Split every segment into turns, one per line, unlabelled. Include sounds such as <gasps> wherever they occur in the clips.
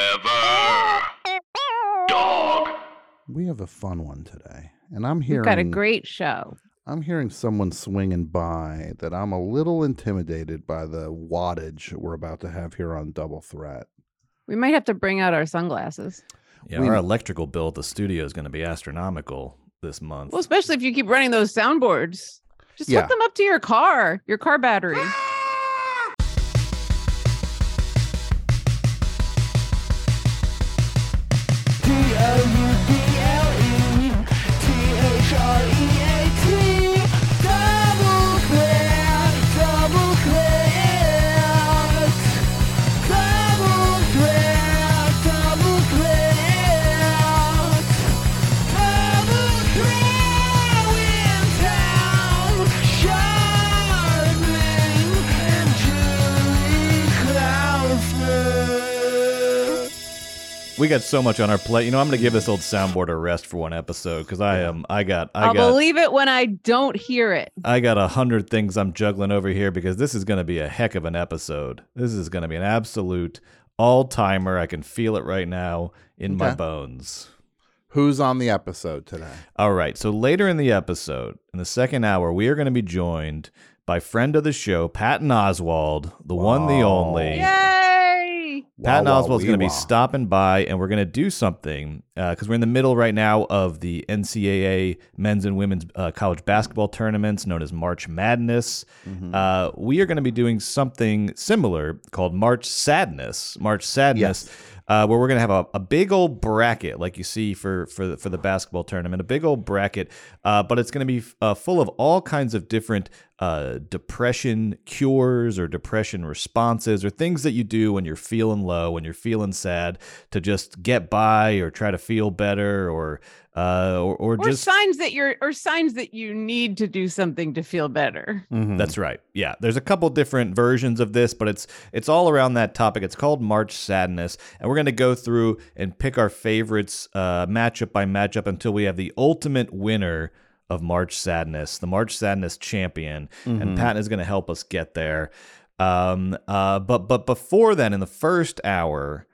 Forever. Dog.
We have a fun one today, and I'm
We've
hearing
got a great show.
I'm hearing someone swinging by that I'm a little intimidated by the wattage we're about to have here on Double Threat.
We might have to bring out our sunglasses.
Yeah,
We-
our electrical bill at the studio is going to be astronomical this month.
Well, especially if you keep running those soundboards. Just
Yeah.
hook them up to your car, your
<gasps>
car battery.
we got so much on our plate. You know, I'm going to give this old soundboard a rest for one episode because I am. I got. I
I'll
got.
believe it when I don't hear it.
I got a hundred things I'm juggling over here because this is going to be a heck of an episode. This is going to be an absolute all timer. I can feel it right now in my
Okay.
bones.
Who's on the episode today?
All right. So later in the episode, in the second hour, we are going to be joined by friend of the show, Patton Oswald, the one, the
Wow.
only.
Yay!
Patton
Wah, wah,
Oswald's
wee,
going to be
wah.
stopping by, and we're going to do something because we're in the middle right now of the NCAA men's and women's uh, college basketball tournaments known as March Madness. Uh, we are going to be doing something similar called March Sadness. March Sadness. Uh, where we're gonna have a, a big old bracket, like you see for for the, for the basketball tournament, a big old bracket, uh, but it's gonna be uh, full of all kinds of different uh, depression cures or depression responses or things that you do when you're feeling low, when you're feeling sad, to just get by or try to feel better or uh, or, or,
Or
just
signs that you're or signs that you need to do something to feel better.
Mhm.
That's right. Yeah, there's a couple different versions of this, but it's it's all around that topic. It's called March Sadness, and we're going to go through and pick our favorites uh, matchup by matchup until we have the ultimate winner of March Sadness, the March Sadness champion,
Mm-hmm.
Mm-hmm.
and Patton is going to help us get there. Um, uh, but but before then, in the first hour.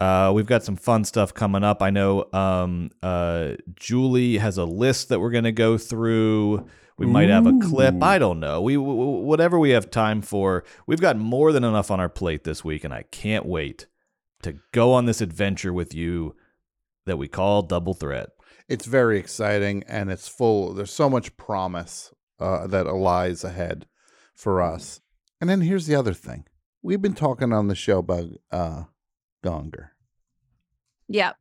Uh, we've got some fun stuff coming up. I know um, uh, Julie has a list that we're going to go through. We might have a clip. I don't know. We w- w- whatever we have time for. We've got more than enough on our plate this week, and I can't wait to go on this adventure with you that we call Double Threat.
It's very exciting and it's full. There's so much promise uh, that lies ahead for us. And then here's the other thing: we've been talking on the show about uh, Gonger.
Yep.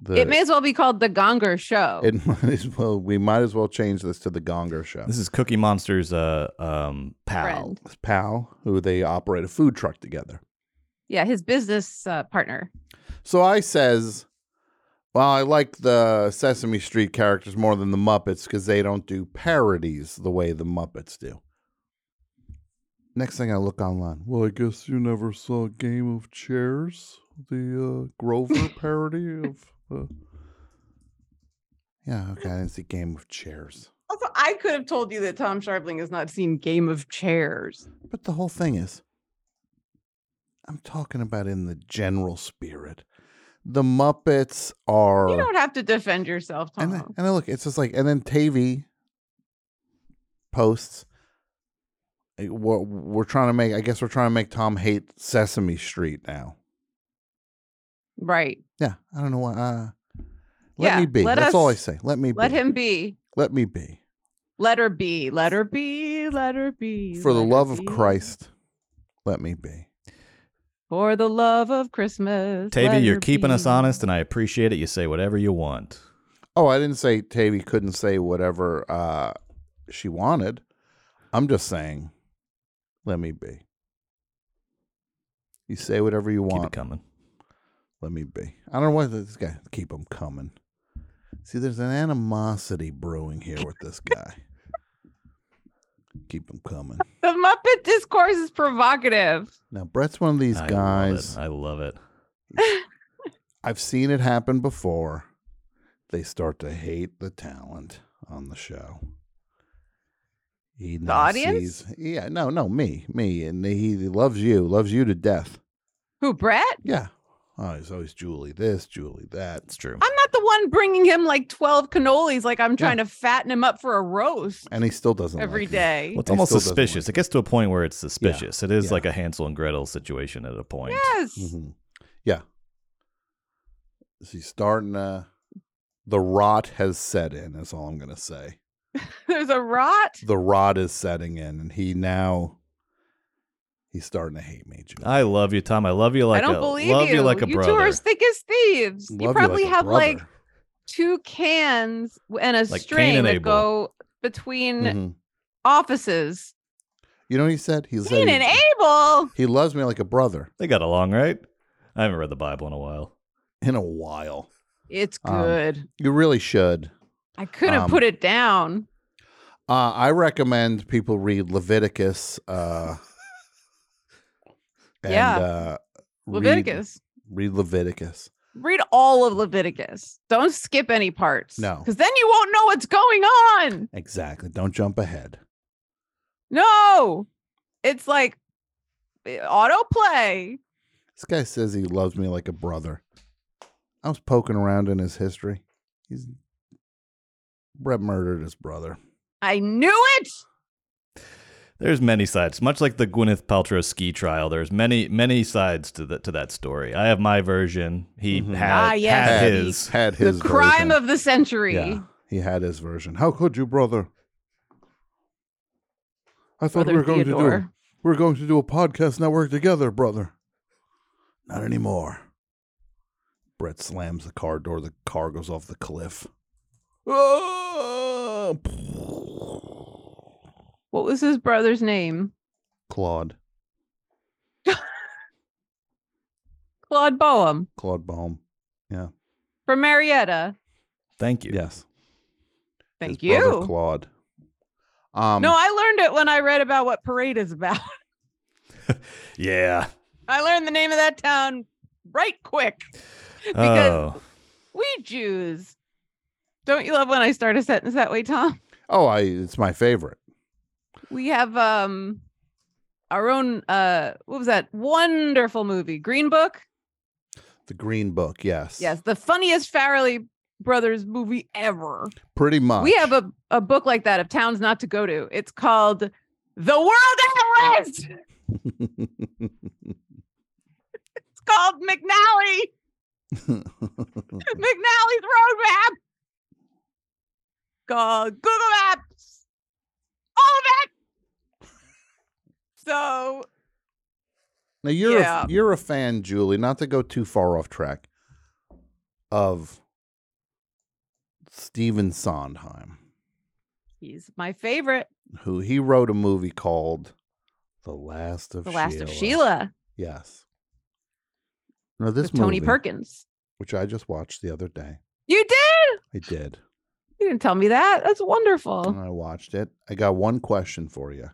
The,
it may as well be called the Gonger Show.
it <laughs> might as well. We might as well change this to the Gonger Show.
This is Cookie Monster's uh, um, pal.
Friend.
pal who they operate a food truck together.
Yeah, his business uh, partner.
So I says, well, I like the Sesame Street characters more than the Muppets because they don't do parodies the way the Muppets do. Next thing I look online, well, I guess you never saw Game of Chairs, the uh, Grover parody of. Uh... Yeah, okay, I didn't see Game of Chairs,
Also, I could have told you that Tom Sharpling has not seen Game of Chairs.
but the whole thing is, I'm talking about in the general spirit. The Muppets are.
You don't have to defend yourself, Tom.
And then, and then look, it's just like, and then Tavy posts. eh, We're, we're trying to make, I guess we're trying to make Tom hate Sesame Street now.
right.
Yeah, I don't know why. Uh, let
Yeah,
me be.
let
That's all I
us-
say. Let me
Let
be.
him be.
Let me be.
Let her be. Let her be. Let her be.
For the
let her
love of
be.
Christ, let me be.
For the love of Christmas.
Tavy,
let
you're
her
keeping us
be.
honest, and I appreciate it. You say whatever you want.
Oh, I didn't say Tavy couldn't say whatever uh, she wanted. I'm just saying, let me be. You say whatever you
Keep
want.
it coming.
Let me be. I don't know why this guy keep him coming. See, there's an animosity brewing here with this guy. keep him coming.
The Muppet discourse is provocative.
Now Brett's one of these
I love it.
guys.
I love it.
I've seen it happen before. They start to hate the talent on the show. He now
audience?
sees- yeah, no, no, me, me, and he loves you, loves you to death.
Who, Brett?
Yeah. Oh, he's always Julie this, Julie that.
That's true.
I'm not the one bringing him like 12 cannolis like I'm trying to fatten him up for a roast
And he still doesn't
every
like me.
day.
Well, it's
He
almost
still doesn't
suspicious.
like
It gets to a point where it's suspicious. It is
Yeah.
like a Hansel and Gretel situation at a point. Mm-hmm.
Yes.
Mhm. Yeah. She's starting to. The rot has set in, is all I'm going to say.
<laughs> There's a rot.
The rot is setting in, and he now. He's starting to hate me, Julie.
I love you, Tom. I love you like
I don't
a
believe
love you.
you.
like a
you two
brother.
are as thick as thieves.
Love
you
like
probably
a
have like
brother.
two cans and a
Like Cain
string
and
that
Abel. Mm.
go between
Mhm.
offices.
You know what he said? He said
Cain and
he,
Abel.
he loves me like a brother
They got along, right? I haven't read the Bible in a while.
in a while.
It's
Um,
good.
You really should.
I couldn't
um,
put it down.
Uh, I recommend people read Leviticus. Uh, and,
<laughs> Yeah.
Uh, read-
Leviticus.
Read, Leviticus.
Read all of Leviticus. Don't skip any parts.
No.
Because then you won't know what's going on.
Exactly. Don't jump ahead.
No. It's like eh, autoplay.
This guy says he loves me like a brother. I was poking around in his history. He's Brett murdered his brother.
I knew it.
There's many sides, much like the Gwyneth Paltrow ski trial. There's many, many sides to the to that story. I have my version. He
Mhm.
had,
Ah, yes,
had
he-
his.
Had his
the crime
version.
of the century.
Yeah, he had his version. How could you, brother? I thought
Brother
we were going to do
Theodore.
we were going to do a podcast network together, brother. Not anymore. Brett slams the car door. The car goes off the cliff. Ah!
What was his brother's name?
Claude,
Claude Boehm
Claude Baum.
from Marietta.
Thank you.
Yes,
Thank
his brother
you.
Claude. Um,
no, I learned it when I read about what parade is about. <laughs>
Yeah.
I learned the name of that town right quick. Because-
oh,
We Jews. Don't you love when I start a sentence that way, Tom?
oh, I it's my favorite.
We have um our own uh what was that wonderful movie, Green Book?
The Green Book. Yes,
Yes, the funniest Farrelly brothers movie ever.
pretty much.
We have a, a book like that of towns not to go to. It's called The World at Rest. It's called McNally. <laughs>
<laughs>
McNally's roadmap. Called Google Maps. All of it. <laughs> So
Now you're
Yeah.
a, you're a fan, Julie. Not to go too far off track of Stephen Sondheim,
he's my favorite.
who he wrote a movie called "The Last of
The Last of Sheila
Yes. Now this
with Tony
movie,
Perkins.
which I just watched the other day,
You did?
I did.
You didn't tell me that. That's wonderful.
And I watched it. I got one question for you.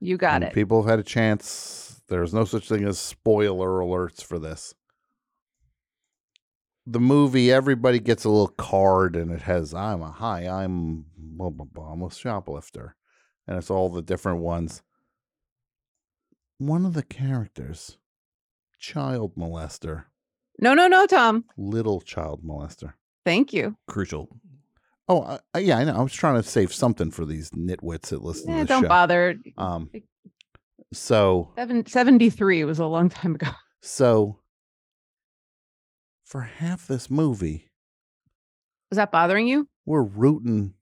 You got
And
it.
People have had a chance. There's no such thing as spoiler alerts for this. The movie, everybody gets a little card and it has, I'm a hi, I'm blah, blah, blah, I'm a shoplifter. And it's all the different ones. One of the characters, child molester,
No, no, no, Tom.
little child molester.
Thank you.
crucial.
Oh, I, I- yeah, I know. I was trying to save something for these nitwits that listen
Eh,
to the
don't
show.
bother.
Um, so
Seven, 73 was a long <laughs> time ago.
So for half this movie,
Is that bothering you?
we're rooting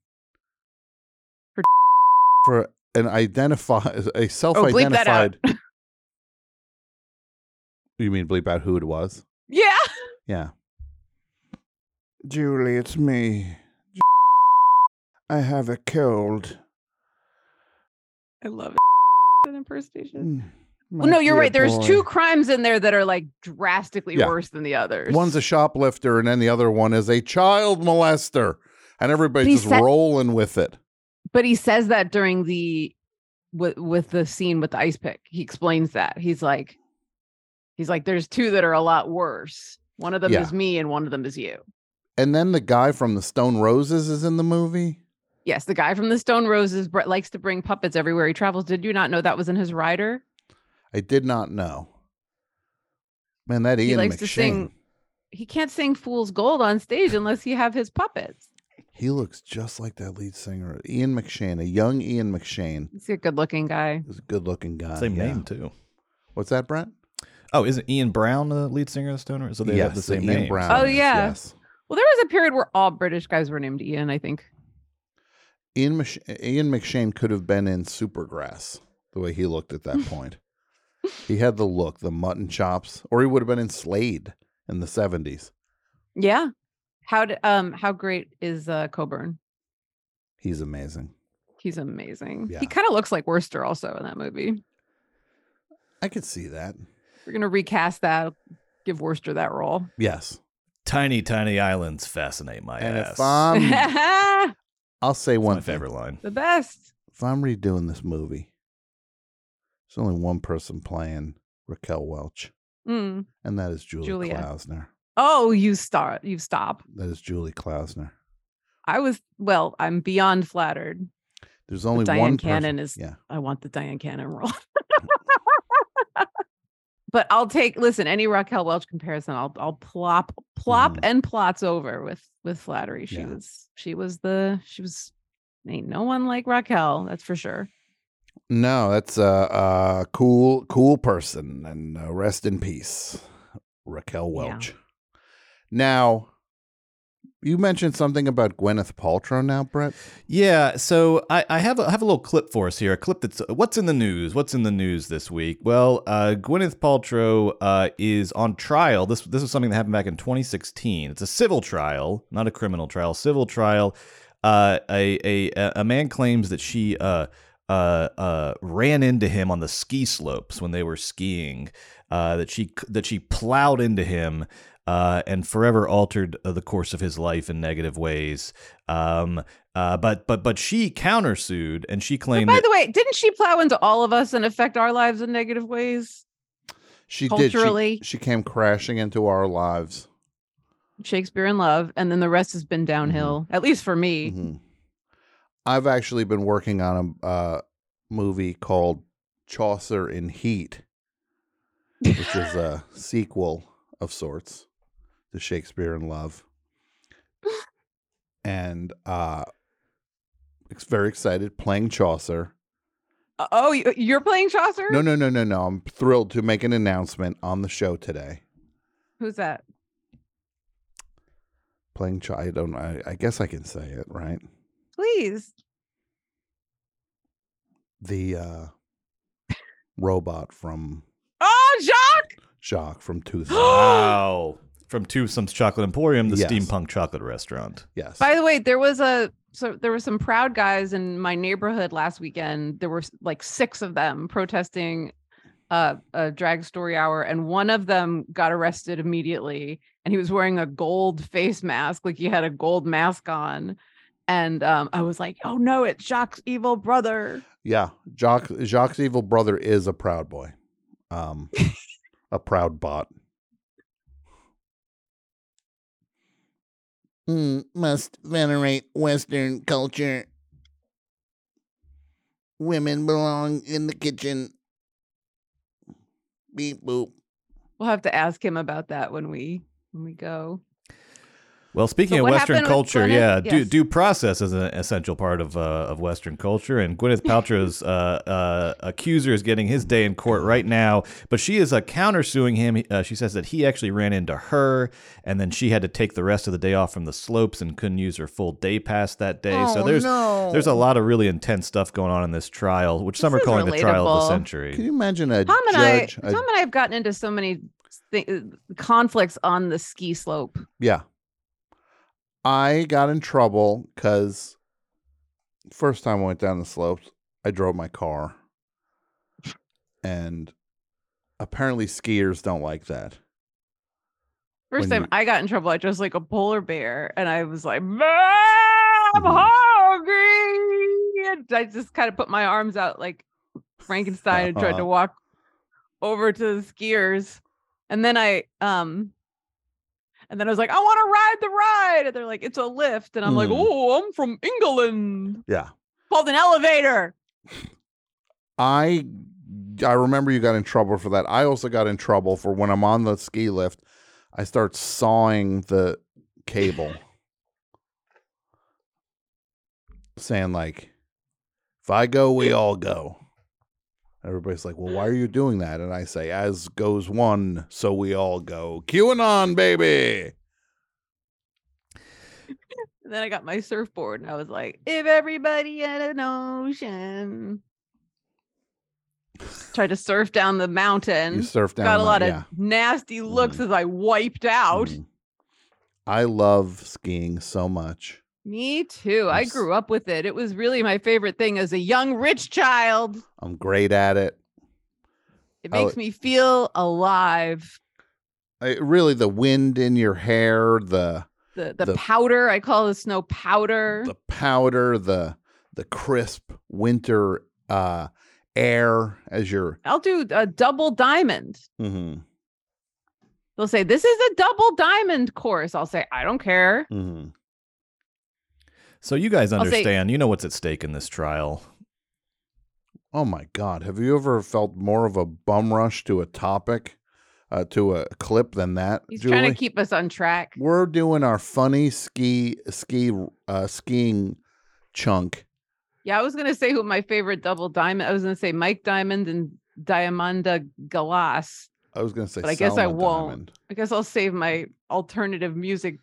For Oh,
for an identify a
bleep that out.
self-identified. you mean bleep out who it was?
Yeah.
Yeah. Julie, it's me. I have a cold.
I love it. <laughs> That
Mm,
impersonation. Well, no, you're right. There's two crimes in there that are like drastically
Yeah.
worse than the others.
One's a shoplifter, and then the other one is a child molester, and everybody's
But he
just
said-
rolling with it.
but he says that during the with with the scene with the ice pick. He explains that. He's like he's like there's two that are a lot worse. One of them
Yeah.
is me and one of them is you.
And then the guy from the Stone Roses is in the movie.
Yes, the guy from the Stone Roses br- likes to bring puppets everywhere he travels. Did you not know that was in his rider?
I did not know. Man, that Ian
he likes to
McShane,
sing. He can't sing "Fool's Gold" on stage unless he have his puppets.
He looks just like that lead singer, Ian McShane, a young Ian McShane.
He's a good-looking guy.
He's a good-looking guy.
Same
Uh, yeah.
name too.
What's that, Brent?
Oh, isn't Ian Brown the lead singer of Stoner? So they have the same
Ian
name.
Brown.
Oh,
is,
yeah.
Yes.
Well, there was a period where all British guys were named Ian. I think.
Ian, Mc- Ian McShane could have been in Supergrass the way he looked at
<laughs>
that point. he had the look, the mutton chops, or he would have been in Slade in the 70s.
Yeah. How d um how great is uh Coburn?
He's amazing.
He's amazing.
Yeah.
He kind of looks like Worcester also in that movie.
I could see that.
We're gonna recast that, give Worcester that role.
Yes.
Tiny tiny islands fascinate my
and
ass.
if
<laughs>
I'm,
the
I'll say
It's
one
my
thing.
favorite line.
best.
If I'm redoing this movie, there's only one person playing Raquel Welch,
Mm.
and that is Julie
Julia.
Klausner.
Oh, you start you stop.
That is Julie Klausner.
I was well, I'm beyond flattered.
There's only
Diane
one
Cannon
person.
is-
yeah.
I want the Diane Cannon role. <laughs> but I'll take listen, any Raquel Welch comparison, I'll I'll plop plop
Mhm.
and plots over with with flattery. She
Yeah.
was she was the she was ain't no one like Raquel, that's for sure.
No, that's a, a cool, cool person, and uh, rest in peace, Raquel
Yeah.
Welch. Now, you mentioned something about Gwyneth Paltrow. Now, Brett,
Yeah, so I, I have a, I have a little clip for us here. A clip that's what's in the news. What's in the news this week? Well, uh, Gwyneth Paltrow uh, is on trial. This this is something that happened back in 2016. It's a civil trial, not a criminal trial. Civil trial. Uh, a a a- a man claims that she uh, uh, uh, ran into him on the ski slopes when they were skiing. Uh, that she that she plowed into him. Uh, and forever altered uh, the course of his life in negative ways. Um, uh, but but but she countersued and she claimed
By
that
the way, didn't she plow into all of us and affect our lives in negative ways?
she
Culturally.
did. She, she came crashing into our lives.
Shakespeare in love, and then the rest has
Mm-hmm.
been downhill, at least for me.
Mhm. I've actually been working on a uh, movie called Chaucer in Heat, which is a sequel of sorts to Shakespeare in Love. And uh it's very excited playing Chaucer.
Uh, Oh, you- you're playing Chaucer?
No, no, no, no, no. I'm thrilled to make an announcement on the show today.
Who's that?
Playing Chaucer, I don't I, I guess I can say it, right?
Please.
The uh robot from
Oh, Jacques!
Jacques from Tooth.
wow from Twosome's Chocolate Emporium, the
Yes.
steampunk chocolate restaurant.
Yes.
By the way, there was a so there were some proud guys in my neighborhood last weekend. There were s- like six of them protesting uh, a drag story hour, and one of them got arrested immediately. And he was wearing a gold face mask, like he had a gold mask on. And um, I was like, "Oh no, it's Jacques' evil brother."
Yeah, Jacques Jacques' evil brother is a proud boy,
<laughs>
um, a proud bot. Hmm, must venerate Western culture. Women belong in the kitchen. Beep boop.
We'll have to ask him about that when we when we go.
Well, speaking
So
of
what
Western
happened with
culture,
Gwyneth?
yeah, due,
Yes.
due process is an essential part of uh, of Western culture, and Gwyneth Paltrow's uh, uh, accuser is getting his day in court right now. But she is uh, countersuing him. Uh, she says that he actually ran into her, and then she had to take the rest of the day off from the slopes and couldn't use her full day pass that day. so
Oh,
there's
no.
there's a lot of really intense stuff going on in this trial, which some are
This is
calling the trial
relatable.
of the
Can
century.
you imagine a
Hmm. Tom and
Mm, judge?
I,
a-
Tom and I have gotten into so many th- conflicts on the ski slope.
Yeah. I got in trouble because first time I went down the slopes, I drove my car. And apparently skiers don't like that.
First
When
time
you-
I got in trouble, I dressed like a polar bear, and I was like, "Mom, I'm
Mhm.
hungry." And I just kind of put my arms out like Frankenstein and tried to walk over to the skiers, and then I um. And then I was like, I want to ride the ride. And they're like, it's a lift. And I'm like,
Mm.
oh, I'm from England.
Yeah.
Called an elevator.
I I remember you got in trouble for that. I also got in trouble for when I'm on the ski lift, I start sawing the cable, saying like, "If I go, we all go." Everybody's like, "Well, why are you doing that?" And I say, "As goes one, so we all go." QAnon, baby.
And then I got my surfboard and I was like, if everybody had an ocean. Tried to surf down the mountain.
You surf down.
got a
the-
lot
yeah. Mm-hmm.
of nasty looks as I wiped out.
Mhm. I love skiing so much.
Me too. I
Yes.
grew up with it. It was really my favorite thing as a young rich child.
I'm great at it.
It
Oh,
makes me feel alive.
I, really, the wind in your hair, the
The, the
the-
powder, I call the snow powder.
the powder, the the crisp winter uh, air as you're.
I'll do a double diamond.
Mm-hmm,
They'll say, This is a double diamond course. I'll say, I don't care.
mm-hmm.
So you guys
I'll say-
understand, you know what's at stake in this trial.
Oh my God! Have you ever felt more of a bum rush to a topic, uh, to a clip than that,
He's
Julie?
trying to keep us on track.
We're doing our funny ski ski uh, skiing chunk.
Yeah, I was gonna say who my favorite double diamond. I was gonna say Mike Diamond and Diamanda Galas.
I was gonna say,
But I guess I
Selma
won't.
Diamond.
I guess I'll save my alternative music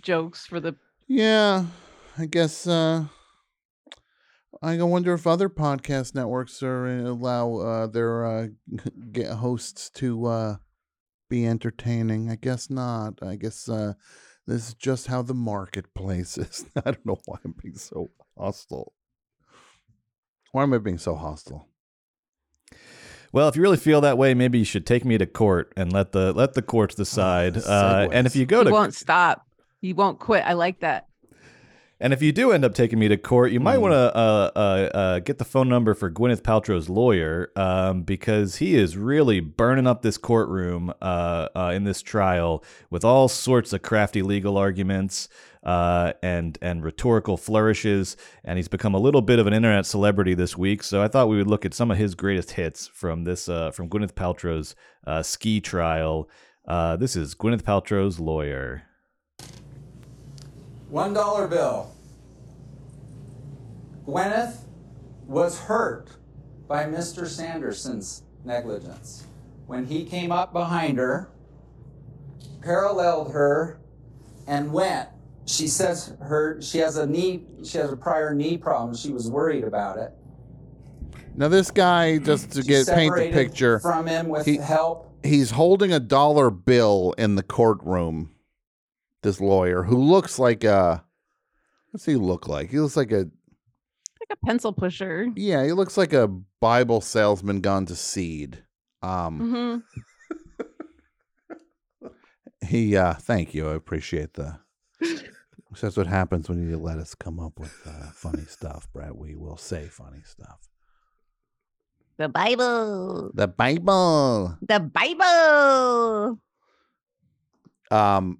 jokes for the.
Yeah, I guess. Uh, I go wonder if other podcast networks are allow uh, their uh, <laughs> get hosts to uh, be entertaining. I guess not. I guess uh, this is just how the marketplace <laughs> is. I don't know why I'm being so hostile. Why am I being so hostile?
Well, if you really feel that way, maybe you should take me to court and let the let the courts decide.
the
Uh, and if
segues.
you go
he
to
won't stop. He won't quit. I like that.
and if you do end up taking me to court, you might
Mhm.
want to uh, uh, uh, get the phone number for Gwyneth Paltrow's lawyer um, because he is really burning up this courtroom uh, uh, in this trial with all sorts of crafty legal arguments uh, and and rhetorical flourishes. And he's become a little bit of an internet celebrity this week, so I thought we would look at some of his greatest hits from this uh, from Gwyneth Paltrow's uh, ski trial. Uh, this is Gwyneth Paltrow's lawyer.
One dollar bill. Gwyneth was hurt by Mr. Sanderson's negligence when he came up behind her, paralleled her, and went. She says her she has a knee she has a prior knee problem. She was worried about it.
Now this guy, just to
She
get paint the
separated
picture,
from him with
He-
help.
he's holding a dollar bill in the courtroom. This lawyer who looks like a what's he look like? He looks like a
Like a pencil pusher.
yeah, he looks like a Bible salesman gone to seed. Um
hmm
he uh thank you. I appreciate the So that's what happens when you let us come up with uh, funny stuff, Brett. We will say funny stuff.
The Bible.
The Bible.
The Bible.
Um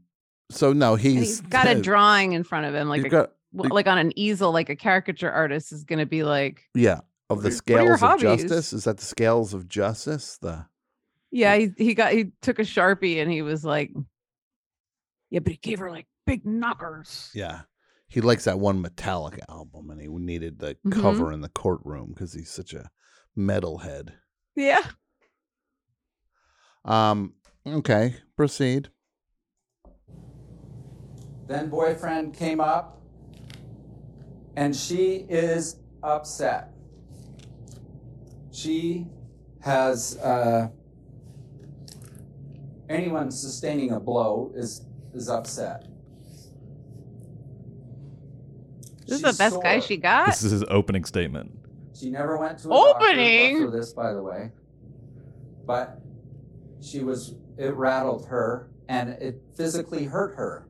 so no,
And
he's,
he's got a drawing in front of him, like
he's
a,
got-
w- like on an easel, like a caricature artist is gonna be like,
yeah, of the
are your
scales of
hobbies?
justice. Is that the scales of justice? The
Yeah, he, he got he took a sharpie and he was like, yeah, but he gave her like big knockers.
Yeah. He likes that one Metallica album and he needed the
Mhm.
cover in the courtroom because he's such a metalhead.
Yeah,
Um, okay, proceed.
Then boyfriend came up, and she is upset. She has uh, anyone sustaining a blow is is upset.
this is
She's
the best guy
sore.
she got.
This is his opening statement.
She never went to a
Opening?
doctor but for this, by the way. But she was it rattled her and it physically hurt her.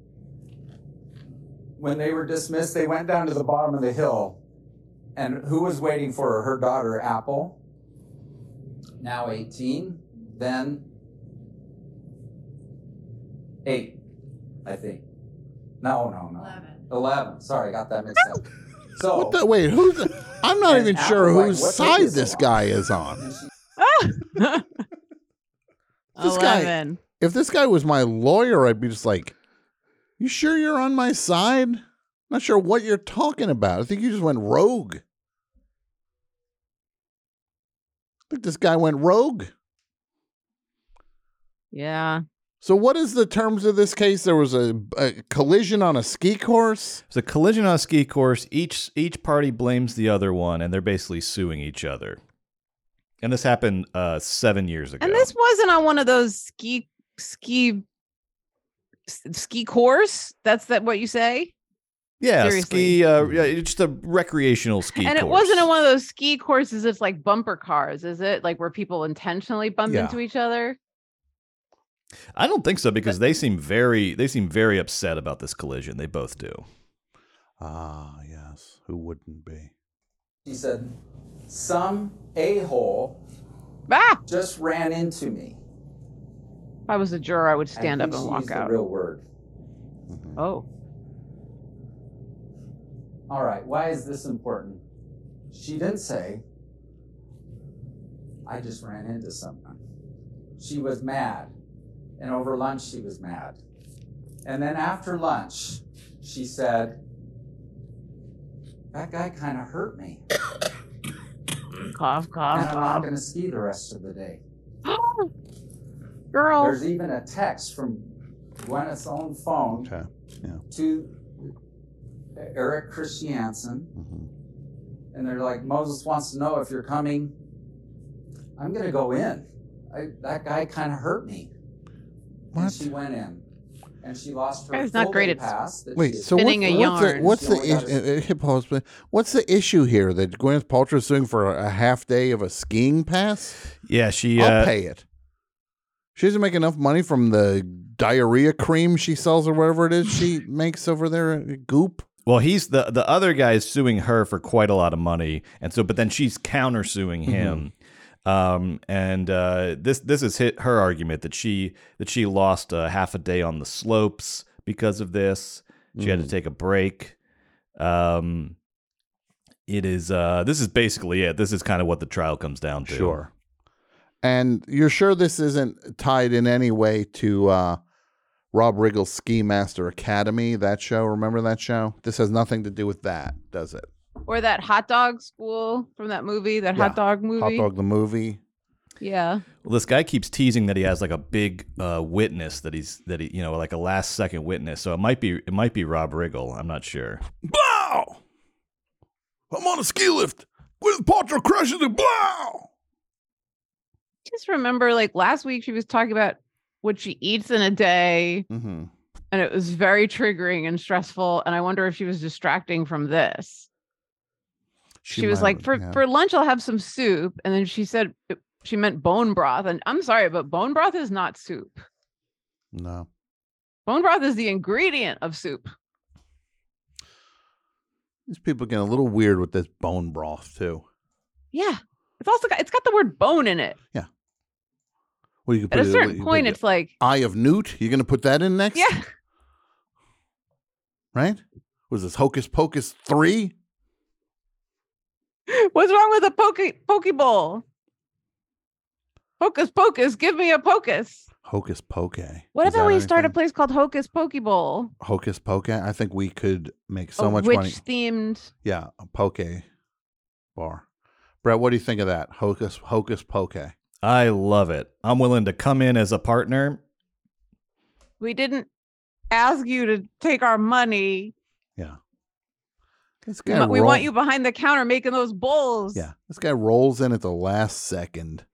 When they were dismissed, they went down to the bottom of the hill. And who was waiting for her? Her daughter, Apple, now 18, then 8, I think. No, no, no. 11. 11. Sorry, got that mixed up. So
Oh. What the wait, who's I'm not
And
even sure <laughs>
Apple's like,
whose
"What took you
side
so
this
long?"
guy is on.
And she-
Ah!
This guy-
Eleven.
If this guy was my lawyer, I'd be just like, "You sure you're on my side? Not sure what you're talking about. I think you just went rogue. I think this guy went rogue."
Yeah.
So, what is the terms of this case? There was a, a collision on a ski course.
It's a collision on a ski course. Each each party blames the other one, and they're basically suing each other. And this happened uh, seven years ago.
And this wasn't on one of those ski ski s- ski course. That's that what you say?
yeah,
seriously.
ski. Uh, yeah, it's just a recreational ski.
and it
course.
wasn't on one of those ski courses it's like bumper cars, is it? Like where people intentionally bump
Yeah.
into each other.
I don't think so because they seem very they seem very upset about this collision. They both do.
Ah, yes. Who wouldn't be?
She said, Some a hole
Ah!
just ran into me.
If I was a juror, I would
I
stand up
think
and
she
walk
used
out.
The real word.
Mm-hmm.
oh.
All right, why is this important? She didn't say, I just ran into someone. She was mad. And over lunch, she was mad. And then after lunch, she said, That guy kind of hurt me.
Uh, Cough,
And
cough,
I'm not
cough.
going to ski the rest of the day.
<gasps> Girl.
There's even a text from Gwyneth's own phone
Okay.
to Eric Christiansen.
hmm
and they're like, Moses wants to know if you're coming. I'm gonna go in. I, that guy kind of hurt me.
What?
And she went in, and she lost her.
Guy's not
full
great
day
at s-
pass. that
Wait.
she-
So what's,
Spinning a
what's the
yarn.
what's the
She only
issue? uh, Hip hop spin- What's the issue here that Gwyneth Paltrow is suing for a half day of a skiing pass?
Yeah, she.
I'll
uh,
pay it. She doesn't make enough money from the diarrhea cream she sells or whatever it is she makes over there. uh, Goop.
Well, he's the the other guy is suing her for quite a lot of money, and so but then she's countersuing him. Um, and uh, this this is hit her argument that she that she lost uh, half a day on the slopes because of this. She had to take a break. Um, it is uh, this is basically it. This is kind of what the trial comes down to.
Sure. And you're sure this isn't tied in any way to uh, Rob Riggle's Ski Master Academy, that show? Remember that show? This has nothing to do with that, does it?
Or that hot dog school from that movie, that
Yeah.
hot dog movie.
Hot Dog the Movie.
Yeah.
Well, this guy keeps teasing that he has like a big uh, witness that he's that he you know like a last second witness. So it might be it might be Rob Riggle. I'm not sure.
Blow! I'm on a ski lift. Gwyneth Paltrow crashes and blow!
Just remember like last week she was talking about what she eats in a day
Mm-hmm.
and it was very triggering and stressful and I wonder if she was distracting from this. She, was like for for lunch I'll have some soup and then she said it- she meant bone broth and I'm sorry but bone broth is not soup.
No.
Bone broth is the ingredient of soup.
These people getting a little weird with this bone broth, too.
Yeah. It's also got, it's got the word bone in it.
Well, you can
At
put
a
it- you
certain
can
point
put
it's like
Eye of Newt. You're going to put that in next?
yeah.
<laughs>
<laughs>
Right? Was this Hocus Pocus 3?
What's wrong with a poke pokeball? Hocus pocus, give me a pocus.
Hocus Pocus.
What
Is
about
that
we start a
anything?
place called Hocus Pokeball?
Hocus Pocus? I think we could make so
a
much
witch
money.
uh, themed.
Yeah, a poke bar. Brett, what do you think of that? Hocus Hocus Pocus.
I love it. I'm willing to come in as a partner.
We didn't ask you to take our money.
This
We
guy
want- we
roll-
want you behind the counter making those bowls.
Yeah, this guy rolls in at the last second.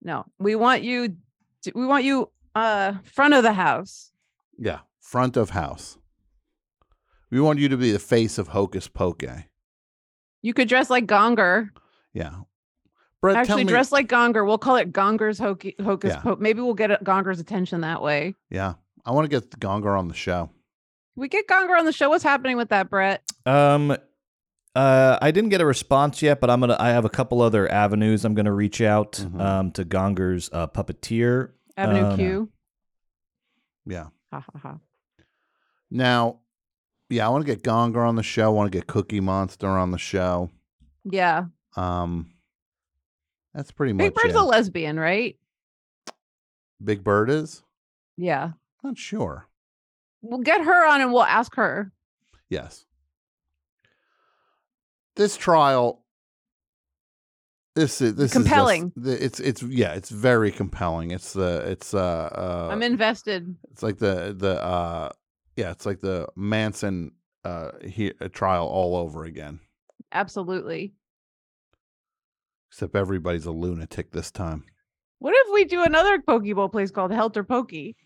No, we want you. to- We want you uh front of the house.
Yeah, front of house. We want you to be the face of Hocus Pocus.
You could dress like Gonger.
Yeah, Brett, tell
Actually,
me.
dress like Gonger. We'll call it Gonger's Hocus. Hocus
Yeah.
po- Maybe we'll get uh, Gonger's attention that way.
yeah, I want to get Gonger on the show.
We get Gonger on the show. What's happening with that, Brett?
Um, uh, I didn't get a response yet, but I'm gonna. I have a couple other avenues. I'm gonna reach out
Mhm.
um, to Gonger's uh, puppeteer.
Avenue
Um,
Q.
Oh, Yeah.
Ha ha ha.
Now, yeah, I want to get Gonger on the show. I want to get Cookie Monster on the show.
Yeah.
Um, That's pretty much
Big Bird's
it.
a lesbian, right?
Big Bird is?
Yeah.
Not sure.
We'll get her on and we'll ask her.
Yes. This trial this is this
Compelling.
Is just, the- it's it's yeah, it's very compelling. It's the it's uh, uh
I'm invested.
it's like the the uh yeah, it's like the Manson uh he, uh, trial all over again.
Absolutely.
Except everybody's a lunatic this time.
What if we do another Pokeball place called Helter Pokey?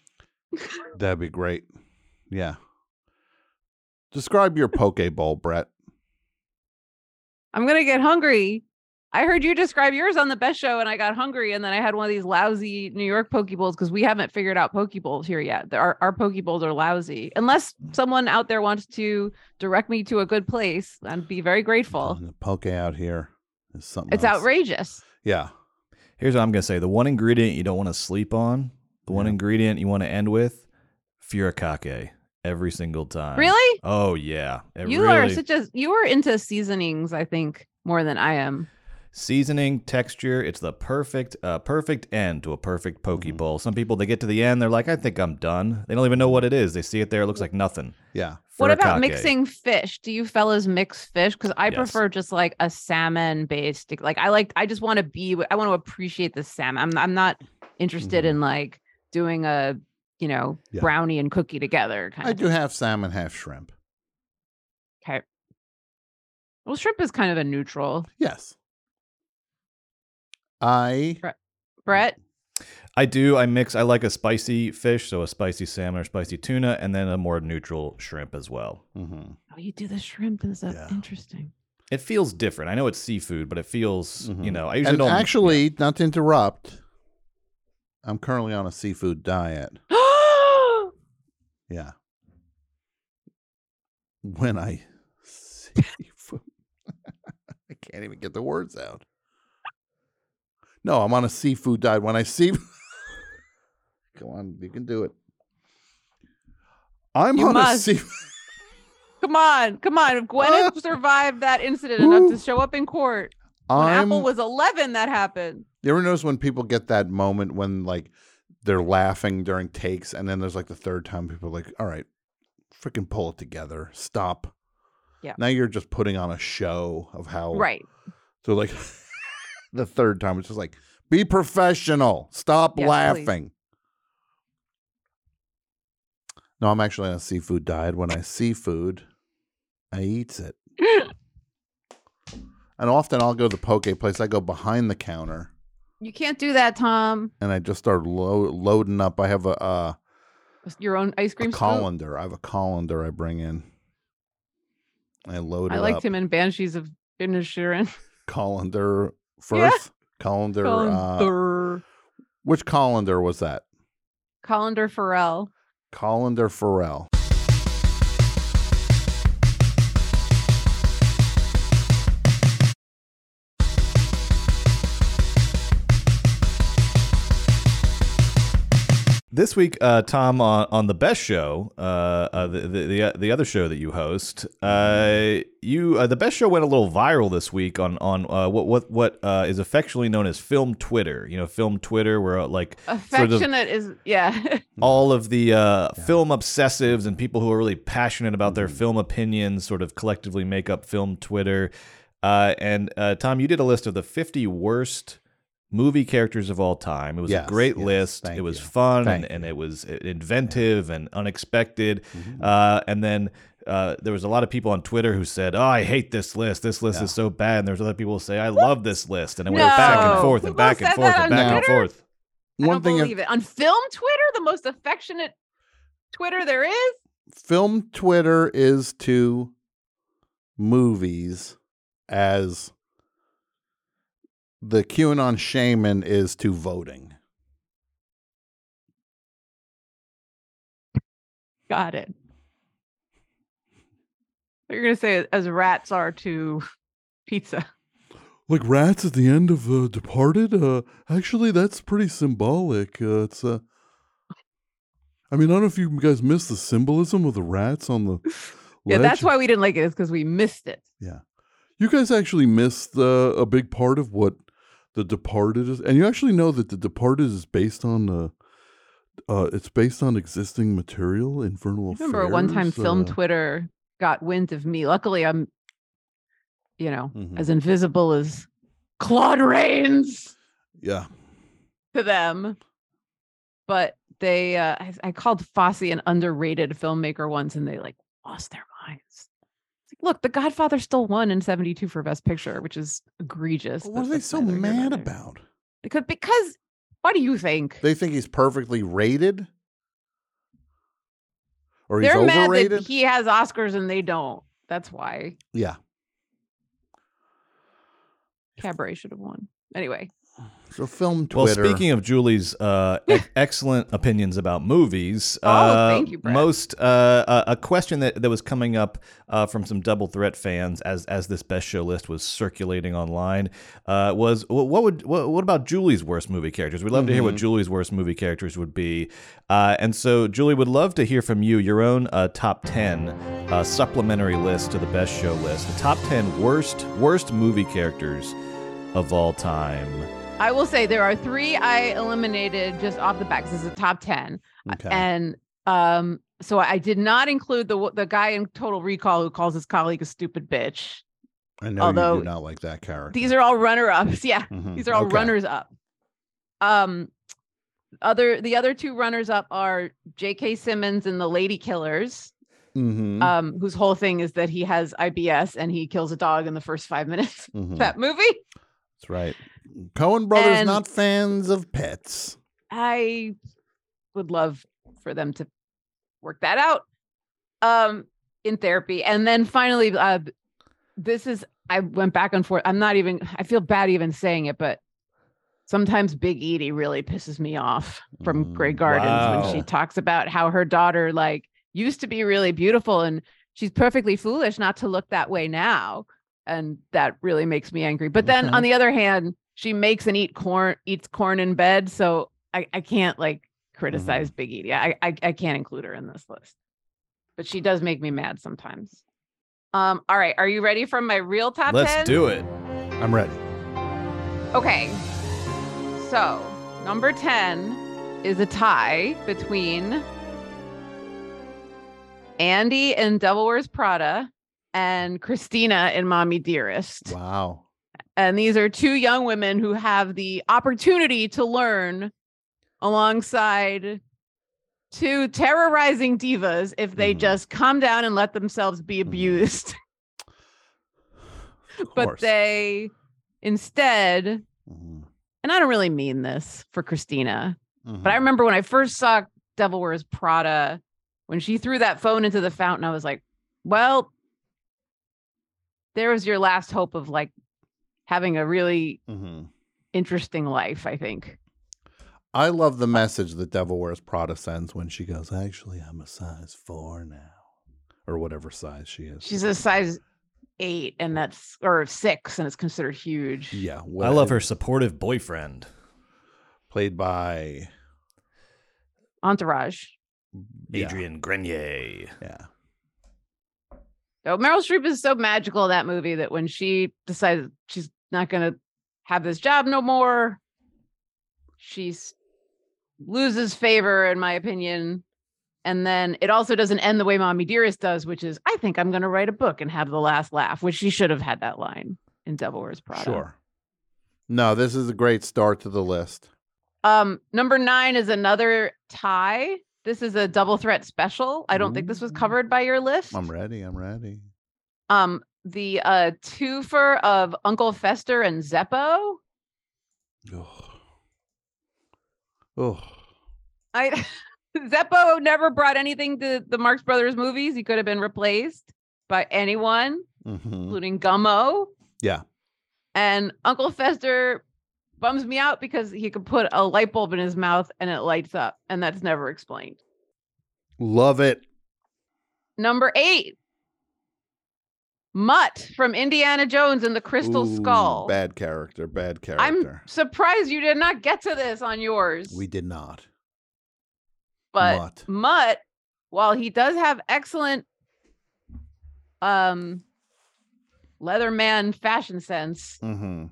That'd be great. Yeah. Describe your Pokeball, Brett.
I'm gonna get hungry. I heard you describe yours on the best show, and I got hungry, and then I had one of these lousy New York Pokeballs because we haven't figured out Pokeballs here yet. There- Our our Pokeballs are lousy. Unless someone out there wants to direct me to a good place, I'd be very grateful.
And the Poke out here is something.
It's
else.
outrageous.
Yeah.
Here's what I'm gonna say: the one ingredient you don't want to sleep on, the one
Yeah.
ingredient you want to end with, furikake every single time.
really?
Oh yeah. It
You
really,
are such a you are into seasonings, I think, more than I am.
seasoning texture. It's the perfect, uh, perfect end to a perfect poke
Mm-hmm.
bowl. Some people they get to the end, they're like, I think I'm done. They don't even know what it is. They see it there, it looks like nothing.
Yeah.
What about
Furikake.
mixing fish? Do you fellas mix fish? Because I
Yes.
prefer just like a salmon based. Like I like, I just want to be. I want to appreciate the salmon. I'm I'm not interested in like doing a you know
Mm-hmm. Yeah.
brownie and cookie together kind
I
of.
do half salmon, half shrimp.
Okay. Well, shrimp is kind of a neutral.
Yes. I
Brett,
I do. I mix. I like a spicy fish, so a spicy salmon or spicy tuna, and then a more neutral shrimp as well.
Mhm.
oh, you do the shrimp and stuff.
Yeah.
Interesting. <gasps>
It feels different. I know it's seafood, but it feels, you
Mhm.
know, I usually
and
don't
actually, not to interrupt, I'm currently on a seafood diet. Yeah. When I <laughs> seafood, <laughs> I can't even get the words out. No, I'm on a seafood diet. When I see, <laughs> come on, you can do it. I'm
You
on
must.
a sea.
Come on, come on. If
<laughs>
Gwyneth survived that incident enough to
Ooh.
show up in court when
I'm.
Apple was 11, that happened.
you ever notice when people get that moment when like they're laughing during takes, and then there's like the third time people are like, "All right, freaking pull it together, stop."
Yeah.
Now you're just putting on a show of how
Right.
So like <laughs> the third time, it's just like, be professional. Stop
Yes, please.
laughing. No, I'm actually on a seafood diet. When I see food, I eats
<laughs>
it. and often I'll go to the poke place. I go behind the counter
You can't do that, Tom.
and I just start lo- loading up. I have a, uh,
Your own ice
a
cream spoon.
colander. I have a colander I bring in. I load it
I liked
up.
him in Banshees of Inisherin. <laughs>
Colander
Yeah.
first. Colander. Uh,
Colander.
which colander was that?
Colander Farrell.
Colander Farrell.
This week, uh, Tom, on, on the best show, uh, uh, the, the the uh, the other show that you host, uh, you uh, the best show went a little viral this week on on uh, what what what uh, is affectionately known as film Twitter. You know, film Twitter, where uh, like
Affectionate is yeah. <laughs>
Mm-hmm.
all of the uh, film obsessives and people who are really passionate about
Mm-hmm.
their film opinions sort of collectively make up film Twitter. Uh, and uh, Tom, you did a list of the 50 worst movie characters of all time. It was a
Yes,
great
yes,
list.
thank
It was
you.
fun and,
Thank
and it was inventive and unexpected. Uh, and then uh, there was a lot of people on Twitter who said, "Oh, I hate this list. This list
Yeah.
is so bad." And there's other people who say, "I love this list." And it went back and
No.
forth and
People
back and
said
forth
that
and
on
back and
Twitter?
forth.
I don't believe it. On film Twitter, the most affectionate Twitter there is.
film Twitter is to movies as the QAnon shaman is to voting.
Got it. You're gonna say it as rats are to <laughs> pizza.
Like rats at the end of uh, Departed. Uh, actually, that's pretty symbolic. Uh, it's uh, I mean, I don't know if you guys missed the symbolism of the rats on the.
<laughs> Yeah, that's
ledge.
why we didn't like it, is because we missed it.
You guys actually missed uh, a big part of what The Departed is, and you actually know that The Departed is based on the. Uh, it's based on existing material, Infernal
I remember one time
Affairs,
film
uh,
Twitter got wind of me. Luckily, I'm, you know,
Mhm.
as invisible as Claude Rains
Yeah.
to them. But they, uh, I, I called Fosse an underrated filmmaker once, and they like lost their minds. It's like, Look, The Godfather still won in '72 for Best Picture, which is egregious.
What
but
are they
that's
so
neither here nor
mad
there.
about?
Because, because, what do you think?
They think he's perfectly rated, or he's
They're mad
overrated.
that he has Oscars and they don't. That's why
yeah.
Cabaret should have won. Anyway,
So film
Well,
Twitter.
speaking of Julie's uh,
<laughs>
e- excellent opinions about movies,
Oh,
uh,
thank you, Brad.
most uh, a a question that, that was coming up uh, from some Double Threat fans as as this best show list was circulating online uh, was wh- what would what, what about Julie's worst movie characters? We'd love to hear
Mm-hmm.
what
Mhm.
Julie's worst movie characters would be, uh, and so Julie would love to hear from you your own uh, top ten uh, supplementary list to the best show list, the top ten worst worst movie characters of all time.
I will say there are three I eliminated just off the bat. 'cause This is a top ten,
okay.
Uh, and um, so I did not include the w- the guy in Total Recall who calls his colleague a stupid bitch.
I know you
although-
do not like that character.
These are all runner ups. <laughs> Yeah,
Mhm.
these are all
Okay.
runners up. Um, other the other two runners up are J.K. Simmons and the Lady Killers,
Mhm.
um, whose whole thing is that he has IBS and he kills a dog in the first five minutes. of
Mhm.
That movie,
That's right. Cohen brothers
And-
not fans of pets.
I would love for them to work that out um in therapy and then finally uh this is i went back and forth i'm not even i feel bad even saying it but sometimes big edie really pisses me off from
Mm,
gray gardens when she
wow.
talks about how her daughter like used to be really beautiful and she's perfectly foolish not to look that way now and that really makes me angry but then
Okay.
on the other hand she makes and eat corn eats corn in bed so i, I can't like
Mm-hmm.
criticize big edie I, I i can't include her in this list but she does make me mad sometimes. Um, all right, are you ready for my real top
Let's
10?
do it.
I'm ready.
Okay. So, number 10 is a tie between Andy in Devil Wears Prada and Christina in Mommy Dearest.
Wow.
And these are two young women who have the opportunity to learn alongside two terrorizing divas if they
Mhm.
just calm down and let themselves
Mm-hmm.
be abused.
Of
<laughs> but
course.
they instead, and
Mm-hmm.
Mhm.
I don't really mean this for Christina, but I
Mhm.
remember when I first saw Devil Wears Prada, when she threw that phone into the fountain, I was like, well, there was your last hope of like having a really
Mhm.
interesting life, I think.
I love the message that Devil Wears Prada sends when she goes, actually, I'm a size four now, or whatever size she is.
She's a size eight and that's or six and it's considered huge.
yeah.
I
what-
love her supportive boyfriend.
Played by
Entourage.
yeah,
Adrian Grenier.
Yeah.
Oh, Meryl Streep is so magical in that movie that when she decides she's not gonna have this job no more, she's loses favor, in my opinion. And then it also doesn't end the way Mommy Dearest does, which is I think I'm gonna write a book and have the last laugh, which she should have had that line in Devil Wears Prada.
Sure. No, this is a great start to the list.
Um, number nine is another tie. This is a double threat special. I don't think this was
Ooh.
covered by your list.
I'm ready. I'm <sighs> ready.
Um, the uh twofer of Uncle Fester and Zeppo.
Oh. Oh.
I <laughs> Zeppo never brought anything to the Marx Brothers movies. He could have been replaced by anyone,
hmm
including Gummo.
Yeah.
And Uncle Fester bums me out because he could put a light bulb in his mouth and it lights up, and that's never explained.
Love it.
Number eight, Mutt from Indiana Jones and the Crystal
Ooh,
Skull.
Bad character. Bad character.
I'm surprised you did not get to this on yours.
We did not.
but
Mutt.
Mutt, while he does have excellent um Leatherman fashion sense,
Mm-hmm.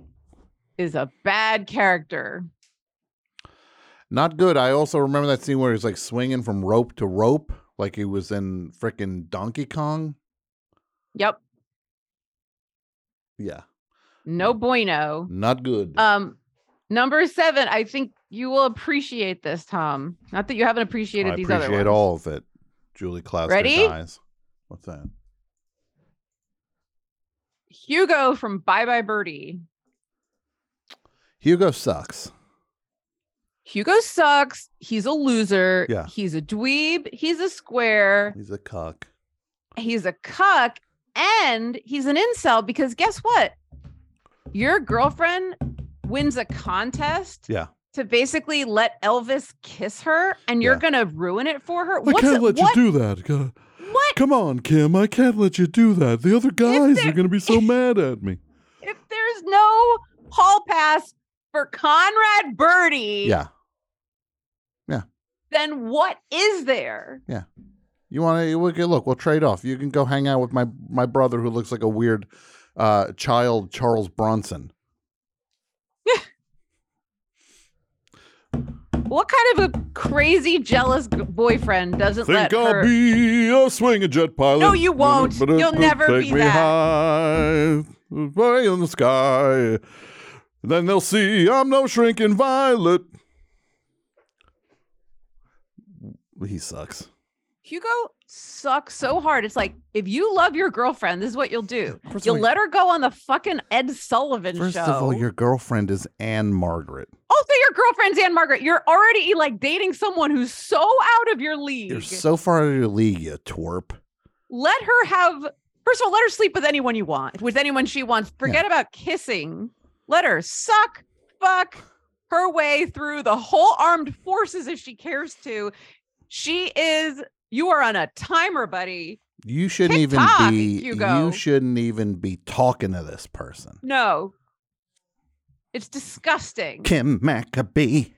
is a bad character.
Not good. I also remember that scene where he's like swinging from rope to rope, like he was in frickin' Donkey Kong.
Yep.
Yeah,
No
Mm.
bueno.
not good.
Um, number seven. I think you will appreciate this, Tom. Not that you haven't appreciated
I
these
appreciate
other ones.
all of it. Julie Klausner
Ready?
dies. What's that?
Hugo from Bye Bye Birdie.
Hugo sucks.
Hugo sucks. He's a loser.
Yeah.
He's a dweeb. He's a square.
He's a cuck.
He's a cuck. And he's an incel because guess what? Your girlfriend wins a contest.
Yeah.
To basically let Elvis kiss her and you're
Yeah.
gonna ruin it for her. What's it- what,
do that.
what
Come on, Kim. I can't let you do that. The other
guys are there-
going to be <laughs> so mad at me.
if there's no hall pass for Conrad Birdie,
Yeah.
then what is there?
You want to look? Look, we'll trade off. You can go hang out with my my brother who looks like a weird uh, child, Charles Bronson.
What kind of a crazy jealous g- boyfriend doesn't let her?
be a swinging jet pilot.
No, you won't. You'll never be that.
high, way in the sky. Then they'll see I'm no shrinking violet. He sucks.
Hugo sucks so hard. It's like if you love your girlfriend, this is what you'll do.
<laughs> First of
You'll
all-
let her go on the fucking Ed Sullivan
First
show.
of all, your girlfriend is Anne Margaret.
also, your girlfriend's Anne Margaret. You're already like dating someone who's so out of your league.
You're so far out of your league, you twerp.
let her have first of all let her sleep with anyone you want with anyone she wants forget about kissing let her suck fuck her way through the whole armed forces if she cares to she is you are on a timer buddy
You shouldn't
TikTok,
even be.
Hugo.
You shouldn't even be talking to this person. <laughs>
no it's disgusting
Kim Maccabee.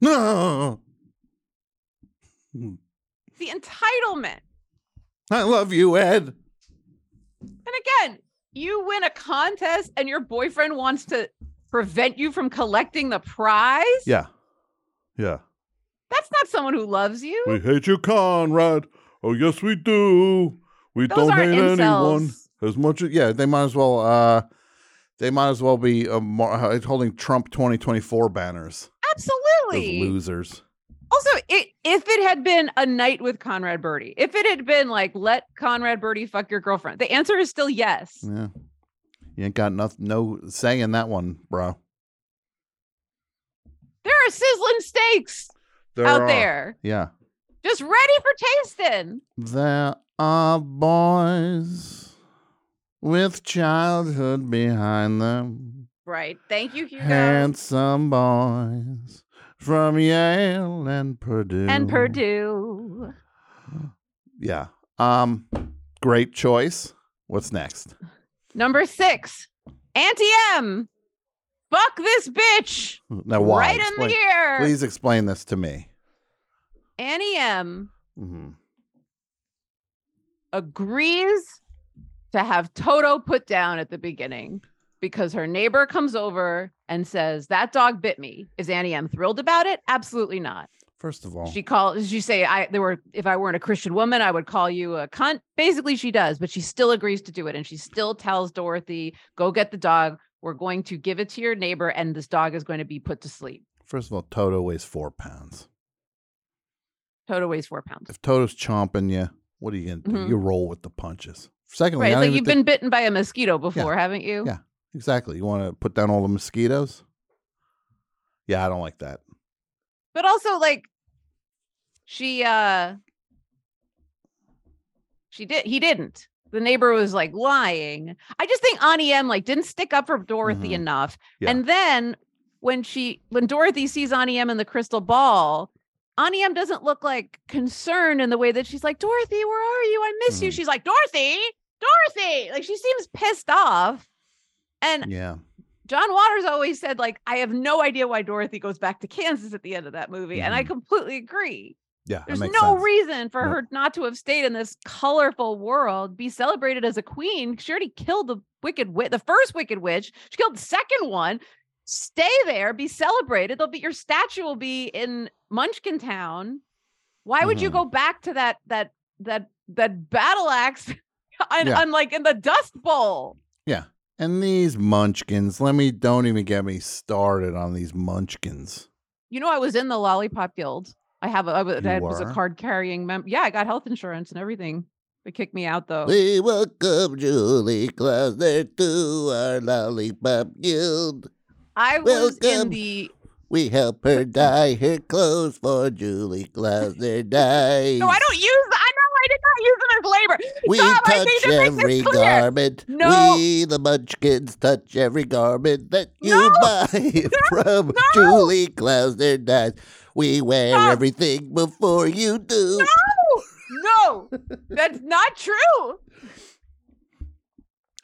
No,
the entitlement
I love you, Ed.
and again you win a contest and your boyfriend wants to prevent you from collecting the prize
Yeah, yeah.
that's not someone who loves you
We hate you, Conrad. Oh yes, we do. We
those
don't
aren't
hate anyone
incels
as much. as Yeah, they might as well. Uh, they might as well be uh, mar- uh, holding Trump twenty twenty four banners. Those
absolutely
losers.
Also, it, if it had been a night with Conrad Birdie, if it had been like, let Conrad Birdie fuck your girlfriend, the answer is still yes.
Yeah, you ain't got nothing. No say in that one, bro.
There are sizzling steaks
There
out
are-
there,
Yeah.
just ready for tasting.
There are boys with childhood behind them.
Right. Thank you, Hugo.
Handsome boys from Yale and Purdue.
and Purdue.
Yeah. Um great choice. What's next?
Number six, Auntie M. Fuck this bitch.
Now Uh, why?
Right
Explain-
in the ear.
Please explain this to me.
Annie M.
hmm
agrees to have Toto put down at the beginning because her neighbor comes over and says that dog bit me. Is Annie M thrilled about it? Absolutely not.
First of all,
She calls. She say I there were if I weren't a Christian woman I would call you a cunt. Basically, she does, but she still agrees to do it, and she still tells Dorothy, "Go get the dog. We're going to give it to your neighbor, and this dog is going to be put to sleep."
first of all, Toto weighs four pounds.
Toto weighs four pounds.
If Toto's chomping you, what are you gonna do?
Mhm.
You roll with the punches. Secondly,
Right,
I
it's
don't
like
even
you've
think-
been bitten by a mosquito before, haven't you?
Yeah. Exactly. You want to put down all the mosquitoes? Yeah, I don't like that.
but also like she uh she did he didn't the neighbor was like lying i just think ani m like didn't stick up for dorothy
Mhm.
enough
Yeah.
and then when she when dorothy sees ani m in the crystal ball ani m doesn't look like concerned in the way that she's like dorothy where are you i miss you
Mhm.
she's like dorothy dorothy like she seems pissed off and
Yeah.
John Waters always said, like, I have no idea why Dorothy goes back to Kansas at the end of that movie. And I
Mhm.
completely agree.
Yeah. that
There's no
makes sense.
reason for
Yep.
her not to have stayed in this colorful world, be celebrated as a queen. She already killed the wicked witch, the first wicked witch. She killed the second one. Stay there, be celebrated. They'll be your statue will be in Munchkin Town. Why would you
Mm-hmm.
Mhm.
go back to that that that that battle axe? <laughs> And
Yeah.
unlike in the Dust Bowl.
And these munchkins, let me don't even get me started on these munchkins.
You know, I was in the Lollipop Guild. I have a, I was,
You
I was a
were?
card carrying member. Yeah, I got health insurance and everything. They kicked me out though.
We welcome Julie Klausner to our lollipop guild.
I was in
welcome.
the.
We help her dye her clothes for Julie Klausner dyes.
<laughs> No, I don't use. I know I did not use them as labor.
We
Stop, I
touch
need to make this
every
clear.
garment.
No.
We, the Munchkins, touch every garment that you
<laughs> No.
buy <laughs> from Julie Klausner Dyes. We wear
Stop.
everything before you do.
No, that's not true.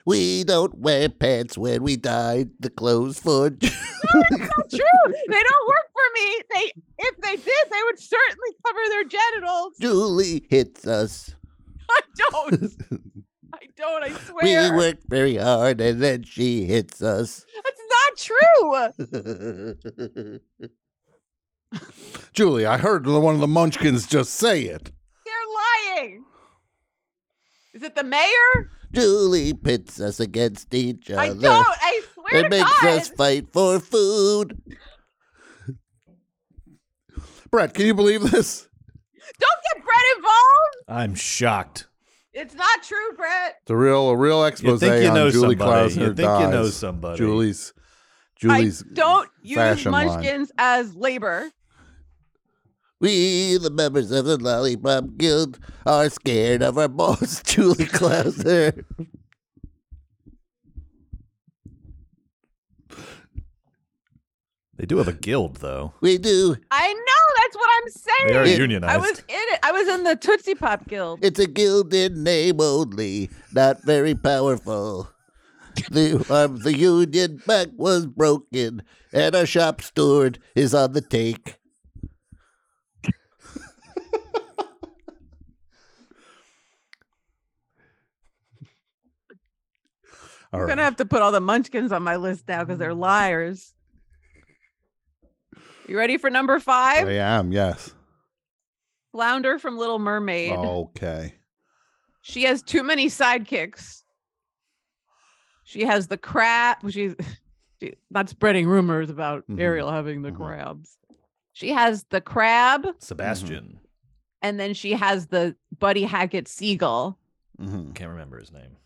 We don't wear pants when we dye the clothes for. <laughs>
Not true. They don't work for me. They, if they did, they would certainly cover their genitals. <laughs>
Julie hits us.
I don't. I don't. I
We
swear.
work very hard and then she hits us. <laughs>
That's not true.
Julie, I heard one of the munchkins just say it.
They're lying. Is it the mayor?
Julie pits us against each other.
I don't. I swear to
It makes
God.
us fight for food. Brett, can you believe this?
Don't get Brett involved.
I'm shocked.
It's not true, Brett.
It's a real, a real
You
expose
think you
on
know
Julie
somebody?
Klausner
You think you
dies.
know somebody?
Julie's, Julie's.
I don't use
fashion line.
munchkins as labor.
We, the members of the Lollipop Guild, are scared of our boss, <laughs> Julie Klausner.
They do have a guild, though.
We do.
I know that's what I'm saying.
They are
It-
unionized.
I was in it. I was in the Tootsie Pop Guild.
It's a guild in name only, not very powerful. The, um, the union back was broken, and our shop steward is on the take. All
I'm gonna have to put all the munchkins on my list now because they're liars. You ready for number five?
am, yes.
Flounder from Little Mermaid.
Okay.
She has too many sidekicks. She has the crab. She's she, not spreading rumors about
Mhm.
Ariel having the
Mhm.
crabs. She has the crab,
Sebastian.
and then she has the Buddy Hackett seagull.
Mm-hmm.
Can't remember his name.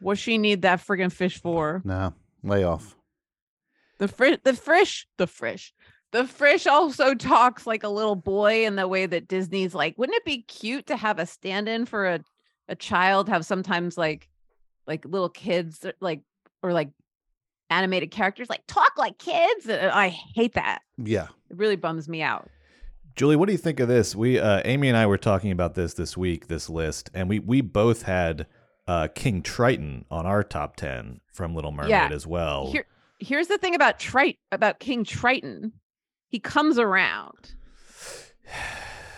What she need that friggin' fish for?
Now, lay off.
The fish, the fish, the fish, the fish also <laughs> talks like a little boy in the way that Disney's like, wouldn't it be cute to have a stand-in for a a child? Have sometimes like like little kids that- like or like animated characters like talk like kids. Uh, I hate that.
Yeah.
It really bums me out.
Julie, what do you think of this? We, uh, Amy and I were talking about this this week, this list, and we we both had uh, King Triton on our top ten from Little Mermaid
Yeah.
as well.
Here, here's the thing about Trite about King Triton. He comes around.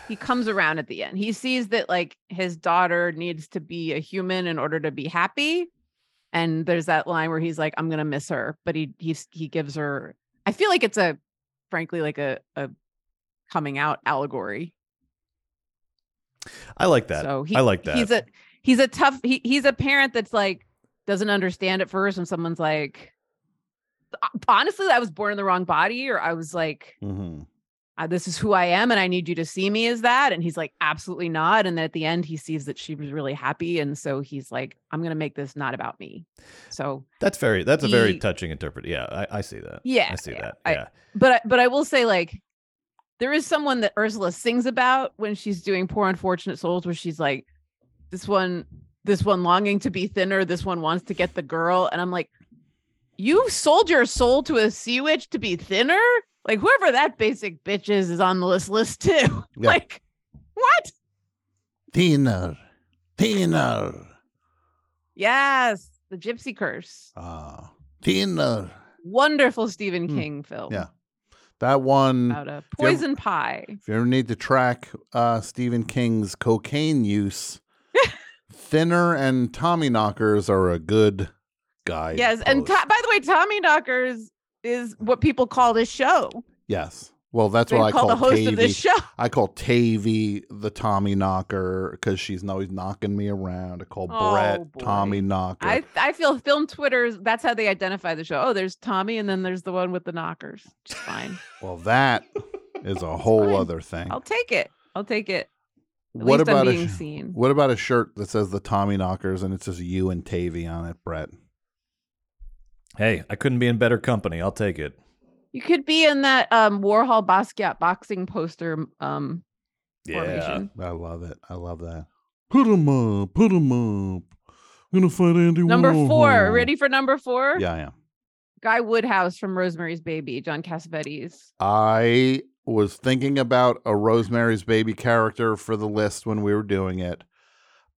He comes around at the end. He sees that like his daughter needs to be a human in order to be happy. And there's that line where he's like, I'm gonna miss her. But he he he gives her I feel like it's a frankly like a a coming out allegory.
I like that.
So he,
I like that.
He's a he's a tough he, he's a parent that's like doesn't understand at first when someone's like honestly I was born in the wrong body or I was like
Mm-hmm.
"Uh, this is who I am and I need you to see me as that and he's like absolutely not and then at the end he sees that she was really happy and so he's like I'm going to make this not about me. So
that's very that's a very
he-
touching interpret. Yeah, I, I see that.
yeah.
I see
yeah.
that.
I-
yeah.
but I- but I will say like there is someone that Ursula sings about when she's doing Poor Unfortunate Souls where she's like this one this one longing to be thinner this one wants to get the girl and I'm like you sold your soul to a sea witch to be thinner like whoever that basic bitch is is on this list too <laughs> like what
Thinner. Thinner.
yes the gypsy curse
Ah. Thinner.
wonderful Stephen
Hmm.
King film
Yeah. That one.
about a poison pie
If you ever need to track uh, Stephen King's
<laughs>
cocaine use, Thinner and Tommy Knockers are a good guy.
yes, and
post.
to- by the way, Tommy Knockers is what people call this show.
yes, well, that's
they
what I
call
call
the host
Tavy.
of this show.
I call Tavy the Tommy Knocker because she's always knocking me around. I call
Oh,
Brett
boy.
Tommy Knocker.
I, I feel film Twitter's that's how they identify the show. Oh, there's Tommy, and then there's the one with the knockers.
<laughs>
It's fine.
well, that is a whole
fine.
other thing.
I'll take it. I'll take it. At
what
least
about
I'm
a
being
sh-
seen.
what about a shirt that says the Tommy Knockers and it says you and Tavy on it, Brett?
Hey, I couldn't be in better company. I'll take it.
You could be in that um, Warhol Basquiat boxing poster um, formation.
I love it. I love that. Put 'em up. Put 'em up. I'm gonna fight Andy.
Number four.
Warhol.
Ready for number four?
Yeah, I am.
Guy Woodhouse from Rosemary's Baby, John Cassavetes.
I was thinking about a Rosemary's Baby character for the list when we were doing it.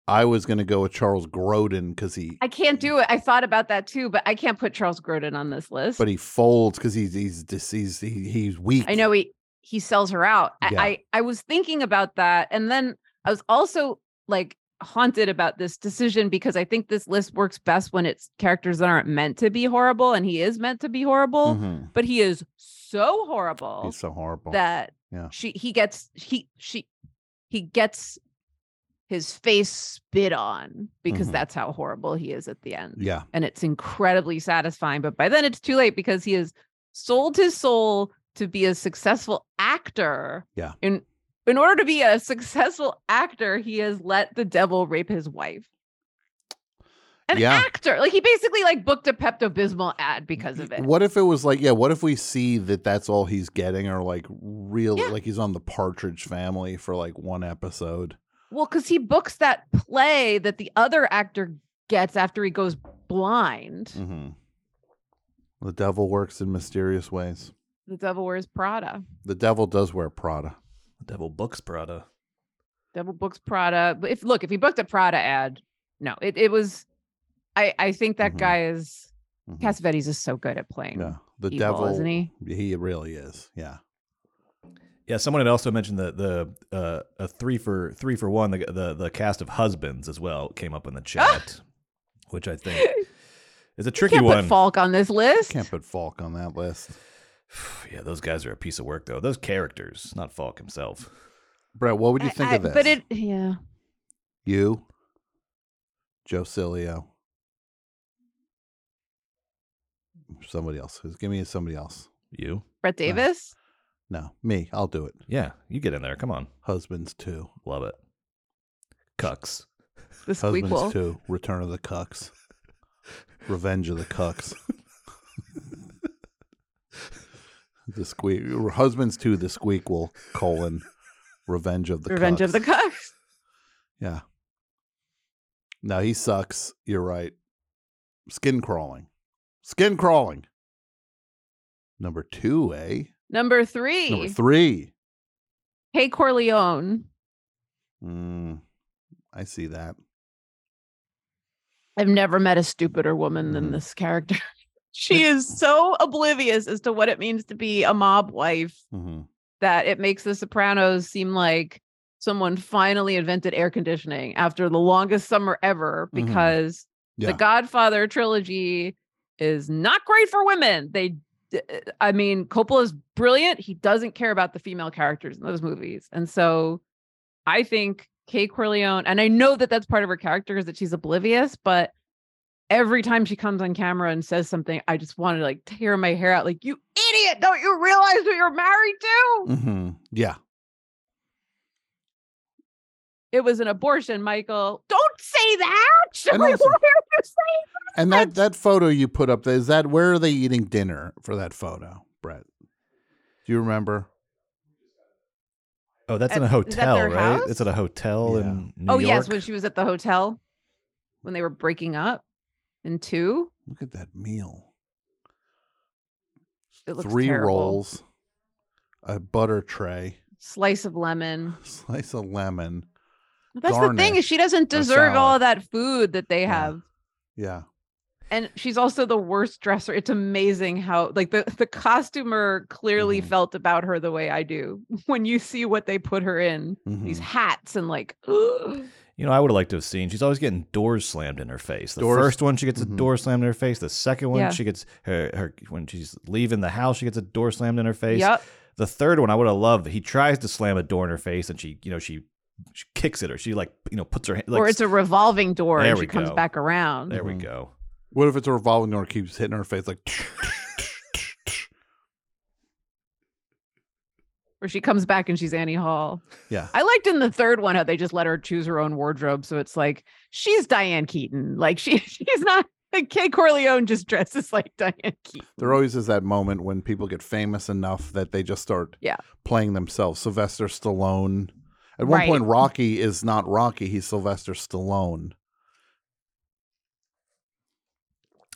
I was gonna go with Charles Grodin because he,
I can't do it. I thought about that too, but I can't put Charles Grodin on this list.
but he folds because he's he's dis- he's he, he's weak.
I know he he sells her out. I,
Yeah.
I I was thinking about that, and then I was also like haunted about this decision because I think this list works best when it's characters that aren't meant to be horrible, and he is meant to be horrible,
Mhm.
but he is so horrible
He's so horrible.
that
Yeah.
she he gets he she he gets his face spit on because
Mhm.
that's how horrible he is at the end
yeah,
and it's incredibly satisfying. But by then it's too late because he has sold his soul to be a successful actor.
Yeah.
In in order to be a successful actor, he has let the devil rape his wife. An
Yeah.
actor, like he basically like booked a Pepto Bismol ad because of it.
What if it was like, yeah? What if we see that that's all he's getting, or like really,
Yeah.
like he's on the Partridge Family for like one episode?
Well, because he books that play that the other actor gets after he goes blind.
Mm-hmm. The devil works in mysterious ways.
The devil wears Prada.
The devil does wear Prada.
The devil books Prada.
Devil books Prada. But if look, if he booked a Prada ad, no, it, it was I I think that
Mhm.
guy is
Mhm.
Cassavetes is so good at playing.
Yeah, the
evil,
devil,
isn't he?
He really is. Yeah.
Yeah, someone had also mentioned the the uh, a three for three for one. The, the the cast of husbands as well came up in
Ah!
the chat, which
<laughs>
I think is a tricky
Can't
one.
put Falk on this list.
Can't put Falk on that list.
<sighs> yeah, those guys are a piece of work though. Those characters, not Falk himself.
Brett, what would you
I-
think
I-
of this?
But it yeah.
you, Joe Cilio. Somebody else. Who's- Give me somebody else.
You,
Brett Davis.
No, me. I'll do it.
yeah, you get in there. Come on,
Husbands too.
love it. Cucks.
The
Husbands
squeakquel.
too. Return of the Cucks. Revenge of the Cucks. the squeak. Husbands too. The squeakquel colon. Revenge of the
Revenge of
Cucks.
the Cucks.
Yeah. No, he sucks. You're right. Skin crawling. Skin crawling. Number two, eh?
Number three.
Number three.
Hey Corleone.
Mm, I see that.
I've never met a stupider woman
Mhm.
than this character. <laughs> she is so oblivious as to what it means to be a mob wife
hmm
that it makes the Sopranos seem like someone finally invented air conditioning after the longest summer ever
Mhm.
because
Yeah.
the Godfather trilogy is not great for women. They uh, I mean, Coppola's brilliant. He doesn't care about the female characters in those movies. And so I think Kay Corleone, and I know that that's part of her character is that she's oblivious, but every time she comes on camera and says something, I just want to like tear my hair out. Like, you idiot, don't you realize who you're married to?
hmm Yeah.
It was an abortion, Michael. Don't say that. <laughs>
And
Why
also-
would you say
And that, that photo you put up, is that where are they eating dinner for that photo, Brett? Do you remember?
Oh, that's in
At-
a
is that
hotel,
their
right?
house?
It's at a hotel
Yeah.
in New
Oh
York.
yes, when she was at the hotel when they were breaking up in two.
Look at that meal.
It looks
Three
terrible.
rolls, a butter tray, <laughs>
slice of lemon.
slice of lemon.
That's the thing is she doesn't
a
deserve all
salad.
of that food that they
Yeah.
have.
Yeah.
And she's also the worst dresser. It's amazing how like the, the costumer clearly
Mm-hmm.
Mhm.
felt about her <laughs>
Mm-hmm.
the way I do when you see what they put her in.
Mhm.
<gasps> These hats and like
You know, I would have liked to have seen. She's always getting doors slammed in her face. The
Doors-
first one, she gets
Mhm.
a door slammed in her face. The second one,
Yeah.
she gets her, her when she's leaving the house, she gets a door slammed in her face.
Yep.
The third one, I would have loved. He tries to slam a door in her face, and she, you know, she, she kicks it, or she like, you know, puts her hand. Like,
or it's a revolving door
There
and
we
she comes
go.
back around.
There we
Mm-hmm.
go.
What if it's a revolving door keeps hitting her face like
Or she comes back and she's Annie Hall.
Yeah.
I liked in the third one how they just let her choose her own wardrobe. So it's like she's Diane Keaton. Like she <laughs> she's not like Kay Corleone just dresses like Diane Keaton.
there always is that moment when people get famous enough that they just start
Yeah.
playing themselves. Sylvester Stallone. At one
Right.
point, Rocky is not Rocky; he's Sylvester Stallone.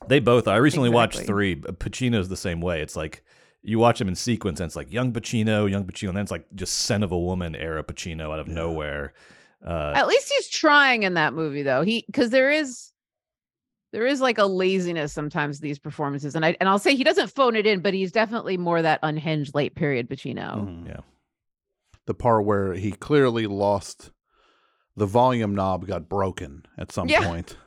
They both. I recently watched
Exactly.
three. but Pacino's the same way. It's like you watch them in sequence, and it's like young Pacino, young Pacino, and then it's like just son of a woman era Pacino out of
Yeah.
nowhere. Uh,
At least he's trying in that movie though. He because there is there is like a laziness sometimes to these performances. And I and I'll say he doesn't phone it in, but he's definitely more that unhinged late period Pacino.
Mhm.
Yeah.
The part where he clearly lost the volume knob got broken at some
Yeah. <laughs>
point.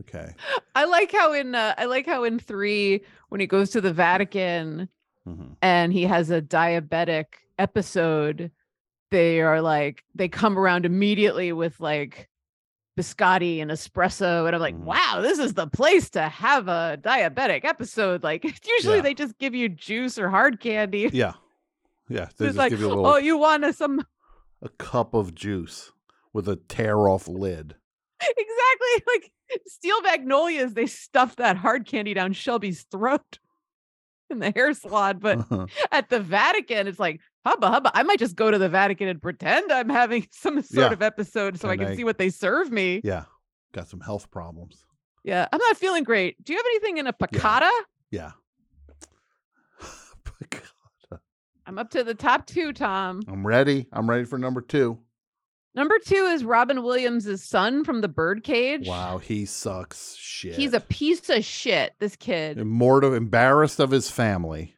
Okay.
I like how in uh, I like how in three when he goes to the Vatican
Mhm.
and he has a diabetic episode, they are like they come around immediately with like biscotti and espresso, and I'm like,
Mhm.
wow, this is the place to have a diabetic episode. Like <laughs> usually
Yeah.
they just give you juice or hard candy. <laughs>
Yeah. Yeah. They
It's
just
like,
give you a little
oh, you want a- some <laughs>
a cup of juice with a tear off lid.
exactly like steel magnolias. They stuff that hard candy down Shelby's throat <laughs> in the hair salon, but at the Vatican, it's like hubba hubba. I might just go to the Vatican and pretend I'm having <laughs> some sort
Yeah.
of episode so I
And
can
I-
see what they serve me. Yeah.
<laughs> yeah. Got some health problems.
I'm not feeling great. Do you have anything in a piccata?
Yeah. <laughs>
I'm up to the top two, Tom.
I'm ready. I'm ready for number two.
Number two is Robin Williams' son from the birdcage.
Wow, he sucks shit.
He's a piece of shit, this kid.
mortal embarrassed of his family.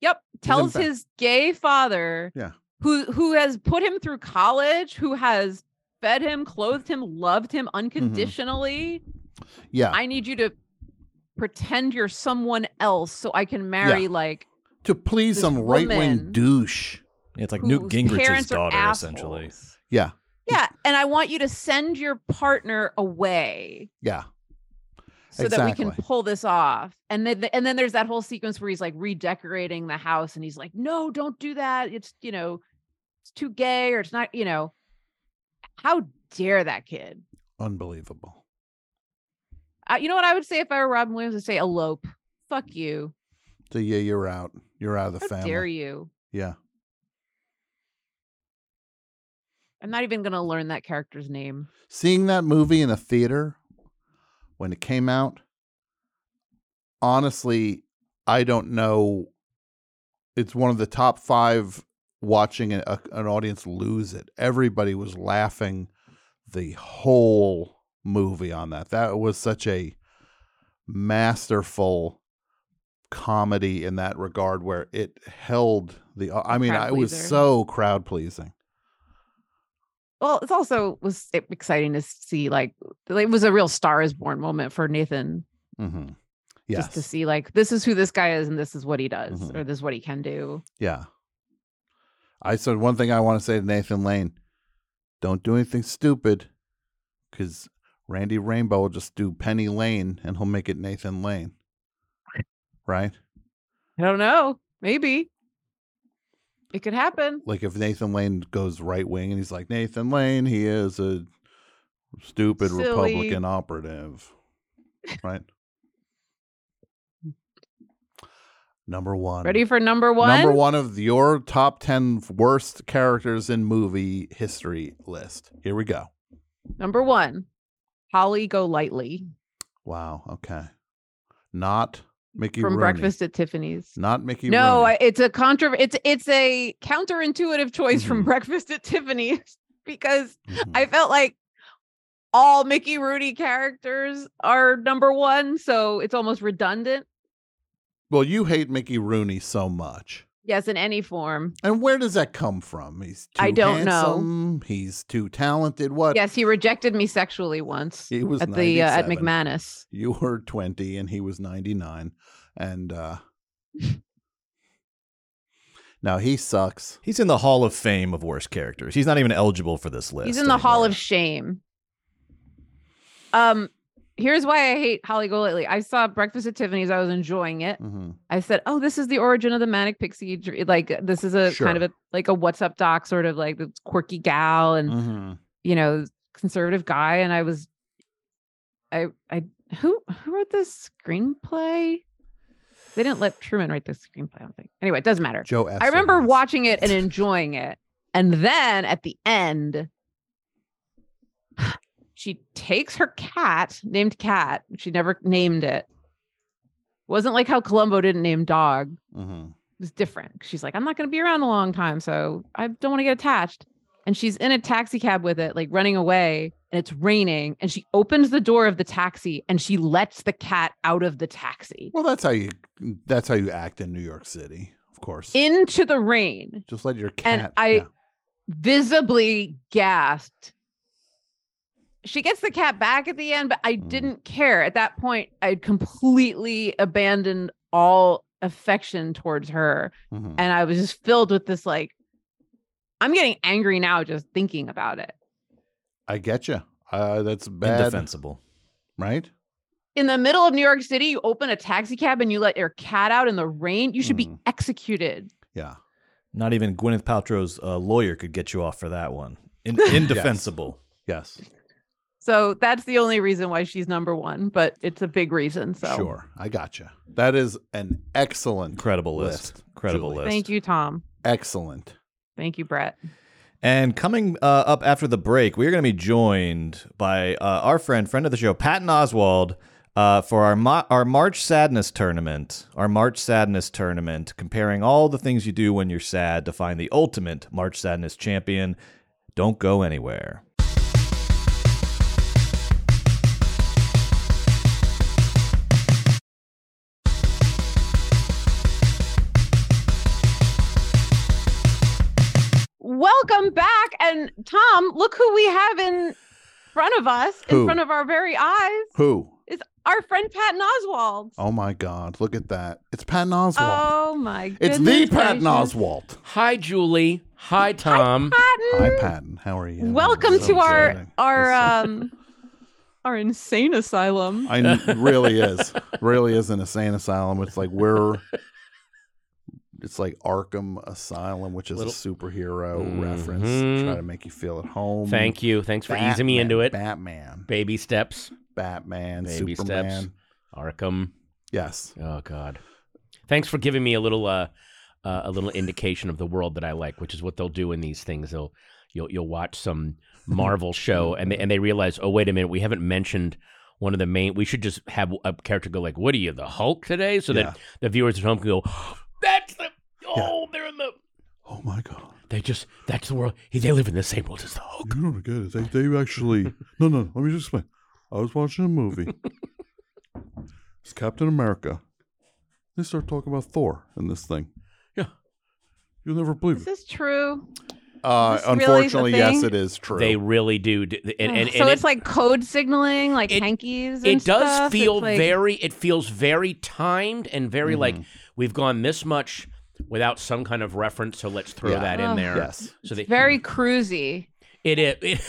Yep. Tells
embar-
his gay father
Yeah.
who who has put him through college, who has fed him, clothed him, loved him
Mm-hmm.
unconditionally.
Yeah.
I need you to pretend you're someone else so I can marry like
to please
this
some right wing
woman-
douche.
it's like Newt
whose
Gingrich's
parents are
daughter, essentially.
assholes.
Yeah.
Yeah, and I want you to send your partner away
Yeah.
so that we can
Exactly.
pull this off. And then and then there's that whole sequence where he's like redecorating the house and he's like, "No, don't do that. It's, you know, it's too gay or it's not, you know, how dare that kid?"
Unbelievable.
Uh, you know what I would say if I were Robin Williams? I'd say elope. Fuck you.
So yeah, you're out. You're out of the
How
family.
dare you?
Yeah.
I'm not even going to learn that character's name.
Seeing that movie in a theater when it came out, honestly, I don't know. It's one of the top five watching an, a, an audience lose it. Everybody was laughing the whole movie on that. That was such a masterful comedy in that regard where it held the I mean
Crowd
I was
pleaser.
so crowd pleasing.
Well, it's also was e, exciting to see like it was a real Star is Born moment for Nathan
Mhm. Yes.
just to see like this is who this guy is and this is what he does
Mhm.
or this is what he can do.
Yeah. I said one thing I want to say to Nathan Lane don't do anything stupid because Randy Rainbow will just do Penny Lane and he'll make it Nathan Lane. Right?
I don't know. Maybe it could happen.
Like if Nathan Lane goes right wing and he's like, Nathan Lane, he is a stupid
Silly.
Republican operative.
<laughs>
Right? Number one.
Ready for number one?
Number one of your top 10 worst characters in movie history list. Here we go.
Number one, Holly Go Lightly
Wow. Okay. Not Mickey
from
Rooney.
Breakfast at Tiffany's.
Not Mickey
no,
Rooney.
I- it's a contra. It's it's a counterintuitive choice
Mm-hmm.
from Breakfast at Tiffany's <laughs> because
Mhm.
I felt like all Mickey Rooney characters are number one, so it's almost redundant.
well, you hate Mickey Rooney so much.
Yes, in any form.
And where does that come from? He's too
I don't know.
handsome. He's too talented. What?
Yes, he rejected me sexually once
He was
at the uh, at
97.
McManus.
You were 20 and he was 99. And
<laughs>
uh now he sucks.
He's in the Hall of Fame of worst characters. He's not even eligible for this list.
He's in the Hall
anymore.
of Shame. Um, here's why I hate Holly Golightly. I saw Breakfast at Tiffany's. I was enjoying it.
hmm
I said, "Oh, this is the origin of the manic pixie. dr- Like this is a kind of a like a what's up doc sort of like the quirky gal and
hmm
you know conservative guy." And I was, I I who who wrote this screenplay? They didn't let Truman write this screenplay. I don't think. Anyway, it doesn't matter.
Joe F.
I remember watching it and enjoying it. And then at the end, <sighs> she takes her cat, named Cat. She never named it. Wasn't like how Columbo didn't name dog. It
hmm
was different. She's like, I'm not going to be around a long time, so I don't want to get attached. And she's in a taxi cab with it, like running away, and it's raining. And she opens the door of the taxi and she lets the cat out of the taxi
Well, that's how you that's how you act in New York City, of course.
into the rain.
Just let your cat
and I
yeah.
visibly gasped. She gets the cat back at the end, but I
Mm.
didn't care. At that point, I'd completely abandoned all affection towards her.
Mhm.
And I was just filled with this like, I'm getting angry now just thinking about it.
I get you. Uh, that's bad,
Indefensible.
right?
In the middle of New York City, you open a taxi cab and you let your cat out in the rain. You should be
Mm.
executed.
Yeah.
Not even Gwyneth Paltrow's uh, lawyer could get you off for that one.
<laughs>
In- indefensible.
Yes.
So that's the only reason why she's number one, but it's a big reason. So
Sure. I got you. That is an excellent,
Incredible list.
List,
Incredible
Julie.
list.
thank you, Tom.
excellent.
Thank you, Brett.
And coming uh, up after the break, we are going to be joined by uh, our friend, friend of the show, Patton Oswald, uh, for our Mo- our March Sadness tournament. Our March Sadness tournament, comparing all the things you do when you're sad to find the ultimate March Sadness champion. Don't go anywhere.
Welcome back. And Tom, look who we have in front of us,
Who?
in front of our very eyes.
Who?
Our friend Patton Oswald.
Oh my God! Look at that. It's Patton Oswald.
Oh my
it's
goodness.
the Patton
gracious.
Oswald.
Hi, Julie. Hi, Tom.
Hi,
Patton.
Patton. How are you?
Welcome
So
to our
exciting.
our
This- <laughs>
um our insane asylum.
I kn- it really is. Really is an insane asylum. It's like we're it's like Arkham Asylum, which is
Little-
a superhero
Mhm.
reference. Try to make you feel at home.
Thank you. Thanks for easing me into it.
Batman.
Baby steps.
Batman.
Baby steps.
Superman.
Arkham.
Yes.
Oh God. Thanks for giving me a little uh, uh a little indication of the world that I like, which is what they'll do in these things. They'll you'll you'll watch <laughs> some Marvel show and they, and they realize, "Oh, wait a minute, we haven't mentioned one of the main we should just have a character go like, "What are you, the Hulk today?" so
Yeah.
that the viewers at home can go, <gasps> "That's the Oh, they're in the
Oh my god.
they just that's the world. They live in the same world as the Hulk.
You don't get it. They, they actually. No, no. Let me just explain. I was watching
<laughs>
a movie. It's Captain America. They start talking about Thor in this thing.
Yeah.
You'll never believe
Is this true?
Uh,
Is this really the
unfortunately, yes,
thing?
it is true.
They really do. d- And, and,
so
and
it's
it,
like code signaling, like
It-
hankies. and
it does
stuff. It's
feel
like-
very. It feels very timed and very like
Mm-hmm.
we've gone this much without some kind of reference. So let's throw
Yeah.
that in
Ugh.
there.
yes.
So they,
Oh. very cruisy.
it it, it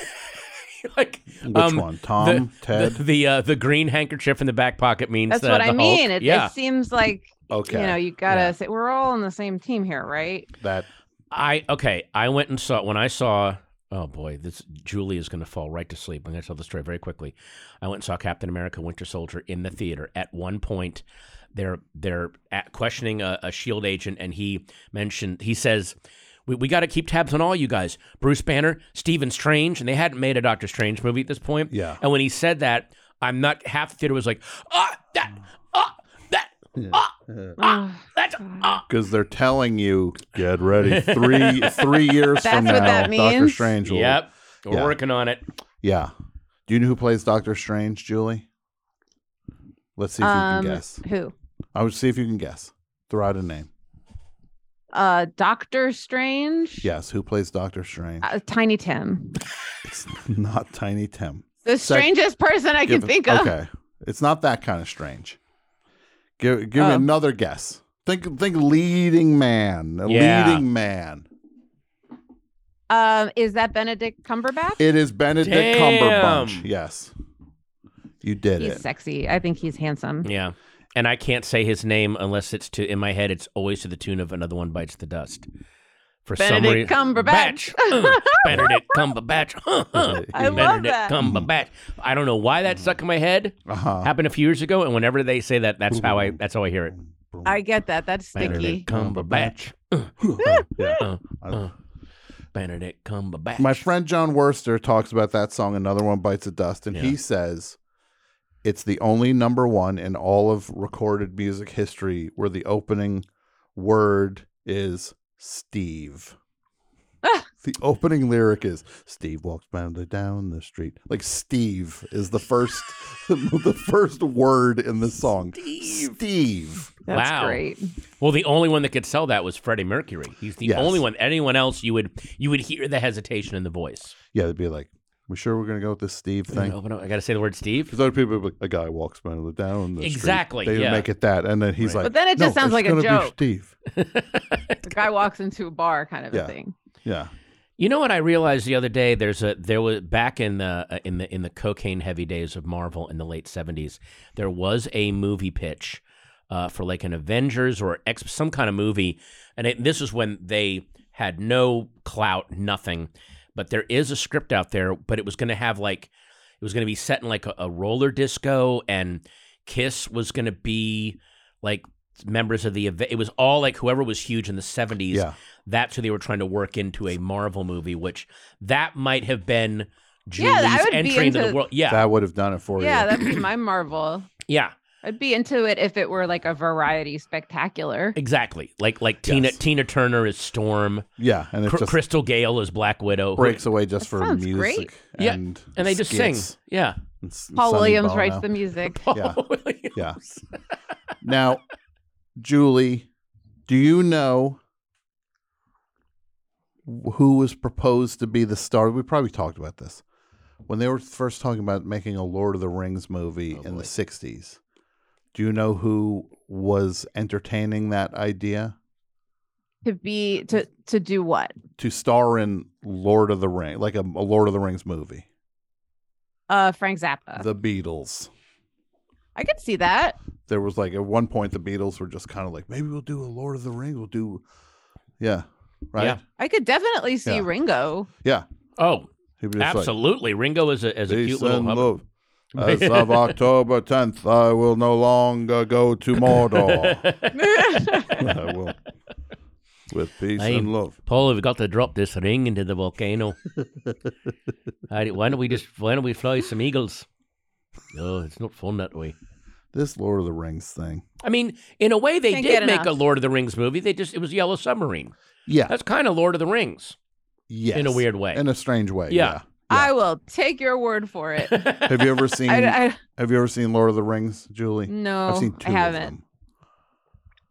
<laughs> like
Which
um,
one?
the-
Tom, Ted.
<laughs> the the, uh, the green handkerchief in the back pocket means
That's
the-
what
the
I mean.
Hulk.
It,
yeah,
it seems like
okay.
you know, you gotta
Yeah.
say we're all on the same team here, right?
that.
I okay. I went and saw when I saw. Oh boy, this Julie is going to fall right to sleep. I'm going to tell the story very quickly. I went and saw Captain America: Winter Soldier in the theater. At one point, they're they're at, questioning a, a Shield E agent, and he mentioned he says. We, we got to keep tabs on all you guys. Bruce Banner, Stephen Strange, and they hadn't made a Doctor Strange movie at this point.
Yeah.
And when he said that, I'm not half the theater was like, ah, that, ah, that, ah,
Ugh.
that, ah.
Because they're telling you, get
<laughs>
ready. Three three years
That's
from
what
now,
that
Doctor
means?
Strange. Will,
Yep, we're
Yeah.
working on it.
Yeah. Do you know who plays Doctor Strange, Julie?
Um,
Let's see if you can guess.
Who?
I would see if you can guess. Throw out a name.
uh, Doctor Strange.
Yes, who plays Doctor Strange?
Uh, Tiny Tim.
It's <laughs> not Tiny Tim.
The
Sec-
strangest person I can
Give-
think of.
Okay, it's not that kind of strange. Give give me
Oh.
another guess. Think think leading man, a
Yeah.
leading man.
Um, is that Benedict Cumberbatch?
It is Benedict
Damn.
Cumberbatch. Yes, you did
He's
it.
sexy. I think he's handsome.
Yeah. And I can't say his name unless it's to in my head. It's always to the tune of "Another One Bites the Dust." For some
Benedict
reason,
<laughs> Cumberbatch.
Benedict Cumberbatch. Uh,
I love
Mm. Benedict
that.
Cumberbatch. I don't know why that stuck in my head.
Uh-huh.
Happened a few years ago, and whenever they say that, that's how I that's how I hear it.
<laughs> I get that. That's sticky.
Benedict Cumberbatch.
Yeah.
Uh,
<laughs>
uh. Benedict Cumberbatch.
My friend John Worster talks about that song, Another One Bites the Dust, and he
Yeah.
says it's the only number one in all of recorded music history where the opening word is Steve. the opening lyric is Steve walks boundly down the street. Like Steve is the first <laughs> the first word in the song. Steve.
That's
Wow.
great.
Well, the only one that could sell that was Freddie Mercury. He's the
Yes.
only one. Anyone else, you would you would hear the hesitation in the voice.
Yeah, they'd be like, We sure we're gonna go with this Steve thing?
Open up. I got to say the word Steve.
Because other people would be like, a guy walks down down the street."
Exactly,
They would
yeah.
make it that, and then he's
Right.
like,
But then it just
"No,
sounds
it's
like a
gonna be
joke."
Steve.
The guy walks into a bar, kind of
Yeah.
a thing.
Yeah,
You know what I realized the other day? There's a there was back in the uh, in the in the cocaine heavy days of Marvel in the late '70s. There was a movie pitch uh, for like an Avengers or X, some kind of movie, and it, this is when they had no clout, nothing. But there is a script out there, but it was going to have like it was going to be set in like a, a roller disco, and Kiss was going to be like members of the event. It was all like whoever was huge in the '70s
yeah.
that's who they were trying to work into a Marvel movie, which that might have been Julie's
Yeah, I would be
entry into, the
into-
world. Yeah,
That would have done it for
Yeah,
you. <clears throat>
that'd be my Marvel.
yeah,
I'd be into it if it were like a variety spectacular.
exactly. Like like Tina
Yes.
Tina Turner is Storm,
yeah, and it
Cr-
just
Crystal Gale is Black Widow,
breaks away just for
sounds
music.
great.
Yeah,
and
and they just sing.
skits
Yeah, Oh,
and s-
Paul
Sonny
Williams
Bono.
writes
<laughs>
the music.
Yeah. Yeah. Now, Julie, do you know who was proposed to be the star? We probably talked about this when they were first talking about making a Lord of the Rings movie in the '60s. Do you know who was entertaining that idea
To be to to do what?
to star in Lord of the Ring, like a, a Lord of the Rings movie?
Uh Frank Zappa.
the Beatles.
I could see that.
There was like at one point the Beatles were just kind of like, maybe we'll do a Lord of the Ring. We'll do, yeah, right.
Yeah.
I could definitely see
Yeah. <laughs>
Ringo. <laughs>
Oh,
He was just like,
absolutely. Ringo is a is a
Peace
cute little.
and
hub- <laughs>
love. As of October 10th, I will no longer go
<laughs>
to Mordor. <laughs> I will. With peace
I-
and love.
Paul, we've got to drop this ring into the
<laughs>
volcano. All right, why don't we just why don't we fly some eagles? No, it's not fun that way.
This Lord of the Rings thing.
I mean, in a way, they
Can't
did
get
make a
enough.
Lord of the Rings movie. They just it was Yellow Submarine.
Yeah.
That's kind of Lord of the Rings
yes.
in a weird way.
In a strange way. Yeah.
Yeah.
I will take your word for it.
Have you
<laughs>
ever seen
I, I
Have you ever seen Lord of the Rings, Julie?
no,
I've seen two
I haven't.
of them.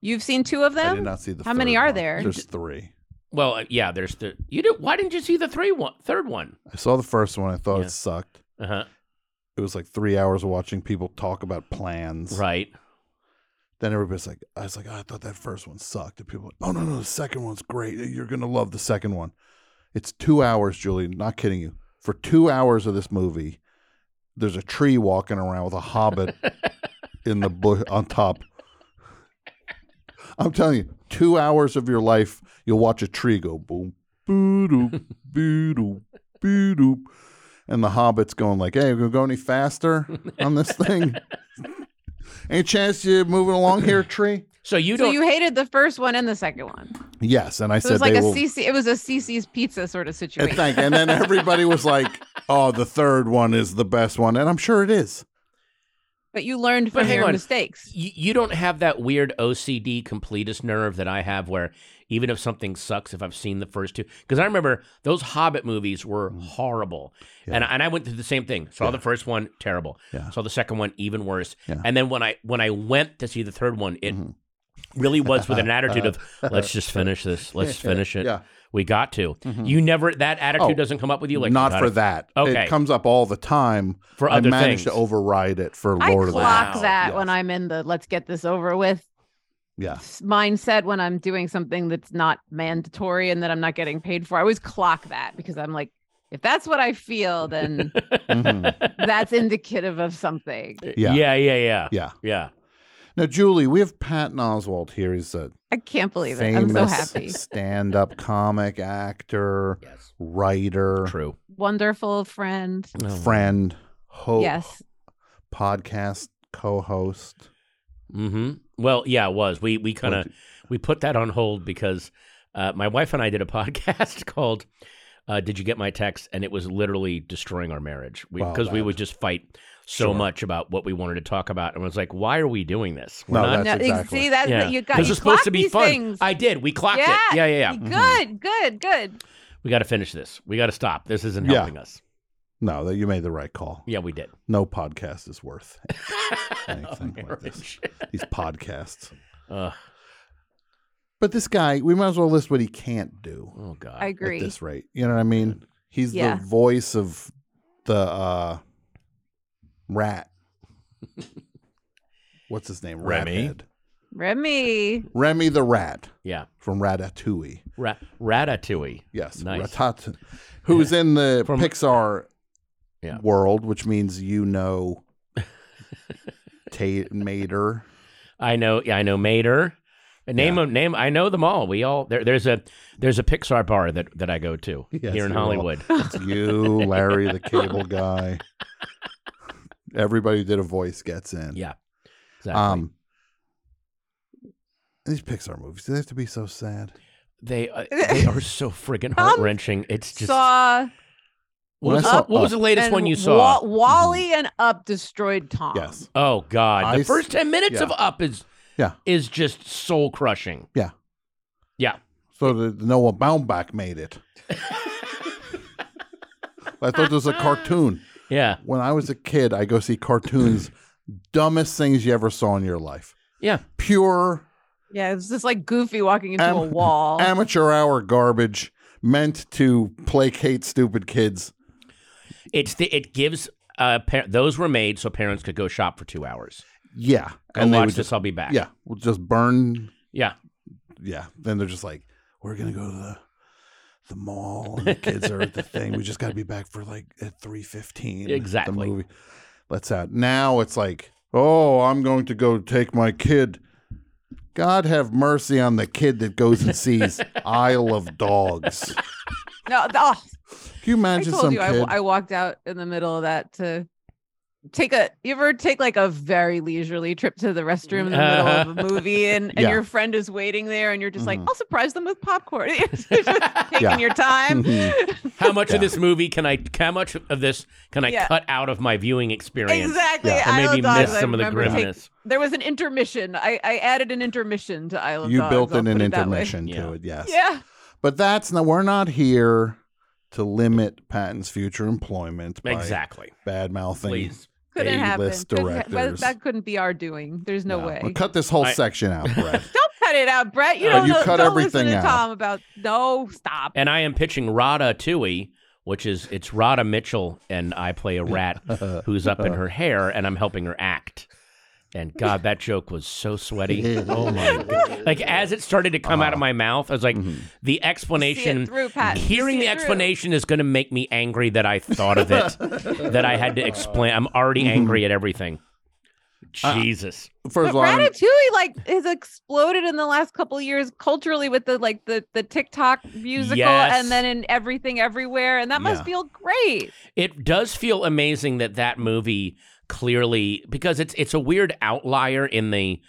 You've seen two of
I did
them?
not see the
How many
third
are
one.
there?
There's three.
well, uh, yeah. There's the you did. Why didn't you see the three one third one?
I saw the first one. I thought
Yeah.
it sucked.
Uh huh.
It was like three hours of watching people talk about plans.
Right.
Then everybody's like, I was like, oh, I thought that first one sucked. And people were like, oh, no, no, the second one's great. You're going to love the second one. It's two hours, Julie. Not kidding you. For two hours of this movie, there's a tree walking around with a hobbit in the bush on top. I'm telling you, two hours of your life, you'll watch a tree go boom, boo-doop, boo-doop, boo-doop. And the hobbit's going like, hey, we going to go any faster on this thing? any chance you're moving along here, tree?
So you
So
don't.
you hated the first one and the second one.
Yes. And I
So it
said
was like
they
a
will.
CC. It was a CC's pizza sort
<laughs>
of
and
situation.
thank- and then everybody was like,
<laughs>
oh, the third one is the best one. And I'm sure it is.
But you learned
But
from
hang
your
on.
mistakes.
you, you don't have that weird OCD completist nerve that I have, where even if something sucks, if I've seen the first two, because I remember those Hobbit movies were
Mm.
horrible, and and I went through the same thing. Saw the first one, terrible.
Yeah.
Saw the second one, even worse.
Yeah.
And then when I when I went to see the third one, it really was with an attitude
<laughs>
of let's just finish this, let's finish it.
Mm-hmm. Yeah. Mm-hmm. Oh,
We got to. You never that attitude doesn't come up with you like
Not
"Got
for
it."
that.
Okay.
It comes up all the time.
For
I
other
managed to
things.
override it for
I
Lord of the
clock
Wow.
that when
Yes.
I'm in the let's get this over with
Yeah.
s- mindset when I'm doing something that's not mandatory and that I'm not getting paid for. I always clock that because I'm like, if that's what I
<laughs>
feel, then
Mhm.
that's indicative of something.
Yeah.
yeah, yeah, yeah,
Yeah.
yeah.
Now, Julie, we have Patton Oswald here. He's a
I can't believe it. I'm
famous
so happy.
stand-up comic actor,
Yes,
writer,
true.
Wonderful friend.
Oh.
friend, ho-
Yes.
podcast co-host.
Mm-hmm. Well, yeah, it was. We we kind of we put that on hold because uh, my wife and I did a <laughs> podcast called uh, "Did You Get My Text?" and it was literally destroying our marriage
Wow,
because we
bad.
would just fight so
Sure.
much about what we wanted to talk about, and I was like, "Why are we doing this?"
No,
not-
That's
no, ex-
exactly-
See that
yeah,
you got you
it's supposed to
clock
be
these
fun.
things.
I did. We clocked
Yeah.
it. Yeah, yeah, Mm-hmm. yeah.
You- Good, good, good.
We got to finish this. We got to stop. This isn't
Yeah.
helping us.
No, that you made the right call.
Yeah, we did.
No podcast is
<laughs>
worth anything like this.
Marriage.
These podcasts.
<laughs> Ugh.
But this guy, we might as well list what he can't do.
oh God.
I agree.
at this rate. You know what I mean? He's
Yeah.
the voice of the uh
<laughs>
rat. What's his name?
Remy?
Rathead.
Remy.
Remy the rat
yeah.
from Ratatouille.
Ra- Ratatouille.
Yes,
Nice.
Ratat, who's in the
<laughs> From-
Pixar
Yeah.
world, which means
<laughs>
you know Tate Mater.
I know. Yeah, I know Mater. A Name
Yeah.
of name. I know them all. We all there, there's a there's a Pixar bar that that I go to
<laughs> Yes,
here in
you all-
Hollywood.
It's you, Larry the cable guy. Everybody who did a voice gets in.
Yeah, exactly.
Um, these Pixar movies, do they have to be so sad?
they uh, they are so
<laughs>
friggin' heart wrenching. It's just
saw
what,
When
was,
I saw
the- what was the latest
and
one you
Wa-
saw? Mm-hmm.
Wally and Up destroyed Tom.
Yes.
oh God,
I
the
s-
first ten minutes of
yeah.
Up is
Yeah.
is just soul crushing.
Yeah.
yeah.
So the Noah Baumbach
<laughs>
made it. I thought it was a cartoon.
Yeah,
When I was a kid, I go see cartoons, <clears throat> dumbest things you ever saw in your life.
yeah.
Pure
Yeah, it's just like Goofy walking into
Am-
a wall.
amateur hour garbage meant to placate stupid kids.
It's the it gives uh par- those were made so parents could go shop for two hours.
Yeah.
Go
they
watch
would
this.
just,
I'll be back.
yeah, we'll just burn.
yeah.
Yeah. Then they're just like, we're going to go to the. The mall and the kids are at the thing. We just got to be back for like at three fifteen. The
Exactly.
movie lets out. Now it's like, oh, I'm going to go take my kid. God have mercy on the kid that goes
<laughs>
and sees Isle of Dogs. Can
no, th- oh,
you
I
imagine
told
some
you I,
kid?
I walked out in the middle of that to take a you ever take like a very leisurely trip to the restroom in the middle
<laughs>
of a movie and, and
Yeah.
your friend is waiting there and you're just
Mhm.
like, I'll surprise them with popcorn. <laughs> Just taking
<laughs> Yeah. Mm-hmm.
your time. <laughs>
How much
Yeah.
of this movie can I? How much of this can I
Yeah.
cut out of my viewing experience?
Exactly.
Yeah.
And
Isle
maybe
of Dogs,
miss
I
some of the
remember taking-
grimness.
there was an intermission. I, I added an intermission to Isle
<laughs>
of
you
Dogs,
built
I'll
in an
put it that way.
intermission
Yeah.
to it, yes.
<laughs> Yeah.
But that's no, we're not here to limit Patton's future employment by
exactly.
bad mouthing.
Please.
Couldn't
A-list
happen. Couldn't ha- well,
directors.
that couldn't be our doing. There's no way.
Well, cut this whole
I-
section
<laughs>
out, Brett.
don't cut it out, Brett. You
Uh,
don't
you
know,
cut
don't
everything
listen to
out.
Tom about no stop.
And I am pitching Rada Tui, which is it's Rada Mitchell, and I play a rat who's up in her hair, and I'm helping her act. And God, that joke was so sweaty. Oh my god! Like as it started to come out of my mouth, I was like, the
See
explanation.
it through, Pat.
Hearing
See
the
it through.
explanation is going to make me angry that I thought of it, that I had to explain. I'm already angry at everything. Jesus.
First
But
of all, I'm-
Ratatouille like has exploded in the last couple of years culturally with the like the the TikTok musical
Yes.
and then in everything everywhere and that
Yeah.
must feel great.
It does feel amazing that that movie clearly because it's it's a weird outlier in the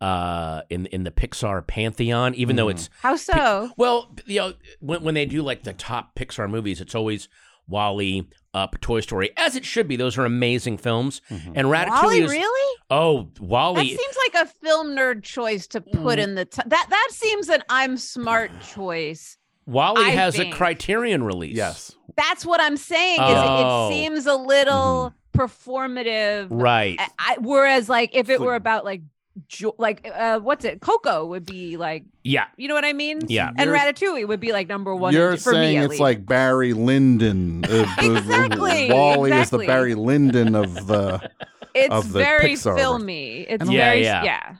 uh in in the Pixar pantheon even though it's
How so?
well you know when when they do like the top Pixar movies it's always Wally up Toy Story as it should be those are amazing films and Ratatouille
Wally,
is
really?
oh
That
Wally
seems like a film nerd choice to
Mm.
put in the t- that that seems an I'm smart choice.
Wally
I
has
think.
a Criterion release
yes.
That's what I'm saying. Is
Oh. Mm-hmm.
it, it seems a little performative
right
I, I- whereas like if it were about like jo- like uh, what's it? Coco would be like,
Yeah.
you know what I mean?
Yeah.
And
You're-
Ratatouille would be like number one.
You're
in- for
saying
me, at
it's
least.
like Barry Lyndon. of the-
Exactly,
Wally is the
exactly.
Barry Lyndon of uh,
<laughs>
the.
it's
of the
very
Pixar.
filmy. It's
And I'm like-
very
Yeah,
yeah.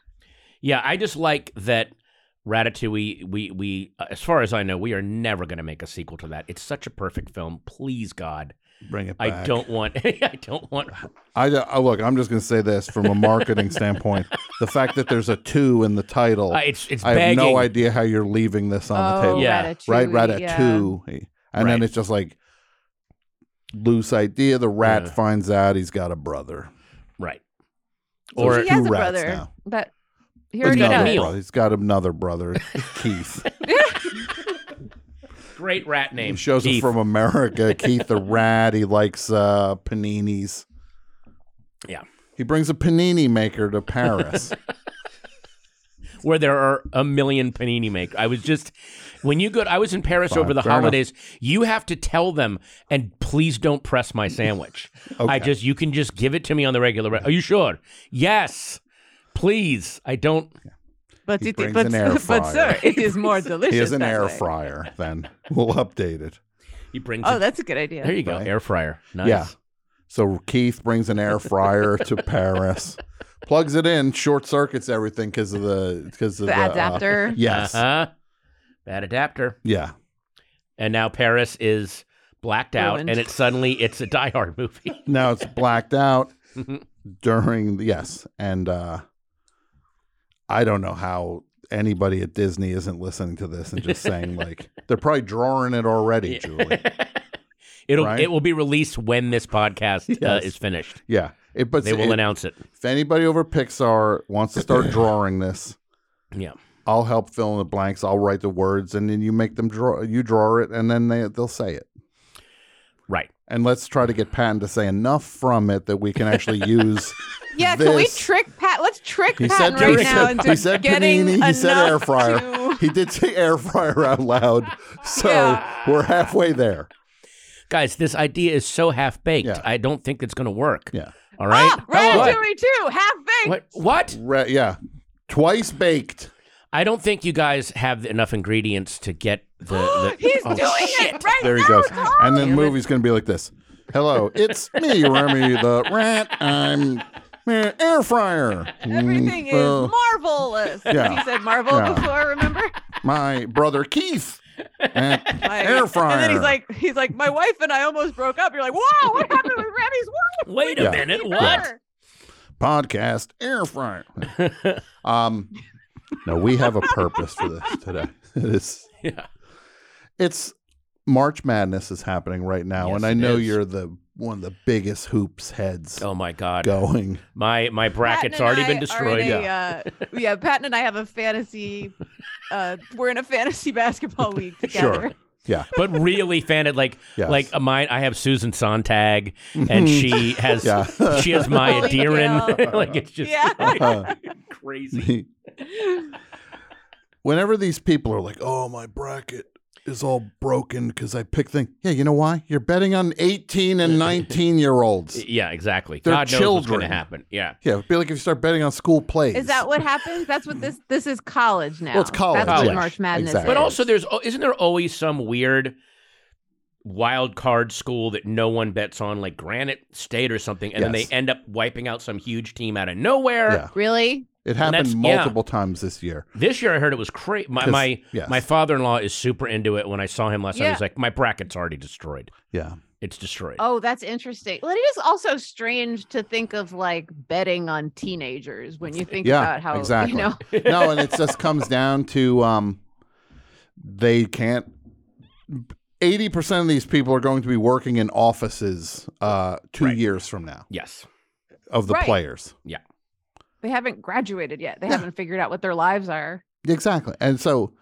Yeah, I just like that Ratatouille. We we uh, as far as I know, we are never going to make a sequel to that. It's such a perfect film. Please God,
Bring it
I don't want. <laughs> I don't want.
I, don't- oh, look. I'm just going to say this from
<laughs>
a marketing standpoint: the fact that there's a two in the title,
Uh,
I,
it's it's
have
begging.
no idea how you're leaving this on the
Oh,
table.
Yeah.
Ratatouille,
right, rat at
yeah.
two, and
Right.
then it's just like loose idea. The rat
Yeah.
finds out he's got a brother.
Right.
So
Or
he has
two
a
rats
brother.
now.
But he
But
already
got
another
Neil.
does.
brother. He's got
<laughs>
another brother, Keith.
great rat name.
He shows
Keith.
up from
<laughs>
America. Keith the rat. He likes uh, paninis.
Yeah.
He brings a panini maker to Paris.
where there are a million panini make. I was just when you go. I was in Paris
Fine,
over the
fair enough.
holidays. You have to tell them, and please don't press my
<laughs>
sandwich. <laughs> I just you can just give it to me on the regular. Re- are you sure? Yes. Please, I don't.
But
He
it,
brings
but,
an <laughs> air
but
fryer.
sir, it is <laughs> more delicious.
he has an
that
air
way.
fryer. Then we'll update it.
He brings.
Oh,
it-
that's a good idea.
there you go.
Right.
Air fryer. Nice.
Yeah. So Keith brings an air fryer to Paris, plugs it in, short circuits everything because of the because of
the
the, uh,
adapter.
<laughs>
yes.
Uh-huh. Bad adapter.
Yeah.
And now Paris is blacked out,
Ruined.
and it suddenly it's a Die
<laughs>
Hard movie.
Now it's
<laughs>
blacked out
Mhm.
during the, yes, and uh I don't know how anybody at Disney isn't listening to this and
<laughs>
just saying like they're probably drawing it already, Julie.
It'll
Right?
it will be released when this podcast uh,
Yes.
is finished.
Yeah. It, but
They will
it-
announce it.
if anybody over at Pixar wants
<clears throat>
to start drawing this,
Yeah.
I'll help fill in the blanks. I'll write the words, and then you make them draw. You draw it, and then they they'll say it.
Right.
And let's try to get Patton to say enough from it that we can
<laughs>
actually use.
Yeah, can we
this-
trick Pat? Let's trick
He
Pat
said
right
he
now
said-
into
he said
getting
panini, he said air
enough
fryer.
to-
He did say <laughs> air fryer out loud, so
Yeah.
we're halfway there.
Guys, this idea is so half baked.
Yeah.
I don't think it's going to work.
Yeah.
All <laughs> right.
Ah, Ratatouille too, half baked.
What? What?
Re- yeah, twice baked.
I don't think you guys have enough ingredients to get the. the
<gasps> He's
Oh,
doing
shit.
it right
There
now.
he
<laughs>
goes.
it's all-
And then
Damn it.
movie's gonna be like this. Hello, it's me, Remy the Rat. I'm eh, air fryer.
Everything
Mm, uh,
is marvelous.
yeah.
He said Marvel
Yeah.
before, remember?
my brother Keith
<laughs>
at
My-
air fryer.
And then he's like, he's like, my wife and I almost broke up. You're like, wow, what happened with Remy's wife?
Wait a
Yeah.
minute.
What?
What?
podcast
<laughs>
air fryer. um, no, we have a purpose for this today. <laughs> It is.
Yeah.
It's March Madness is happening right now,
Yes,
and I
it
know
is.
you're the one of the biggest hoops heads
Oh my God.
going. <laughs>
My my bracket's already been destroyed.
in
yeah. Uh, yeah, Patton and I have a fantasy. Uh, we're in a fantasy <laughs> basketball league together.
Sure. Yeah.
but really fan it like
Yes.
like uh, mine I have Susan Sontag and she has
<laughs> Yeah.
she
<laughs>
has Maya
Holy
Deeren.
cow.
<laughs> like it's just
Yeah.
Uh,
like,
<laughs>
crazy.
Whenever these people are like, "Oh, my bracket." Is all broken because I pick things. Yeah, you know why? You're betting on 18 and 19 year
<laughs>
olds.
Yeah, exactly.
They're
God knows what's gonna
children.
happen. Yeah.
Yeah, it'd be like if you start betting on school plays.
Is that what happens? That's what this this is college now.
Well, it's college,
That's what
yeah.
March Madness
Exactly.
But
is.
also there's al- isn't there always some weird wild card school that no one bets on, like Granite State or something, and then they
Yes.
end up wiping out some huge team out of nowhere.
Yeah.
Really?
It
that's-
happened
yeah.
multiple times this year.
This year I heard it was crazy. My
'Cause-
my,
yes.
my father in law is super into it. When I saw him last night, he
Yeah.
was like, My bracket's already destroyed.
Yeah.
It's destroyed. <laughs>
Oh, that's interesting. Well, it is also strange to think of like betting on teenagers when you think
Yeah,
about how
exactly.
you
<laughs>
know.
No, and it just comes down to um, they can't. Eighty percent of these people are going to be working in offices uh, two
Right.
years from now
Yes.
of the
Right.
players.
They haven't graduated yet.
<laughs>
They haven't figured out what their lives are.
Exactly, and so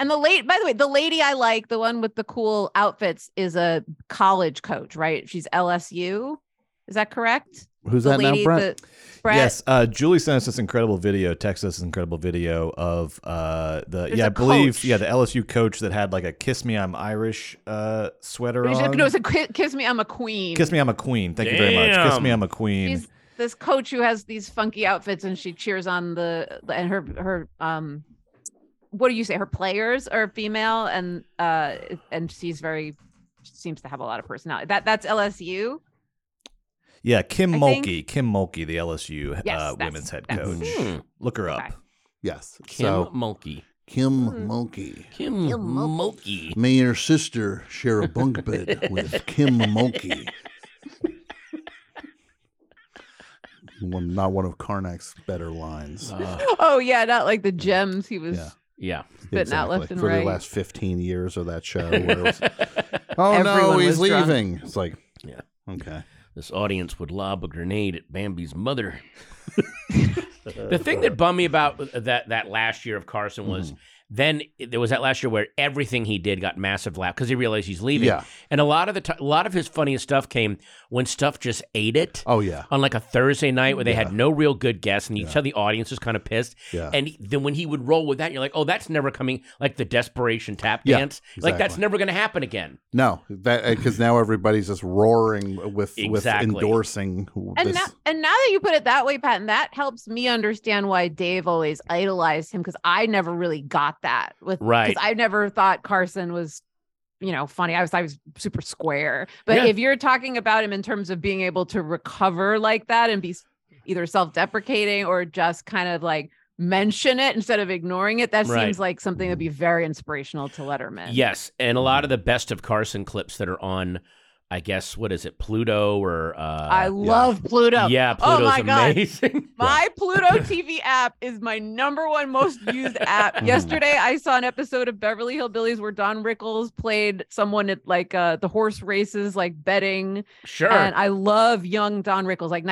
And the late, by the way, the lady I like, the one with the cool outfits, is a college coach, right? She's LSU. Is that correct?
who's
The
that now,
lady,
Brett?
the- Brett.
Yes, uh, Julie sent us this incredible video, texted us this incredible video of uh, the
There's
yeah,
a
I believe
coach.
yeah, the LSU coach that had like a "Kiss Me, I'm Irish" uh, sweater
Or is it- <laughs>
on.
No, it's a ki- kiss me, I'm a queen.
Kiss me, I'm a queen. Thank you very much. Kiss
Damn.
me, I'm a queen.
She's this coach who has these funky outfits and she cheers on the the- and her her um what do you say her players are female and uh and she's very seems to have a lot of personality that that's lsu
Yeah, Kim
I
Mulkey,
think-
Kim Mulkey, the LSU
Yes,
uh,
that's-
women's head
that's-
coach.
Hmm.
Look her up.
Okay.
Yes.
Kim
so
Mulkey.
Kim
Hmm.
Mulkey.
Kim, Mulkey.
May your sister share a bunk bed with Kim Mulkey. One, not one of Karnak's better lines.
Uh,
oh yeah not like the gems he was
Yeah.
yeah.
but not left and
For the
right.
last 15 years of that show. Where
<laughs>
it was, oh, no,
Everyone
he's
was drunk.
leaving. It's like,
Yeah.
Okay.
This audience would lob a grenade at Bambi's
<laughs>
mother. the thing that bummed me about that that last year of Carson was
Mm-hmm.
then there was that last year where everything he did got massive laugh because he realized he's leaving.
Yeah.
And a lot of the ti- a lot of his funniest stuff came when stuff just ate it.
Oh, yeah.
On like a Thursday night where they had
Yeah.
no real good guests, and you
Yeah.
tell the audience was kind of pissed.
Yeah.
And he- then when he would roll with that, you're like, "Oh, that's never coming!" Like the desperation tap
Yeah,
dance, like that's
exactly.
never going to happen again.
No, that because now everybody's just roaring with with
Exactly.
endorsing w-
and
this.
now, and now that you put it that way, Patton, that helps me understand why Dave always idolized him because I never really got that with
Right.
because I never thought Carson was, you know, funny. I was I was super square. But
Yeah.
if you're talking about him in terms of being able to recover like that and be s- either self-deprecating or just kind of like mention it instead of ignoring it, that
Right.
seems like something that'd be very inspirational to Letterman.
Yes, and a lot of
Mm-hmm.
the best of Carson clips that are on, I guess, what is it, Pluto or uh,
I love Pluto.
yeah,
Oh
Pluto's
my God.
amazing. <laughs>
My Pluto TV app is my number one most used app. Yesterday, I saw an episode of Beverly Hillbillies where Don Rickles played someone at like uh, the horse races, like betting.
sure,
And I love young Don Rickles, like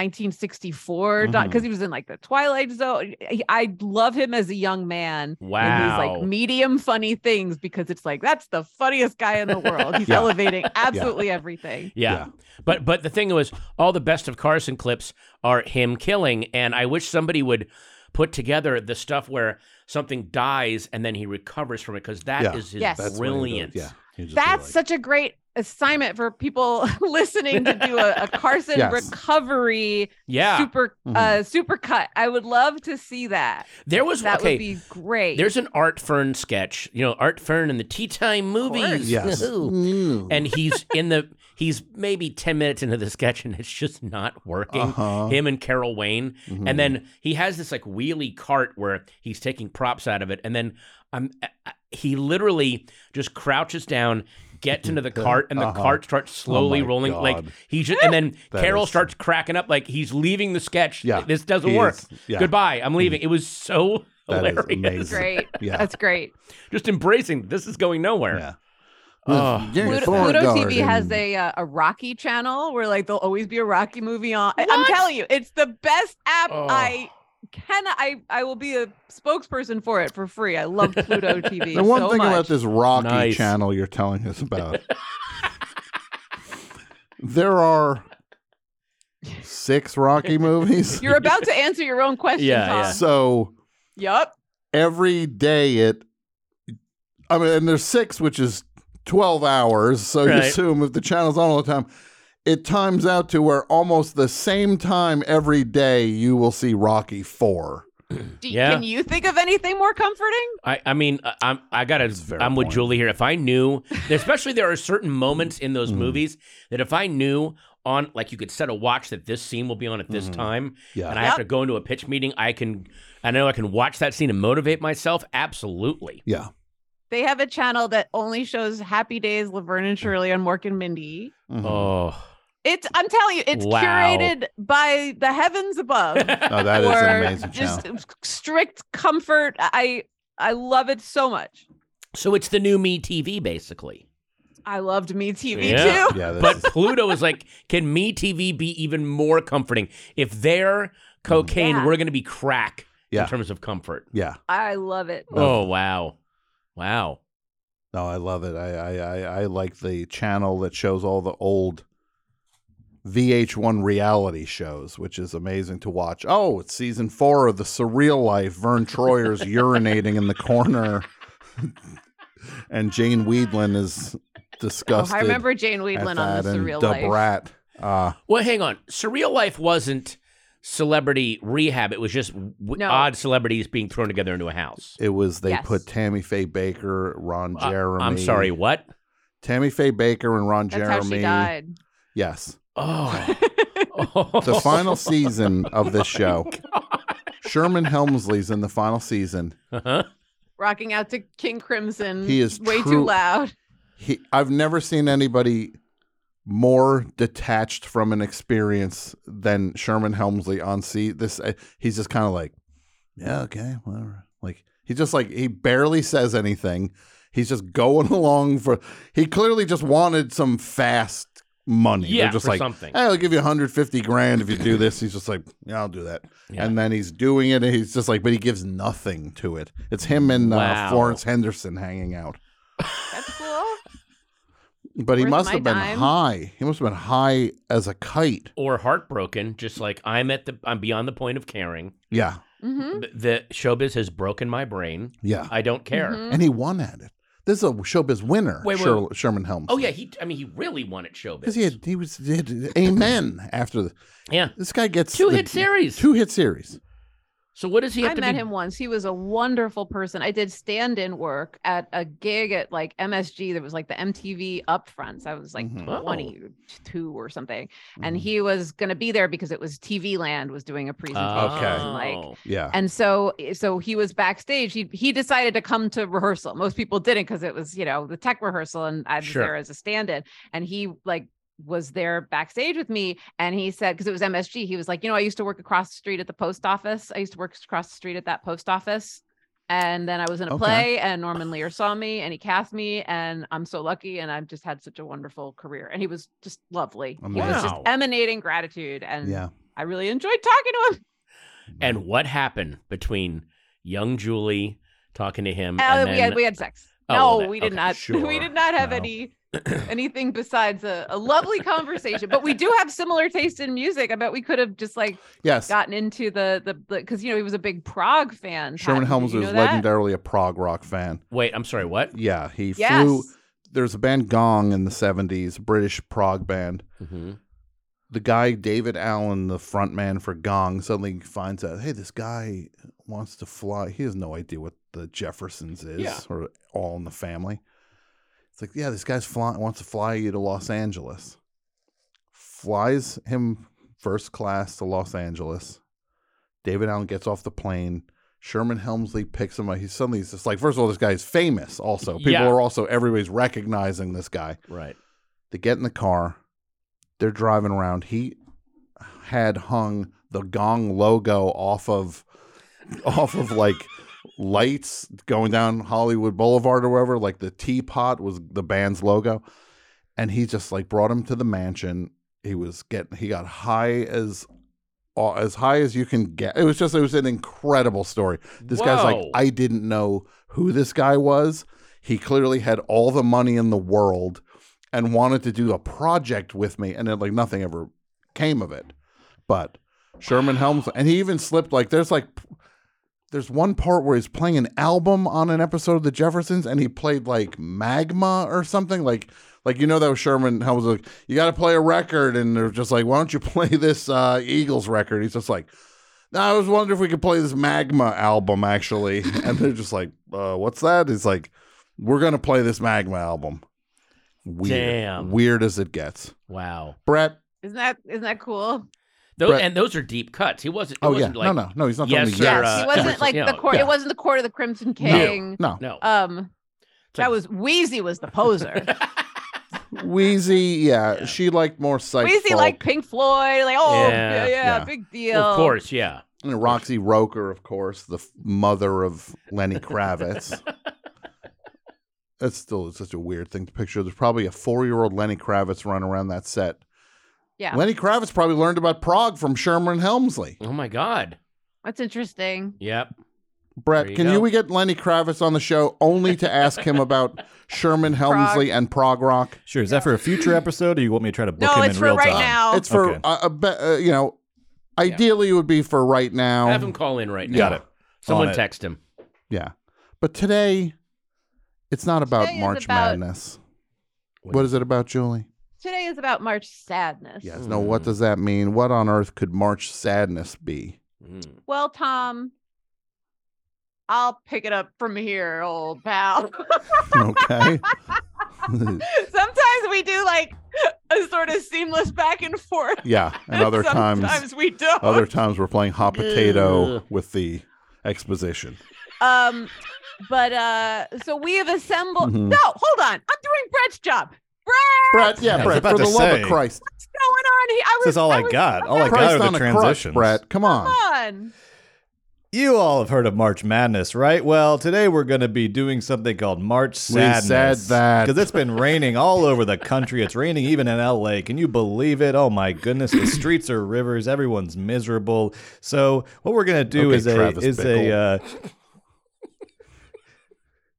1964, because he was in like the Twilight Zone. I- I love him as a young man. And these
wow,
like medium funny things because it's like that's the funniest guy in the world. He's
Yeah.
elevating absolutely everything.
yeah.
Yeah.
But but the thing was, all the best of Carson clips are him killing, and I wish somebody would put together the stuff where something dies and then he recovers from it because that is
Yeah.
his
Yes.
That's what he does,
brilliance.
Yeah, He'd just be
That's
like,
such a great assignment for people <laughs> listening to do a, a Carson
Yes.
recovery
yeah.
super uh super cut. I would love to see that.
there was
that
okay.
would be great.
there's an Art Fern sketch, you know, Art Fern in the Tea Time movies.
yes. Ooh.
and he's in the he's maybe 10 minutes into the sketch and it's just not working
Uh-huh.
him and carol wayne
Mhm.
and then he has this like wheelie cart where he's taking props out of it and then um, uh, uh, he literally just crouches down gets into
<laughs>
the cart and the
Uh-huh.
cart starts slowly
my
rolling like
God.
he's just and then
That
carol
is-
starts cracking up like he's leaving the sketch
Yeah,
this doesn't
Mm-hmm. he
work
is- yeah. Hmm.
goodbye i'm leaving it was so
That is
hilarious
amazing.
great.
Yeah.
That's great.
just embracing this is going nowhere
yeah.
Oh,
Jerry
Pluto,
Thorne
Pluto
guard
TV has
and-
a uh, a Rocky channel where like there'll always be a Rocky movie on. I- I'm telling you, it's the best app.
Oh.
I can I I will be a spokesperson for it for free. I love Pluto
<laughs>
TV.
The one
so
thing
much.
about this Rocky
Nice.
channel you're telling
<laughs>
us about, there are
<laughs>
six Rocky movies.
You're about to answer your own question,
Yeah,
Tom.
yeah.
so
Yup.
every day it, I mean, and there's six, which is 12 hours. So you
Right.
assume if the channel's on all the time, it times out to where almost the same time every day you will see Rocky 4.
Do,
Yeah.
Can you think of anything more comforting?
I, I mean, I, I'm I gotta
That's a fair
I'm with
point.
Julie here. If I knew, especially there are certain moments in those movies that if I knew on like you could set a watch that this scene will be on at this time,
Yeah.
and I have to go into a pitch meeting, I can I know I can watch that scene and motivate myself. Absolutely.
Yeah.
They have a channel that only shows Happy Days, Laverne and Shirley, and Mork and Mindy.
Mhm.
Oh, <laughs>
It's I'm telling you, it's
Wow.
curated by the heavens above.
Oh, <laughs> that is an
for
amazing
just
channel.
strict comfort. I I love it so much.
so it's the new Me TV basically.
I loved Me TV
Yeah.
<laughs> too.
Yeah, this
But
is-
Pluto is like, can Me TV be even more comforting? If they're cocaine,
Yeah.
we're gonna be crack
Yeah.
in terms of comfort.
yeah.
I love it.
Oh wow, wow.
No, I love it. I, I, I, I like the channel that shows all the old VH1 reality shows, which is amazing to watch. Oh, it's season four of The Surreal Life. Vern Troyer's urinating in the corner, <laughs> and Jane Weedlin is
Oh,
disgusted.
I remember Jane
at
Weedlin on
that
the
and
Surreal
Da
Life.
Brat. Uh,
Well, hang on. Surreal Life wasn't celebrity rehab. It was just w-
No.
odd celebrities being thrown together into a house.
It was they
Yes.
put Tammy Faye Baker, Ron
Uh,
Jeremy.
I'm sorry,
<laughs>
what?
Tammy Faye Baker and Ron
That's
Jeremy.
how she died.
Yes,
Oh. <laughs> Oh.
the final season of this show. Sherman Helmsley's in the final season.
Uh-huh.
Rocking out to King Crimson.
He is
way
true-
too loud.
He, I've never seen anybody more detached from an experience than Sherman Helmsley on sea. This uh, he's just kind of like, yeah, okay, whatever. Like he just like he barely says anything. He's just going <laughs> along for. He clearly just wanted some fast money. They're
Yeah,
just
for
like,
something.
Hey, I'll give you 150 grand if you do this. He's just like, yeah, I'll do that.
Yeah.
And then he's doing it, and he's just like, but he gives nothing to it. It's him and
Wow.
uh, Florence Henderson hanging out.
That's cool.
But he
Where's
must
my
have been
dime?
high. He must have been high as a kite.
Or heartbroken, just like I'm at the I'm beyond the point of caring.
Yeah,
hmm
The, the showbiz has broken my brain.
yeah.
I don't care.
Mhm.
And he won at it. This is a showbiz winner,
Wait, wait,
Sher- Sherman Helms.
Oh yeah, he I mean he really wanted showbiz.
because he had he was he had, amen after the,
yeah.
this guy gets
Two
the-
hit series.
two hit series.
So what does he have
I
to
met
be-
him once. He was a wonderful person. I did stand-in work at a gig at like MSG that was like the MTV upfronts. I was like
Mhm.
Oh. Mm-hmm.
22 or something. And he was going to be there because it was TV Land was doing a
Ah,
presentation.
Oh. Okay.
Like
Yeah,
and so so he was backstage. He he decided to come to rehearsal. Most people didn't because it was, you know, the tech rehearsal and I was
Sure.
there as a stand-in. And he like was there backstage with me and he said because it was MSG, he was like, you know, I used to work across the street at the post office. I used to work across the street at that post office. And then I was in a
Okay.
play and Norman Lear saw me and he cast me and I'm so lucky and I've just had such a wonderful career. And he was just lovely. He was just
Amazing.
emanating gratitude and
yeah.
I really enjoyed talking to him.
And what happened between young Julie talking to him?
Oh,
Mm, and
we
then-
had we had sex.
Oh,
no,
well, that-
we did
okay,
not. We
sure.
did not have
No. <coughs>
any anything besides a, a lovely conversation. but we do have similar taste in music. I bet we could have just like
Yes,
gotten into the the because you know he was a big Prague fan.
Sherman
Patton,
Helms
did you
was
know that?
legendarily a prog rock fan.
Wait, I'm sorry. What?
Yeah, he
Yes.
flew. There's a band Gong in the '70s, British prog band.
Mhm.
the guy David Allen, the front man for Gong, suddenly finds out, hey, this guy wants to fly. He has no idea what the Jeffersons is
Yeah.
or all in the family. It's like, yeah, this guy's fly- wants to fly you to Los Angeles. Flies him first class to Los Angeles. David Allen gets off the plane. Sherman Helmsley picks him up. He's suddenly he's just like, first of all, this guy is famous. Also, people
Yeah.
are also everybody's recognizing this guy.
Right.
They get in the car. They're driving around. He had hung the gong logo off of off of like lights going down Hollywood Boulevard or wherever. Like the teapot was the band's logo. And he just like brought him to the mansion. He was getting he got high as uh, as high as you can get. It was just it was an incredible story. This guy's like
Whoa.
I didn't know who this guy was. He clearly had all the money in the world and wanted to do a project with me and then like nothing ever came of it. But Sherman Helms and he even slipped like there's like there's one part where he's playing an album on an episode of the Jeffersons and he played like Magma or something like like you know that was Sherman Helms was like you got to play a record and they're just like why don't you <laughs> play this uh, Eagles record? He's just like no, I was wondering if we could play this Magma album actually <laughs> and they're just like uh, what's that? It's like we're going to play this Magma album. Weird.
Damn.
Weird as it gets.
Wow.
Brett.
Isn't that isn't that cool?
Those,
Brett-
and those are deep cuts. He wasn't. It
Oh yeah.
wasn't Like,
no, no, no. He's not
yes
talking
or,
to yes.
uh,
he
yeah.
wasn't like
Yeah.
the court.
Yeah.
It wasn't the court of the Crimson
No,
King.
No.
No.
Um, that
like-
was Wheezy was
<laughs>
the poser.
Wheezy, yeah, she liked more psych.
Wheezy
folk.
like Pink Floyd, like oh
Yeah.
yeah, yeah,
Yeah.
big deal.
Of course. Yeah.
And Roxy Roker, of course, the f- mother of Lenny <laughs> Kravitz. That's still such a weird thing to picture. There's probably a four-year-old Lenny Kravitz running around that set.
Yeah,
Lenny Kravitz probably learned about Prague from Sherman Helmsley.
Oh my God.
that's interesting.
Yep.
Brett,
There you
can you
go.
we get Lenny Kravitz on the show only to ask him <laughs> about Sherman Helmsley and Prague Rock?
Sure. Is that for a future episode, or you want me to try to book
No,
him
it's
in
for
real
right
time?
now.
It's for
Okay.
uh, a be- uh, you know, ideally it would be for right now.
Have him call in right now.
Got it.
Someone
On it.
text him.
Yeah. But today, it's not about
Today is
March
about-
Madness. What is it about, Julie?
Today is about March sadness.
Yes. Now, what does that mean? What on earth could March sadness be? <laughs>
Mm.
Well, Tom, I'll pick it up from here, old pal. <laughs>
Okay. <laughs>
Sometimes we do like a sort of seamless back and forth.
yeah.
<laughs>
And other times,
sometimes we don't.
Oh.
other times we're playing hot potato
Ugh.
with the exposition.
Um, but uh, so we have assembled.
Mm-hmm.
Mhm.
No, hold on. I'm doing Brett's job. Brett,
Brett, yeah,
Yeah, I was
Brett,
about
for the
to
love
say.
of Christ,
what's going on here? I was.
This is all I,
was-
got. All I
Christ
got are
on
the
a crutch,
transitions.
Brett. Come on.
Come on.
You all have heard of March Madness, right? Well, today we're going to be doing something called March
We said
Sadness.
that.
because it's been raining all over the country. It's raining even in LA. Can you believe it? Oh my goodness, the streets are rivers. Everyone's miserable. So what we're going to do
Okay,
is a
Travis
is a uh,
Bickle.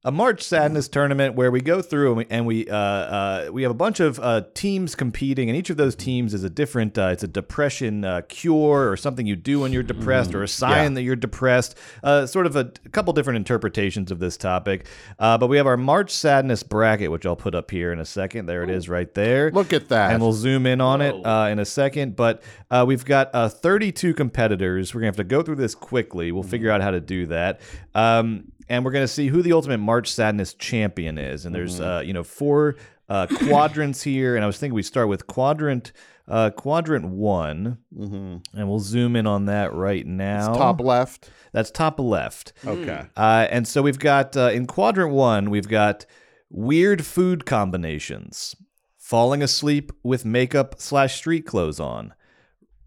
a March Sadness tournament where we go through and we and we, uh, uh, we have a bunch of uh, teams competing, and each of those teams is a different. Uh, it's a depression uh, cure or something you do when you're depressed, or a sign that you're depressed. Uh, sort of a, a couple different interpretations of this topic. Uh, but we have our March Sadness bracket, which I'll put up here in a second. There it is, right there.
Look at that.
And we'll zoom in on it uh, in a second. But uh, we've got uh, 32 competitors. We're going to have to go through this quickly. We'll figure
Mm-hmm.
out how to do that. Um, and we're going to see who the ultimate March Sadness champion is. And there's,
Mm-hmm.
uh, you know, four uh, quadrants here. And I was thinking we start with quadrant uh, quadrant one.
Mhm.
And we'll zoom in on that right now.
It's top left.
That's top left.
Mm.
Okay.
Uh, and so we've got uh, in quadrant one, we've got weird food combinations, falling asleep with makeup slash street clothes on,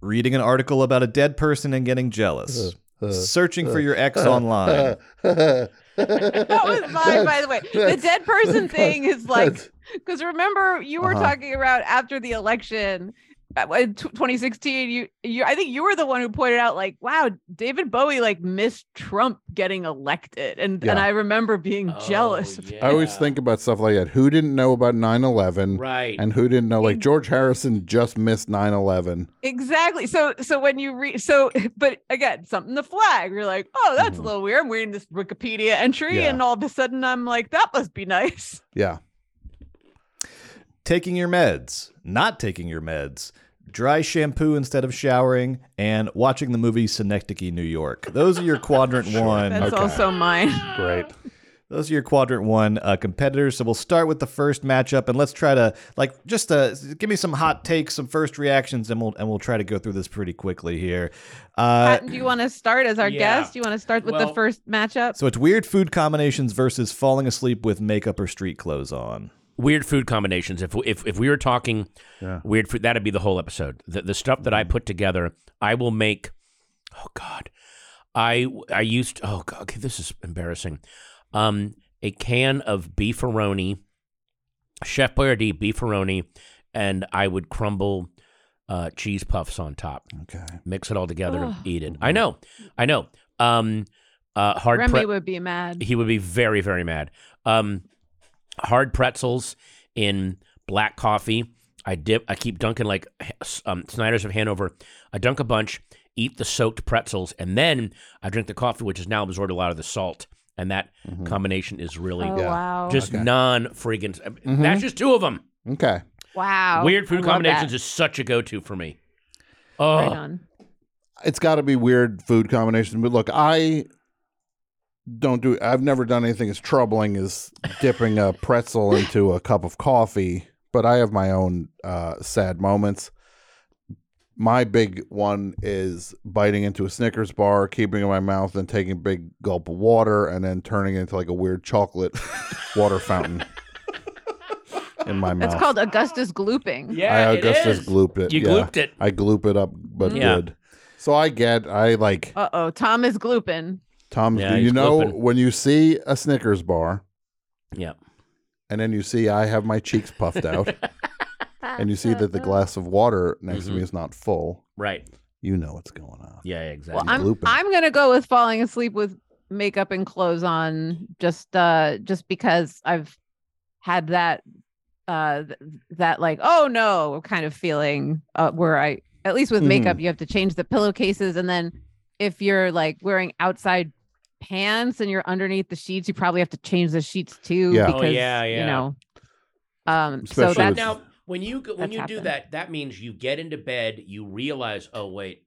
reading an article about a dead person and getting jealous, searching for your ex online.
That
<laughs>
was mine, by the way. The
That's- <laughs>
dead person thing is like
That's-
Because remember, you were
Uh-huh.
talking about after the election, uh, in tw- 2016. You, you, I think you were the one who pointed out, like, wow, David Bowie like missed Trump getting elected, and and
Yeah.
I remember being jealous.
Oh,
of-
I always
yeah.
think about stuff like that. Who didn't know about 9 11?
right.
And who didn't know? Like George Harrison just missed 9 11.
Exactly. So, so when you read, so, <laughs> but again, something the flag. You're like, oh, that's
Mhm.
a little weird. I'm reading this Wikipedia entry,
Yeah.
and all of a sudden, I'm like, that must be nice. <laughs>
Yeah.
taking your meds, not taking your meds, dry shampoo instead of showering, and watching the movie Synecdoche, New York. Those are your quadrant one.
That's
Okay.
also mine.
Great.
Those are your quadrant one uh, competitors. So we'll start with the first matchup, and let's try to like just uh, give me some hot takes, some first reactions, and we'll and we'll try to go through this pretty quickly here. Uh,
Patton, do you want to start as our
yeah.
guest? Do you want to start with
Well-
the first matchup?
so it's weird food combinations versus falling asleep with makeup or street clothes on.
weird food combinations. If if if we were talking
Yeah.
weird food, that'd be the whole episode. The the stuff that I put together, I will make. Oh God, I I used. Oh God, okay, this is embarrassing. Um, a can of beefaroni, Chef Boyardee beefaroni, and I would crumble uh, cheese puffs on top.
Okay.
Mix it all together, and
Ugh.
eat it. I know, I know. Um, uh, hard
Remy
pre-
would be mad.
he would be very very mad um hard pretzels in black coffee i dip i keep dunking like um, snyder's of hanover i dunk a bunch eat the soaked pretzels and then i drink the coffee which has now absorbed a lot of the salt and that combination is really
Oh
Yeah.
wow!
just
Mm-hmm. Okay. Mm-hmm.
non friggin that's just two of them
Okay.
wow.
weird
Oh, I
food
love
combinations
that.
is such a go-to for me oh
Right on.
It's got to be weird food combination. But look, I don't do, I've never done anything as troubling as dipping a pretzel into a cup of coffee, but I have my own uh, sad moments. My big one is biting into a Snickers bar, keeping it in my mouth, and taking a big gulp of water, and then turning it into like a weird chocolate water fountain in my mouth.
That's called Augustus glooping.
I Augustus glooped it.
you
yeah.
glooped it
I gloop it up, but
Yeah.
good. So I get, I like
Uh oh, Tom is glooping.
Tom.
Yeah,
do you
he's
know
glooping.
when you see a Snickers bar,
yeah
and then you see I have my cheeks puffed out, and you see that the glass of water next to me is not full.
right
You know what's going on.
yeah exactly
Well, I'm
glooping.
I'm gonna go with falling asleep with makeup and clothes on, just uh, just because I've had that uh th- that like oh no kind of feeling uh, where I at least with
Mhm.
makeup you have to change the pillowcases and then if you're like wearing outside pants and you're underneath the sheets you probably have to change the sheets too
Yeah. Oh,
because
yeah,
you
yeah.
know um
Especially
so that's
with-
Oh, now when you go, when
That's
you do
happened.
that, that means you get into bed, you realize, oh wait,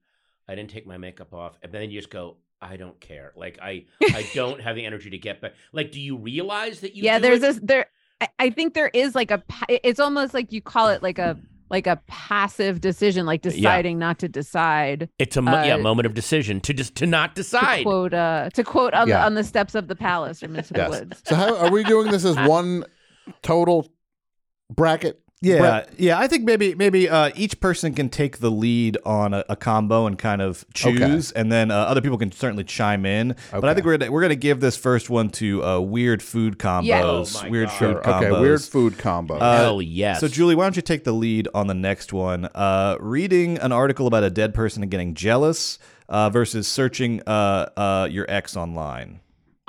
I didn't take my makeup off, and then you just go, I don't care. Like I
<laughs>
I don't have the energy to get back. Like, do you realize that you?
yeah
do
there's
it?
this there I, I think there is like a pa- it's almost like you call it like a like a passive decision like deciding not to decide
It's a mo- yeah
uh,
moment of decision to just to not
to
decide.
quote uh to quote on,
Yeah.
the, on the steps of the palace or Miss
Yes.
Woods
So how are we doing this as one total bracket?
Yeah,
Brett?
yeah. I think maybe maybe uh, each person can take the lead on a, a combo and kind of
Okay.
choose, and then uh, other people can certainly chime in. But I
Okay.
think we're gonna, we're gonna give this first one to uh, weird food combos,
Yeah.
Oh my
weird
God.
food
Sure.
combos.
Okay, weird food combo.
Uh,
Hell yes. <laughs>
So Julie, why don't you take the lead on the next one? Uh, reading an article about a dead person and getting jealous uh, versus searching uh, uh, your ex online.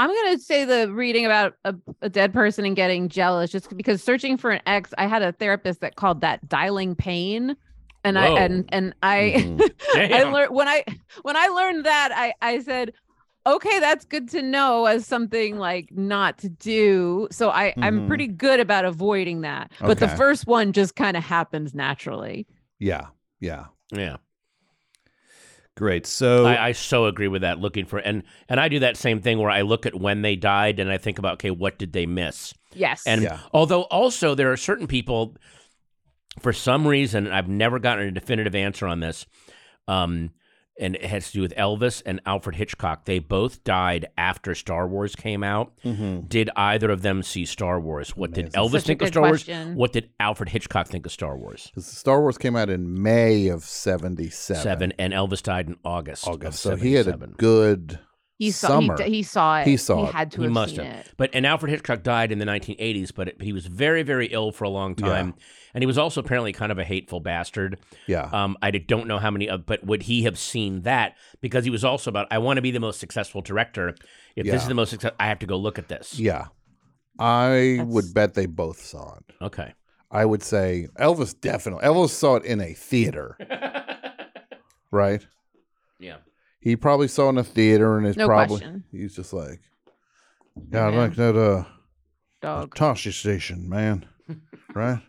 I'm gonna say the reading about a, a dead person and getting jealous just because searching for an ex, I had a therapist that called that dialing pain. And
Whoa.
I and and <laughs> I
Mhm.
I
Damn.
learned when I when I learned that I I said, okay, that's good to know as something like not to do. So I I'm
Mhm.
pretty good about avoiding that. But the
Okay.
first one just kind of happens naturally.
yeah, yeah.
yeah.
Great. So
I, I so agree with that. Looking for and and I do that same thing where I look at when they died and I think about okay, what did they miss?
Yes.
And
Yeah.
although also there are certain people, for some reason, and I've never gotten a definitive answer on this, um, and it has to do with Elvis and Alfred Hitchcock. They both died after Star Wars came out. Did either of them see Star Wars? What did
Amazing.
Elvis
Such a
think of
good
Star Wars?
question.
What did Alfred Hitchcock think of Star Wars?
'Cause Star Wars came out in May of '77.
Seven, and Elvis died in August. of
August. So he had a
77.
good
he saw he,
summer.
he saw it.
He saw
He
it.
had to
He
have
must
seen
have.
it.
But and Alfred Hitchcock died in the 1980s, but it, he was very, very ill for a long
Yeah.
time, and he was also apparently kind of a hateful bastard.
yeah.
Um, I don't know how many of, but would he have seen that? Because he was also about, I want to be the most successful director. If this
Yeah.
is the most successful, I have to go look at this.
Yeah. I
That's-
would bet they both saw it.
Okay.
I would say Elvis definitely. Elvis saw it in a
<laughs>
theater, right?
yeah.
He probably saw it in a theater and it's
No
probably
question.
he's just like, yeah, I
Yeah.
like that uh
Dog.
Tashi station, man.
<laughs>
right?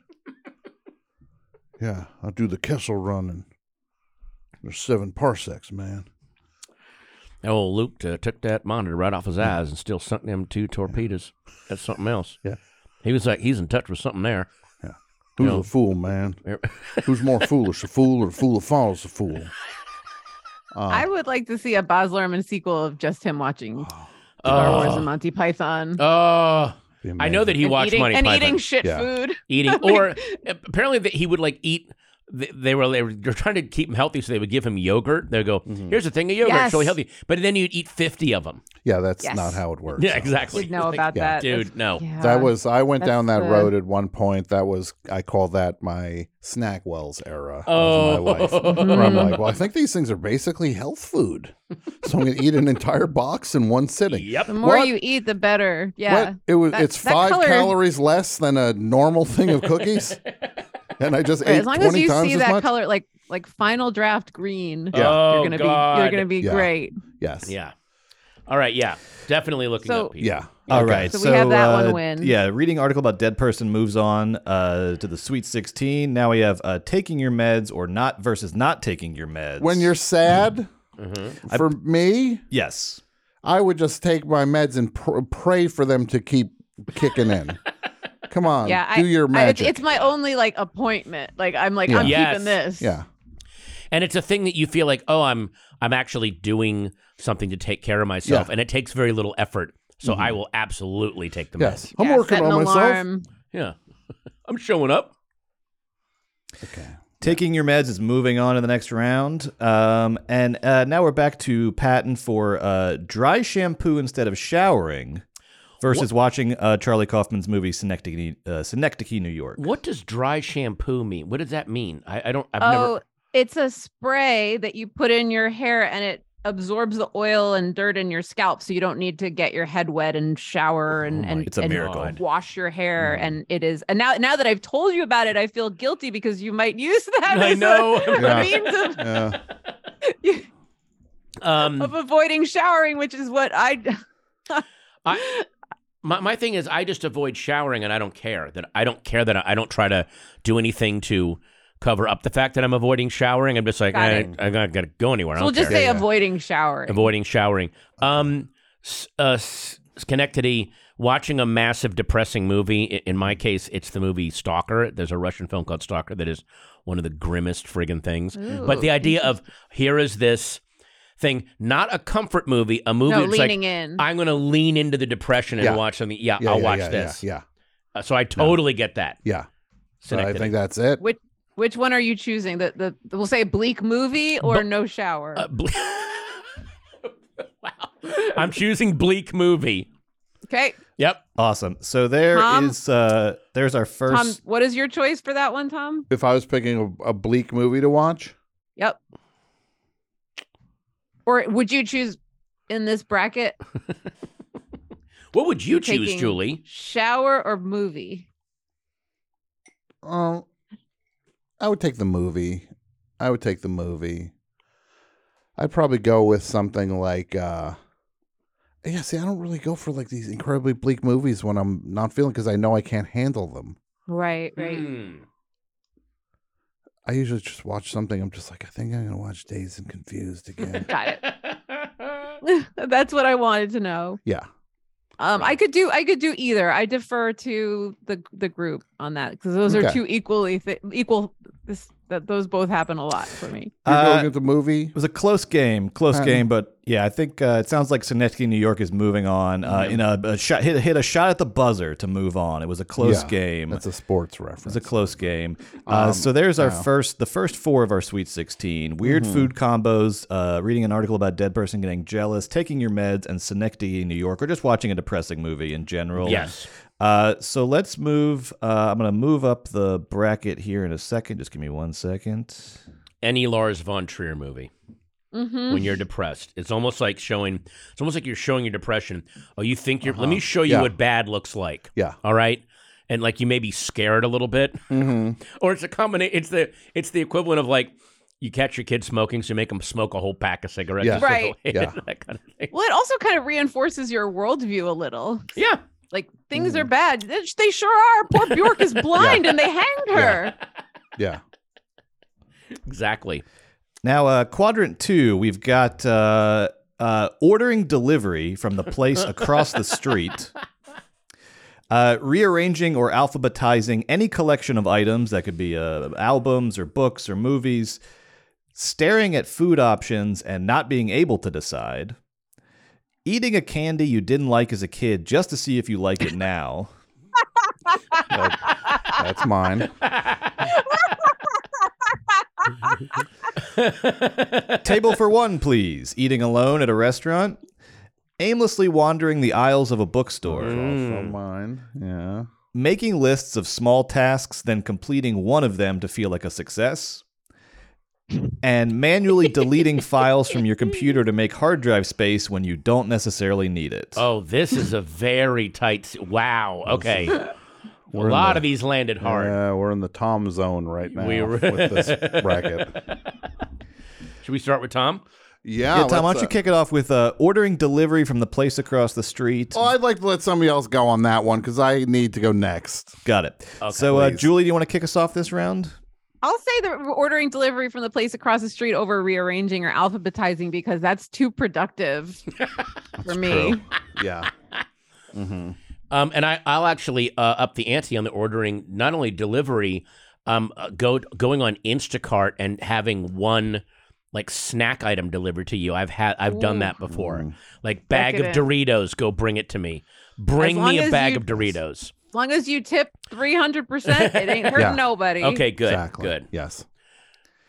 Yeah, I'll do the Kessel run and there's seven parsecs, man.
Oh, Luke uh, took that monitor right off his eyes and still sunk them two torpedoes. That's something else.
Yeah.
He was like, he's in touch with something there.
Who's
No.
a fool, man? Who's more foolish, a fool or a fool that follows a fool?
I
Uh,
would like to see a Baz Luhrmann sequel of just him watching Star Wars and
Oh,
Monty Python.
oh, I know that he
and
watched
eating,
Money
and
Python.
eating shit
Yeah.
food.
<laughs> eating or apparently that he would like eat th- they were they were they're trying to keep him healthy so they would give him yogurt they go
Mm-hmm.
here's a thing of yogurt it's really
Yes.
healthy but then you'd eat 50 of them
Yeah, that's
Yes.
not how it works.
Yeah, exactly.
You'd know
<laughs> Like,
about
yeah.
that,
dude
That's-
no
yeah.
That was I went down that
That's the-
road at one point. That was I call that my snack wells era
oh
of
<laughs>
my life. Where I'm like, well, I think these things are basically health food, so I'm going to eat an entire box in one sitting.
yep
The more
What?
you eat, the better. Yeah.
What? It was.
That-
it's
that
five
color-
calories less than a normal thing
<laughs>
of cookies, and I just
Right,
ate
as long as
twenty
you
times
see
as
that
much.
color, like like final draft green,
Yeah.
oh
you're gonna
God.
be you're gonna be
Yeah.
great.
Yes.
yeah all right yeah definitely looking
So-
up people.
Yeah.
All
Okay.
right,
So we have that one win.
uh, Yeah, reading article about dead person moves on uh, to the Sweet Sixteen. Now we have uh, taking your meds or not versus not taking your meds.
When you're sad,
Mm-hmm.
for me,
yes,
I would just take my meds and pr- pray for them to keep
<laughs>
kicking in. Come on,
yeah.
Um, do
I,
your
I- it's-
magic.
it's, my only like appointment. Like I'm like
Yeah.
I'm
Yes.
keeping this.
yeah,
and it's a thing that you feel like oh i'm i'm actually doing something to take care of myself
Yeah.
and it takes very little effort so i will absolutely take the
yes.
meds
I'm
Yeah,
working
set an
on myself.
alarm.
yeah <laughs> i'm showing up
taking your meds is moving on to the next round. Um, and uh, now we're back to Patton for uh, dry shampoo instead of showering versus watching uh, Charlie Kaufman's movie Synecdoche, uh, Synecdoche, New York.
what does dry shampoo mean what does that mean i, I don't i've
Oh,
never
it's a spray that you put in your hair and it absorbs the oil and dirt in your scalp so you don't need to get your head wet and shower and,
Oh my
and,
It's a
and
miracle.
wash your hair
Mm-hmm.
and it is and now now that I've told you about it I feel guilty because you might use <laughs> that
I
as a-
know. <laughs>
a
Yeah.
means
Yeah.
of,
um Mm.
of avoiding showering which is what I
I my, my thing is I just avoid showering and I don't care that I don't care that I, I don't try to do anything to cover up the fact that I'm avoiding showering. I'm just like
Got
I,
it.
I'm not gonna go anywhere. I
So we'll
don't
just
care.
say
Yeah, yeah.
avoiding showering.
avoiding showering. Um, s- uh, s- Schenectady watching a massive depressing movie. I- In my case, it's the movie Stalker. There's a Russian film called Stalker that is one of the grimmest friggin' things. but
Ooh,
the idea of here is this thing, not a comfort movie, a movie
no
that's like
leaning in.
I'm going to lean into the depression and
Yeah.
watch something. Yeah,
Yeah,
I'll
yeah,
watch
yeah,
this.
Yeah,
Uh, so I totally get that.
yeah. yeah. So I
Schenectady.
think that's it.
Which one are you choosing? The the we'll say bleak movie or
Bu-
no shower.
Uh, ble- <laughs> wow. I'm choosing bleak movie.
okay,
Yep.
Awesome. So there is
Tom?
uh there's our
Tom.
first
What is your choice for that one, Tom?
If I was picking a, a bleak movie to watch,
Yep. Or would you choose in this bracket
What would you choose,
Taking-
Julie?
shower or movie?
um, I would take the movie. I would take the movie. I'd probably go with something like, uh, yeah. See, I don't really go for like these incredibly bleak movies when I'm not feeling because I know I can't handle them.
Right, right.
Hmm.
I usually just watch something. I'm just like, I think I'm gonna watch Days and Confused again.
Got it. <laughs> That's what I wanted to know.
<laughs> yeah,
Um, I could do I could do either. I defer to the the group on that because those are
Okay.
two equally th- equal. This that those both happen a lot for me.
you're
uh,
going at the movie.
It was a close game, close
Uh,
game, but yeah, I think uh, it sounds like Senecty, New York is moving on. Uh,
Mm-hmm.
In a, a shot, hit, hit a shot at the buzzer to move on. It was a close
Yeah,
game.
<laughs>
It
That's a sports reference.
was a close game. Uh,
Um,
so there's our
wow.
first, the first four of our Sweet 16. Weird food combos, uh, reading an article about a dead person getting jealous, taking your meds, and Senecty, New York, or just watching a depressing movie in
<laughs>
general.
Yes.
Uh, so let's move. Uh, I'm going to move up the bracket here in a second. Just give me one second.
Any Lars von Trier movie
Mm-hmm.
when you're depressed. It's almost like showing, it's almost like you're showing your depression. Oh, you think you're, let me show you
Uh-huh. Yeah.
what bad looks like.
Yeah.
All right. And like you may be scared a little bit.
Mm-hmm.
or it's a combination. It's the it's the equivalent of like you catch your kid smoking, so you make them smoke a whole pack of cigarettes,
Yeah.
just to
Right.
avoid
Yeah.
<laughs> that kind of thing.
Well, it also kind of reinforces your worldview a little.
Yeah,
Like things
Mm.
are bad. They they sure are. Poor
<laughs>
Bjork is blind and they hanged her.
Yeah.
exactly.
Now, uh, quadrant two, we've got uh, uh, ordering delivery from the place across the street, uh, rearranging or alphabetizing any collection of items that could be uh, albums or books or movies, staring at food options and not being able to decide, eating a candy you didn't like as a kid just to see if you like it now.
That's mine.
<laughs>
Table for one, please. Eating alone at a restaurant. Aimlessly wandering the aisles of a bookstore.
Also
Mm.
mine. Yeah.
making lists of small tasks, then completing one of them to feel like a success, and manually deleting files from your computer to make hard drive space when you don't necessarily need it.
Oh, this is a very tight. s- Wow.
<laughs>
Okay, a
in
lot
the-
of these landed hard.
Yeah, we're in the Tom zone right now
We were-
<laughs> with this bracket.
<laughs> Should we start with Tom?
Yeah.
yeah, Tom, why
let's,
don't
uh,
you kick it off with uh, ordering delivery from the place across the street?
Well, I'd like to let somebody else go on that one because I need to go next.
Got it. so, uh,
please.
Julie, do you want to kick us off this round?
I'll say that we're ordering delivery from the place across the street over rearranging or alphabetizing because that's
<laughs>
too productive for me.
<laughs>
Yeah. Mm-hmm.
Um, and I, I'll actually uh, up the ante on the ordering, not only delivery, um, uh, go going on Instacart and having one like snack item delivered to you. I've had, I've done
Ooh.
that before. Like bag of
Decadent.
Doritos, go bring it to me. Bring
long
me a
as
bag
you-
of Doritos.
As long as you tip 300%, it ain't
<laughs>
hurting
Yeah.
nobody.
Okay, good,
exactly.
good,
Yes.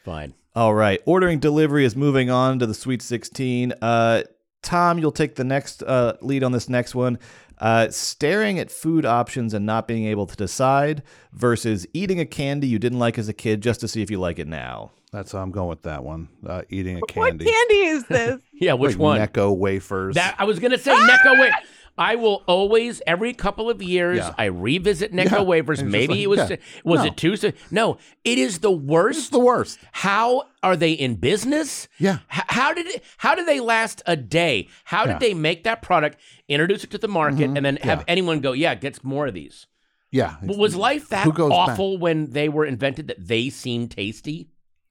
fine.
All right. Ordering delivery is moving on to the Sweet 16. Uh, Tom, you'll take the next uh, lead on this next one. Uh, staring at food options and not being able to decide versus eating a candy you didn't like as a kid just to see if you like it now.
That's how I'm going with that one. Uh, eating a
What
candy.
candy is this?
Yeah, which
Like
one?
Necco wafers.
That I was gonna say Necco. Wait, I will always, every couple of years,
Ah! Yeah.
I revisit Necro
Yeah.
Waivers.
And it's just
Maybe
like,
it was
yeah.
was
No.
it Tuesday? No, it is the worst.
It's the worst.
How are they in business?
Yeah.
H- how did it, how did they last a day? How did
Yeah. Mm-hmm.
they make that product, introduce it to the market, and then have
Yeah.
anyone go, yeah, get more of these?
Yeah.
But was life that
Who goes back?
awful when they were invented that they seemed tasty?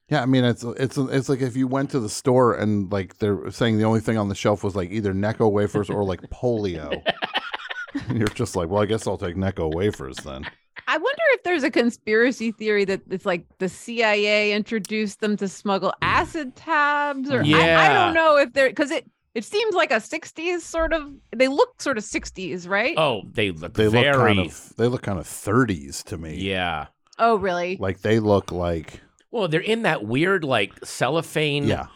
Yeah, I mean it's it's it's like if you went to the store and like they're saying the only thing on the shelf was like either Necco wafers or like
<laughs>
polio. And You're just like, well, I guess I'll take Necco wafers then.
I wonder if there's a conspiracy theory that it's like the CIA introduced them to smuggle acid tabs, or I- I,
Yeah.
don't know if they're because it it seems like a '60s sort of. They look sort of '60s, right?
Oh, they look
They
very
look kind of they look kind of 30s to me.
yeah.
oh really?
Like they look like
Well, they're in that weird like cellophane
yeah.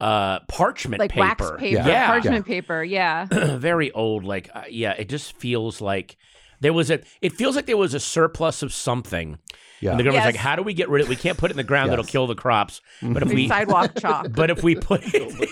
uh parchment
like
paper.
wax paper,
Yeah.
Yeah.
parchment paper. Yeah.
<clears throat> very old like uh, yeah, it just feels like there was a it feels like there was a surplus of something.
Yeah.
And the government's
Yes.
like, "How do we get rid of it? We can't put it in the ground; that'll
Yes.
kill the crops. But if <laughs>
Like
we, <laughs>
<laughs>
sidewalk chalk.
but if we put it, <laughs>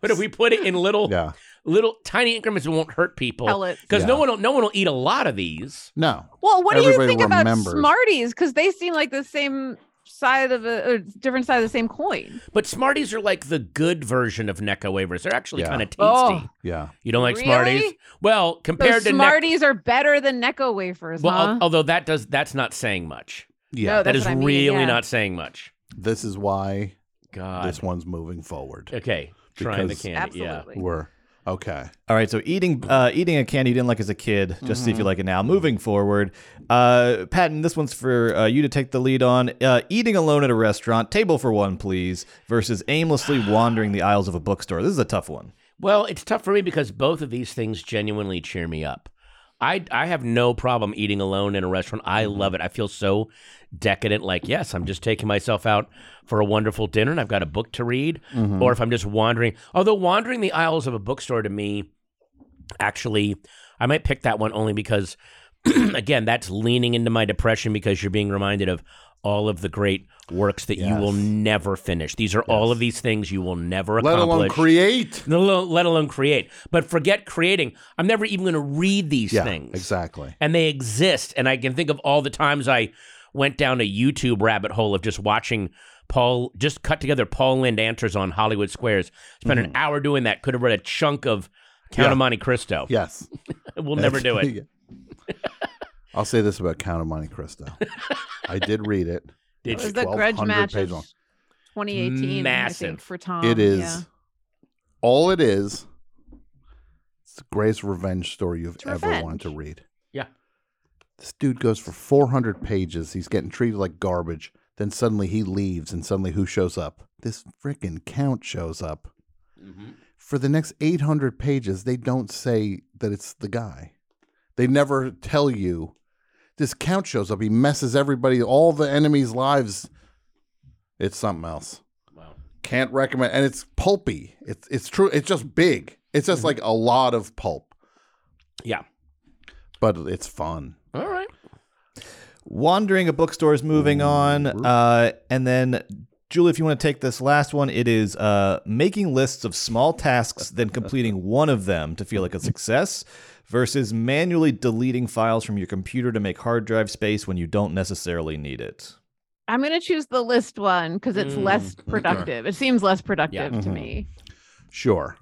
but if we put it in little,
Yeah.
little tiny increments, it won't hurt people
Pellets.
because no
Yeah.
one, will, no one will eat a lot of these.
No.
Well, what do you
Everybody
think about
remembers.
Smarties? Because they seem like the same side of a or different side of the same coin.
But Smarties are like the good version of Necco wafers. They're actually
Yeah.
kind of tasty.
Oh.
Yeah.
You don't like
Really?
Smarties? Well,
So
compared to Necco,
Smarties are better than Necco wafers,
well,
huh?
al- although that does that's not saying much.
Yeah.
that
that's
is
what I mean,
really
yeah.
not saying much.
This is why
God.
this one's moving forward.
okay. Trying the
Because-
candy. Yeah.
Absolutely.
We're okay.
All right, so eating uh, eating a candy you didn't like as a kid, just see if you like it now. Moving forward, uh, Patton, this one's for uh, you to take the lead on. Uh, eating alone at a restaurant, table for one, please, versus aimlessly wandering the aisles of a bookstore. This is a tough one.
Well, it's tough for me because both of these things genuinely cheer me up. I, I have no problem eating alone in a restaurant. I
Mm-hmm.
love it. I feel so decadent. Like, yes, I'm just taking myself out for a wonderful dinner and I've got a book to read.
Mm-hmm.
Or if I'm just wandering, although wandering the aisles of a bookstore to me, actually, I might pick that one only because, <clears throat> again, that's leaning into my depression because you're being reminded of all of the great works that you will
Yes.
never finish. These are all of these things you will never
Let
accomplish
alone create.
let alone, let alone create. But forget creating. I'm never even going to read these
Yeah.
things.
Exactly.
And they exist. And I can think of all the times I went down a YouTube rabbit hole of just watching Paul, just cut together Paul Lind answers on Hollywood Squares. Spent an hour doing that. Could have read a chunk of Count
Mm-hmm. Yeah.
of Monte Cristo.
Yes.
We'll
<laughs>
never do it.
I'll say this about Count of Monte Cristo. I did read it.
<laughs> Did
It
It's
you?
was the grudge
1,200
match
page
of
long.
2018 I
Massive.
think, for Tom.
It is
Oh, yeah.
all it is. It's the greatest revenge story you've
It's
ever wanted
revenge.
to read.
Yeah.
This dude goes for 400 pages. He's getting treated like garbage. Then suddenly he leaves, and suddenly who shows up? This frickin' count shows up. Mm-hmm. For the next 800 pages, they don't say that it's the guy. They never tell you. This count shows up. He messes everybody, all the enemies' lives. It's something else.
Wow.
Can't recommend. And it's pulpy. It's it's true. It's just big. It's
Mm-hmm.
just like a lot of pulp,
Yeah.
but it's fun.
All right.
Wandering a bookstore is moving on, uh, and then. Julie, if you want to take this last one, it is uh, making lists of small tasks, then completing one of them to feel like a success, versus manually deleting files from your computer to make hard drive space when you don't necessarily need it.
I'm going to choose the list one because it's
Mm.
less productive. It seems less productive to
Mhm.
me.
Sure.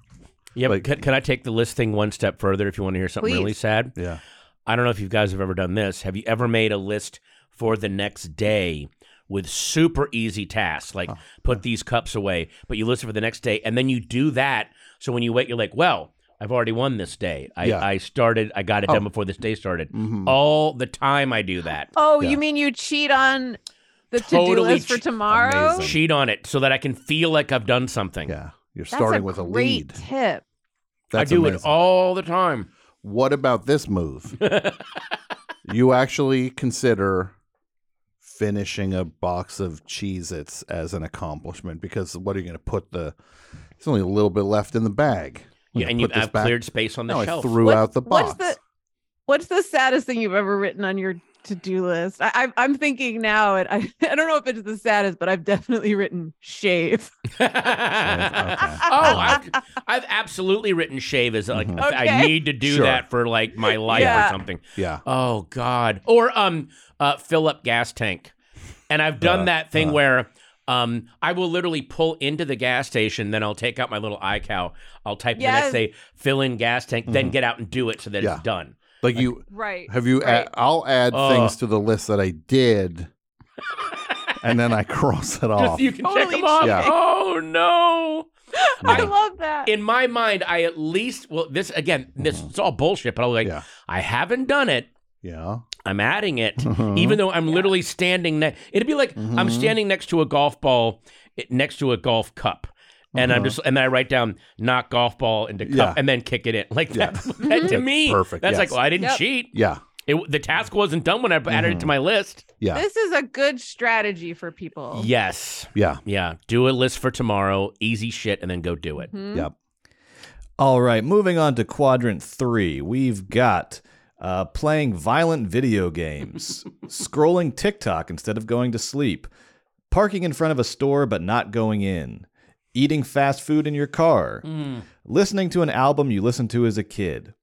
Yeah, but
Like-
can, can I take the list thing one step further if you want to hear something really
Please.
sad?
Yeah.
I don't know if you guys have ever done this. Have you ever made a list for the next day with super easy tasks, like put these cups away, but you list it for the next day, and then you do that. So when you wait, you're like, well, I've already won this day. I,
Yeah.
I started, I got it done
Oh.
before this day started.
Mhm.
All the time I do that.
Oh,
Yeah.
you mean you cheat on the to-do
Totally
list for
che-
tomorrow?
Amazing.
Cheat on it so that I can feel like I've done something.
Oh. Yeah. You're
That's
starting
a
with a
great
lead.
tip.
I
That's
do it
amazing.
all the time.
What about
<laughs>
this move? you actually consider finishing a box of Cheez Its as an accomplishment because what are you going to put the. There's only a little bit left in the bag. I'm
Yeah,
gonna
and you
put this
have
back-
cleared space on the <laughs>
No, I
shelf.
threw
What-
out the box.
What's the What's the saddest thing you've ever written on your to do list. I, I'm I'm thinking now, and I, <laughs> I don't know if it's the saddest, but I've definitely written shave.
oh,
<laughs>
I've, I've absolutely written shave as like
Mhm.
I
Okay.
need to do
Sure.
that for like my life
Yeah.
or something.
Yeah.
Oh God. Or um uh fill up gas tank. And I've done
Uh,
that thing
uh.
where um I will literally pull into the gas station, then I'll take out my little iCow, I'll type in the next
Yes.
say fill in gas tank, then get out and do it so that
Mm-hmm. Yeah.
it's done.
Like you
right.
have you
Right.
add, I'll add
Oh.
things to the list that
<laughs>
I did and then I cross it off.
Just you can check
Totally
them off.
Yeah.
Oh no.
I
I-
love that.
In my mind, I at least well this again, this it's all bullshit, but I was like,
Mm-hmm. Yeah.
I haven't done it. <laughs>
yeah.
I'm adding it.
Mhm.
even though I'm literally standing next. It'd be like I'm
Mhm.
standing next to a golf ball, i- next to a golf cup, and I'm
Mhm.
just and I write down knock golf ball into cup
Yeah.
and then kick it in. <laughs> Like
Yeah.
that, that to
That's
me,
perfect,
That's
yes.
like well, I didn't
Yep.
cheat.
Yeah.
It, the task wasn't done when I added it to
Mhm.
my list.
Yeah.
This is a good strategy for
Oh.
people.
Yes,
Yeah.
yeah. Do a list for tomorrow. Easy shit, and then go do it.
Mhm.
Yep.
All right, moving on to quadrant three. We've got uh, playing violent video games, scrolling TikTok instead of going to sleep, parking in front of a store but not going in, eating fast food in your car, listening to an album you listened to as a kid,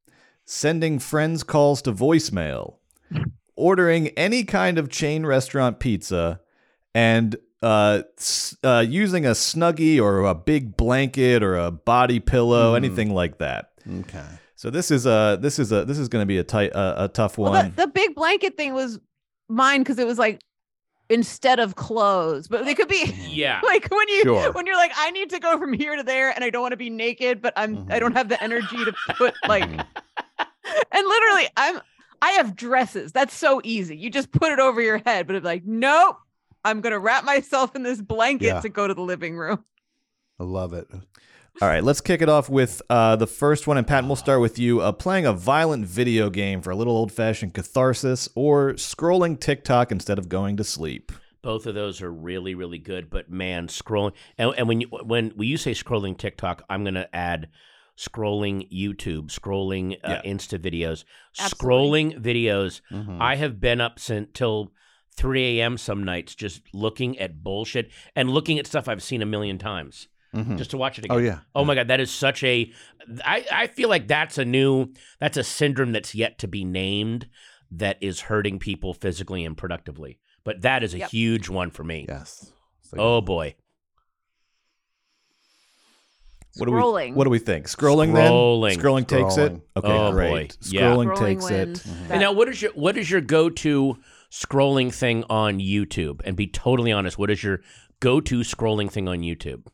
sending friends calls to voicemail, ordering any kind of chain restaurant pizza, and uh, s- uh, using a snuggie or a big blanket or a body pillow,
Hmm.
anything like that.
Okay.
So this is a this is a this is going to be a tight a, a tough one.
Well, the, the big blanket thing was mine because it was like instead of clothes, but they could be
Yeah.
<laughs> like when you
Sure.
when you're like I need to go from here to there and I don't want to be naked, but I'm I
Mhm.
don't have the energy to put like and literally I'm I have dresses. That's so easy. You just put it over your head, but it's like nope. I'm gonna wrap myself in this blanket
Yeah.
to go to the living room.
I love it.
All right, let's kick it off with uh, the first one, and Pat, we'll start with you. Uh, playing a violent video game for a little old fashioned catharsis, or scrolling TikTok instead of going to sleep.
Both of those are really, really good. But man, scrolling and, and when you when when you say scrolling TikTok, I'm gonna add scrolling YouTube, scrolling uh, Insta videos,
Absolutely.
scrolling videos.
Mhm.
I have been up since till 3 a.m. some nights just looking at bullshit and looking at stuff I've seen a million times
Mhm.
just to watch it again.
Oh yeah.
Oh my god, that is such a I I feel like that's a new that's a syndrome that's yet to be named that is hurting people physically and productively. But that is a
Yep.
huge one for me.
Yes. It's like-
Oh boy.
What do we-
Scrolling.
What do we think? Scrolling,
Scrolling.
then? Scrolling takes it?
Scrolling.
Okay,
Oh, boy.
great.
Yeah.
Scrolling
Scrolling
takes
wins.
it.
That-
And now what is your what is your go-to scrolling thing on YouTube? And be totally honest, what is your go-to scrolling thing on YouTube?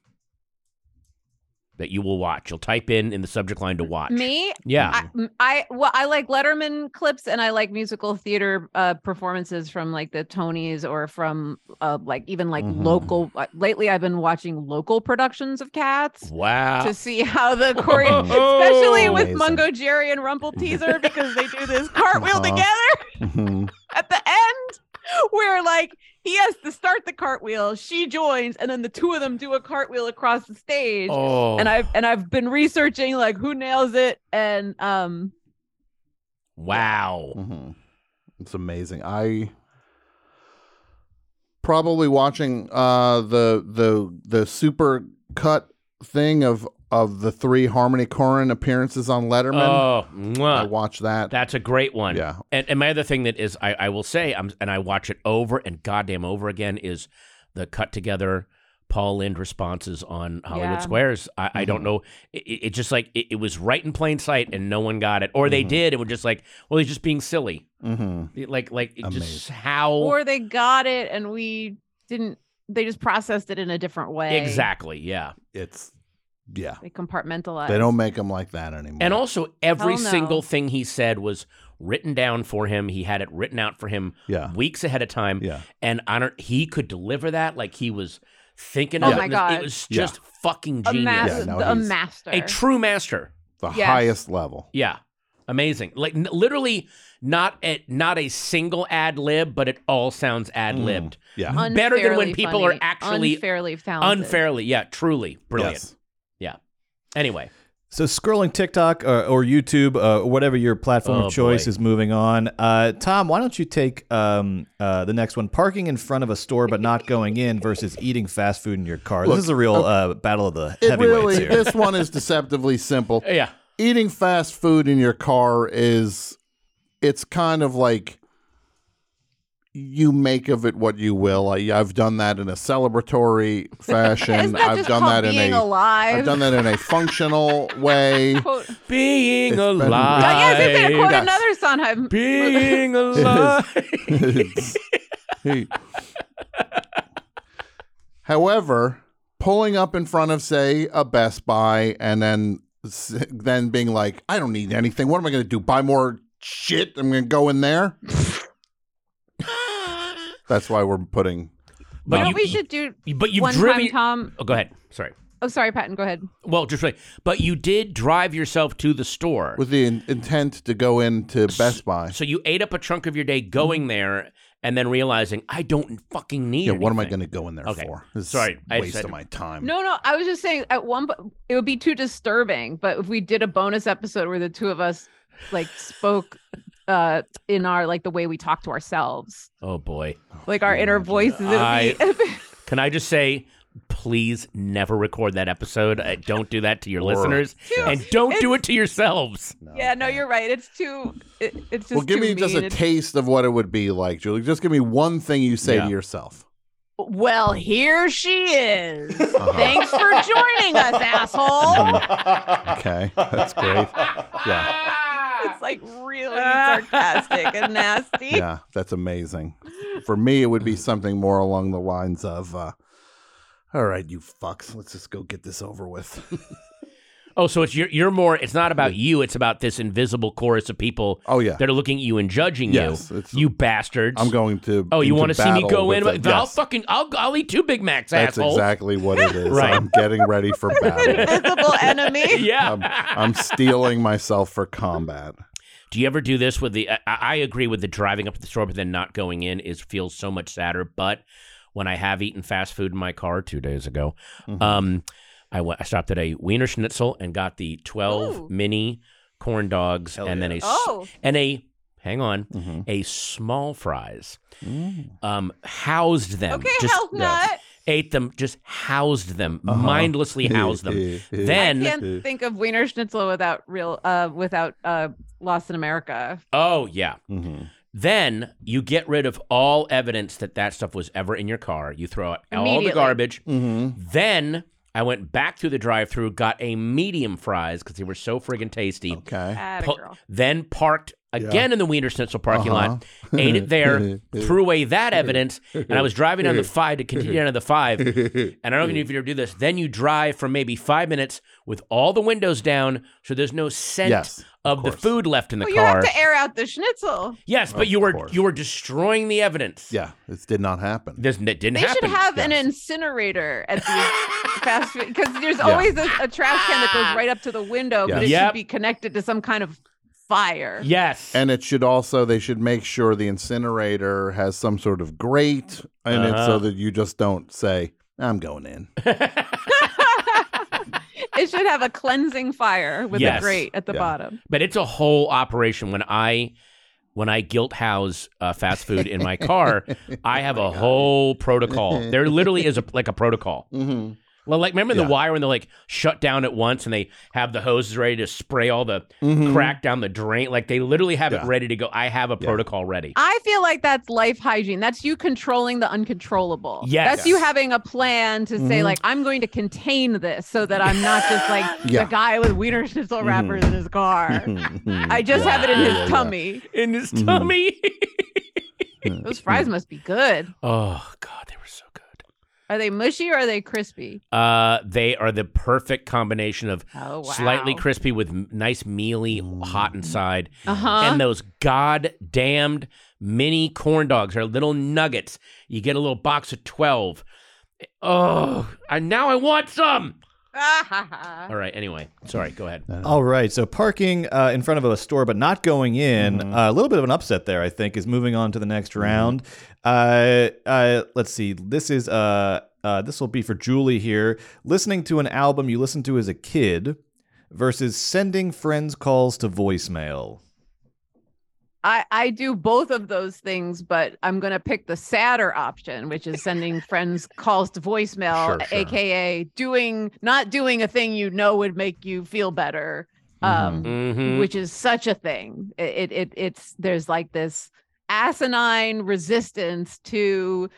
That you will watch. You'll type in in the subject line to watch.
me
Yeah.
I, m- I well, I like Letterman clips and I like musical theater uh, performances from like the Tonys or from uh, like even like
Mhm.
local. Like, lately, I've been watching local productions of Cats
wow. Oh.
to see
<laughs>
how the choreo, especially with
Ah. Oh, Amazing.
Mungo Jerry and
<laughs>
Rumple Teaser, because they do this cartwheel
Uh-huh. <laughs>
together
Mhm.
at the end, where like he has to start the cartwheel, she joins, and then the two of them do a cartwheel across the stage
oh.
and I've and I've been researching like who nails it and um
wow.
Mhm. It's amazing. I probably watching uh the the the super cut thing of of the three Harmony Korine appearances on Letterman.
Oh,
I
mwah.
watched that.
that's a great one.
Yeah.
And, and my other thing that is, I, I will say, I'm, and I watch it over and goddamn over again, is the cut together Paul Lind responses on Hollywood
Yeah.
Squares. I, I
Mm-hmm.
don't know. It, it it just like, it, it was right in plain sight and no one got it. Or they did and were just like, well, he's just being silly.
Mm-hmm.
It- Like, like it just
Amazing.
how.
or they got it and we didn't they just processed it in a different way.
exactly. Yeah.
It's yeah.
They compartmentalized.
They don't make them like that anymore.
And also, every
Hell no.
single thing he said was written down for him. He had it written out for him
yeah,
weeks ahead of time.
yeah.
and I don't. He could deliver that like he was thinking.
Oh
of it,
my
and
God.
It was
Yeah.
just fucking
a, mas-
genius.
Yeah, no,
a
he's-
master.
a true master.
The
Yes.
highest level.
Yeah, amazing. Like n- literally, not a not a single ad lib, but it all sounds ad libbed.
Mm.
Yeah.
better than when
Unfairly
people are
funny,
actually
unfairly talented.
Unfairly, yeah, truly brilliant.
Yes.
Anyway,
So scrolling TikTok or, or YouTube, uh, whatever your platform
Oh,
of choice
boy.
is moving on. Uh, Tom, why don't you take um, uh, the next one? Parking in front of a store but not going in versus eating fast food in your car.
Look,
this is a real uh, battle of the
It
heavyweights
really,
here.
this one is deceptively simple.
Yeah.
Eating fast food in your car is, it's kind of like you make of it what you will. I, I've done that in a
<laughs>
celebratory
Isn't
fashion.
that
I've
just
done
called
that in
being
a,
alive?
have done that in a functional way.
<laughs> Quote,
Being
It's been-
alive.
I guess it's gonna quote
Yes.
<laughs>
another Sondheim. <laughs>
Being alive.
It's- hey. However, pulling up in front of, say, a Best Buy, and then s- then being like, "I don't need anything. What am I going to do? Buy more shit? I'm going to go in there." That's why we're putting.
You know
but
what we
you,
should do
but you've
one
driven.
time, Tom.
Oh, go ahead. Sorry.
Oh, sorry, Patton. Go ahead.
Well, just like, but you did drive yourself to the store.
with the in- intent to go into Best Buy.
so you ate up a chunk of your day going there and then realizing, I don't fucking need
Mm-hmm. Yeah, what am I
anything."
going to go in there
Okay.
for? This is
Sorry, I
a
just
waste
had
of
to-
my time.
No, no. I was just saying at one, po- it would be too disturbing. But if we did a bonus episode where the two of us like spoke uh in our like the way we talk to ourselves,
Oh, boy.
like our inner voices, it would <laughs>
I-
be.
Can I just say, please never record that episode. Uh, Don't do that to your
Or-
listeners. And don't do it to
<laughs>
yourselves.
yeah, no, you're right. It's too. It, it's just.
well, give
too
me
mean.
just a
It's-
taste of what it would be like, Julie. Just give me one thing you say
Yeah.
to yourself.
Well, here she
<laughs>
is.
Uh-huh.
Thanks for joining us, asshole.
Okay, that's great. Yeah.
<laughs> it's like really sarcastic and
<laughs>
nasty.
yeah, that's amazing. For me, it would be something more along the lines of, uh, "All right, you fucks, let's just go get this over with."
<laughs> Oh, so it's you're, you're more. It's not about you. It's about this invisible chorus of people
oh yeah,
that are looking at you and judging
Yes,
you.
it's-
You bastards!
I'm going to.
Oh, you
into
want to see me
battle
go
with
in?
it.
I'll
Yes,
fucking. I'll, I'll eat two Big Macs,
that's
asshole.
exactly what it
<laughs>
is.
Right.
I'm getting ready
<laughs>
for battle. <laughs>
Invisible enemy.
Yeah.
I'm, I'm stealing myself for combat.
do you ever do this with the? I, I agree with the driving up to the store, but then not going in is feels so much sadder. But when I have eaten fast food in my car two days ago,
Mm-hmm.
Mhm.
um, I went. I stopped at a Wiener Schnitzel and got the twelve
Ooh.
mini corn dogs,
Hell
and then a
yeah. Mm-hmm.
s-
Oh,
and a. Hang on,
Mhm.
a small fries.
Mm.
um, housed them.
okay,
just
health nut.
ate them, just housed them,
Uh-huh.
mindlessly housed them.
<laughs>
I
then,
Yeah.
can't think of Wiener Schnitzel without real, uh, without uh, Lost in America.
oh yeah,
Mhm.
then you get rid of all evidence that that stuff was ever in your car. You throw out all the
Immediately.
garbage.
Mhm.
Then I went back through the drive-through, got a medium fries because they were so friggin' tasty.
Okay.
Oh, Atta
Pu-
girl.
Then parked again in the Wiener Schnitzel parking lot.
Uh-huh.
Ate it
<laughs>
there, threw away that evidence, and I was driving down the five to continue down to the
<laughs>
five. And I don't even know if you ever do this. Then you drive for maybe five minutes with all the windows down, so there's no scent
Yes,
of, the
course.
food left in the
Well, you
car.
have to air out the schnitzel.
yes, but
Of
you were
course.
you were destroying the evidence.
Yeah, this did not happen.
this that didn't
They
happen.
should have an
yes.
incinerator at the fast food because there's always a, a trash can that goes right up to the window, but it
Yes. Yep.
should be connected to some kind of fire.
yes,
And it should also they should make sure the incinerator has some sort of grate in it
Uh-huh.
so that you just don't say I'm going in.
it should have a cleansing fire with
Yes.
a grate at the
Yeah.
bottom.
but it's a whole operation. When I when I guilt house uh, fast food in my
<laughs>
car,
Oh
I have a whole protocol. There literally is a like a protocol.
Mm-hmm.
Well, like remember in
Yeah.
the wire when they like shut down at once and they have the hoses ready to spray all the crack down the drain. Like they literally have
Mm-hmm. Yeah.
it ready to go. I have a
Yeah.
protocol
<laughs>
ready.
I feel like that's life hygiene. That's you controlling the uncontrollable.
Yes.
That's you having a plan to say,
Mhm.
like, I'm going to contain this so that I'm not just like
<laughs> Yeah. Mm-hmm.
the guy with Wiener Schnitzel wrappers in
<laughs>
his car. I just have it in his
Yeah, yeah.
tummy.
In his
Mhm.
tummy.
Those fries
Mm-hmm.
must be good.
<laughs> oh God, they were so good.
Are they mushy or are they crispy?
Uh, they are the perfect combination of
Oh, wow.
slightly crispy with m- nice mealy hot inside,
Uh huh.
and those goddamned mini corn dogs are little nuggets. You get a little box of twelve. Oh, and now I want some.
<laughs>
<laughs> All right. Anyway, sorry. Go ahead.
Uh-huh.
All right, so parking uh, in front of a store but not going in, uh, a little bit of an upset there, I think, is moving on to the next round. Uh, uh, let's see, this is uh, uh, this will be for Julie here. Listening to an album you listened to as a kid, versus sending friends calls to voicemail.
I, I do both of those things, but I'm going to pick the sadder option, which is <laughs> sending friends calls to voicemail,
Sure, sure.
aka doing not doing a thing you know would make you feel better, um,
Mm-hmm.
which is such a thing. It, it it it's there's like this asinine resistance to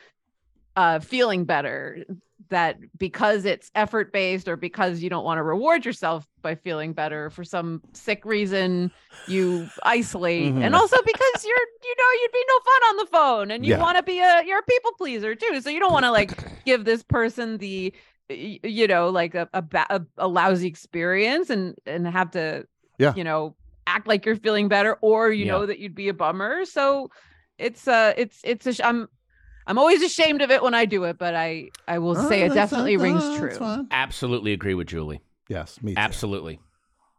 uh, feeling better that because it's effort based or because you don't want to reward yourself by feeling better for some sick reason you isolate
Mhm.
and also because you're you know you'd be no fun on the phone and you
Yeah.
want to be a you're a people pleaser too so you don't want to like give this person the y- you know like a a, ba- a a lousy experience and and have to
Yeah.
you know act like you're feeling better or you
Yeah.
know that you'd be a bummer so it's uh it's it's a sh- i'm i'm always ashamed of it when i do it but i i will say it definitely rings true
Absolutely agree with Julie.
Yes, me too.
Absolutely.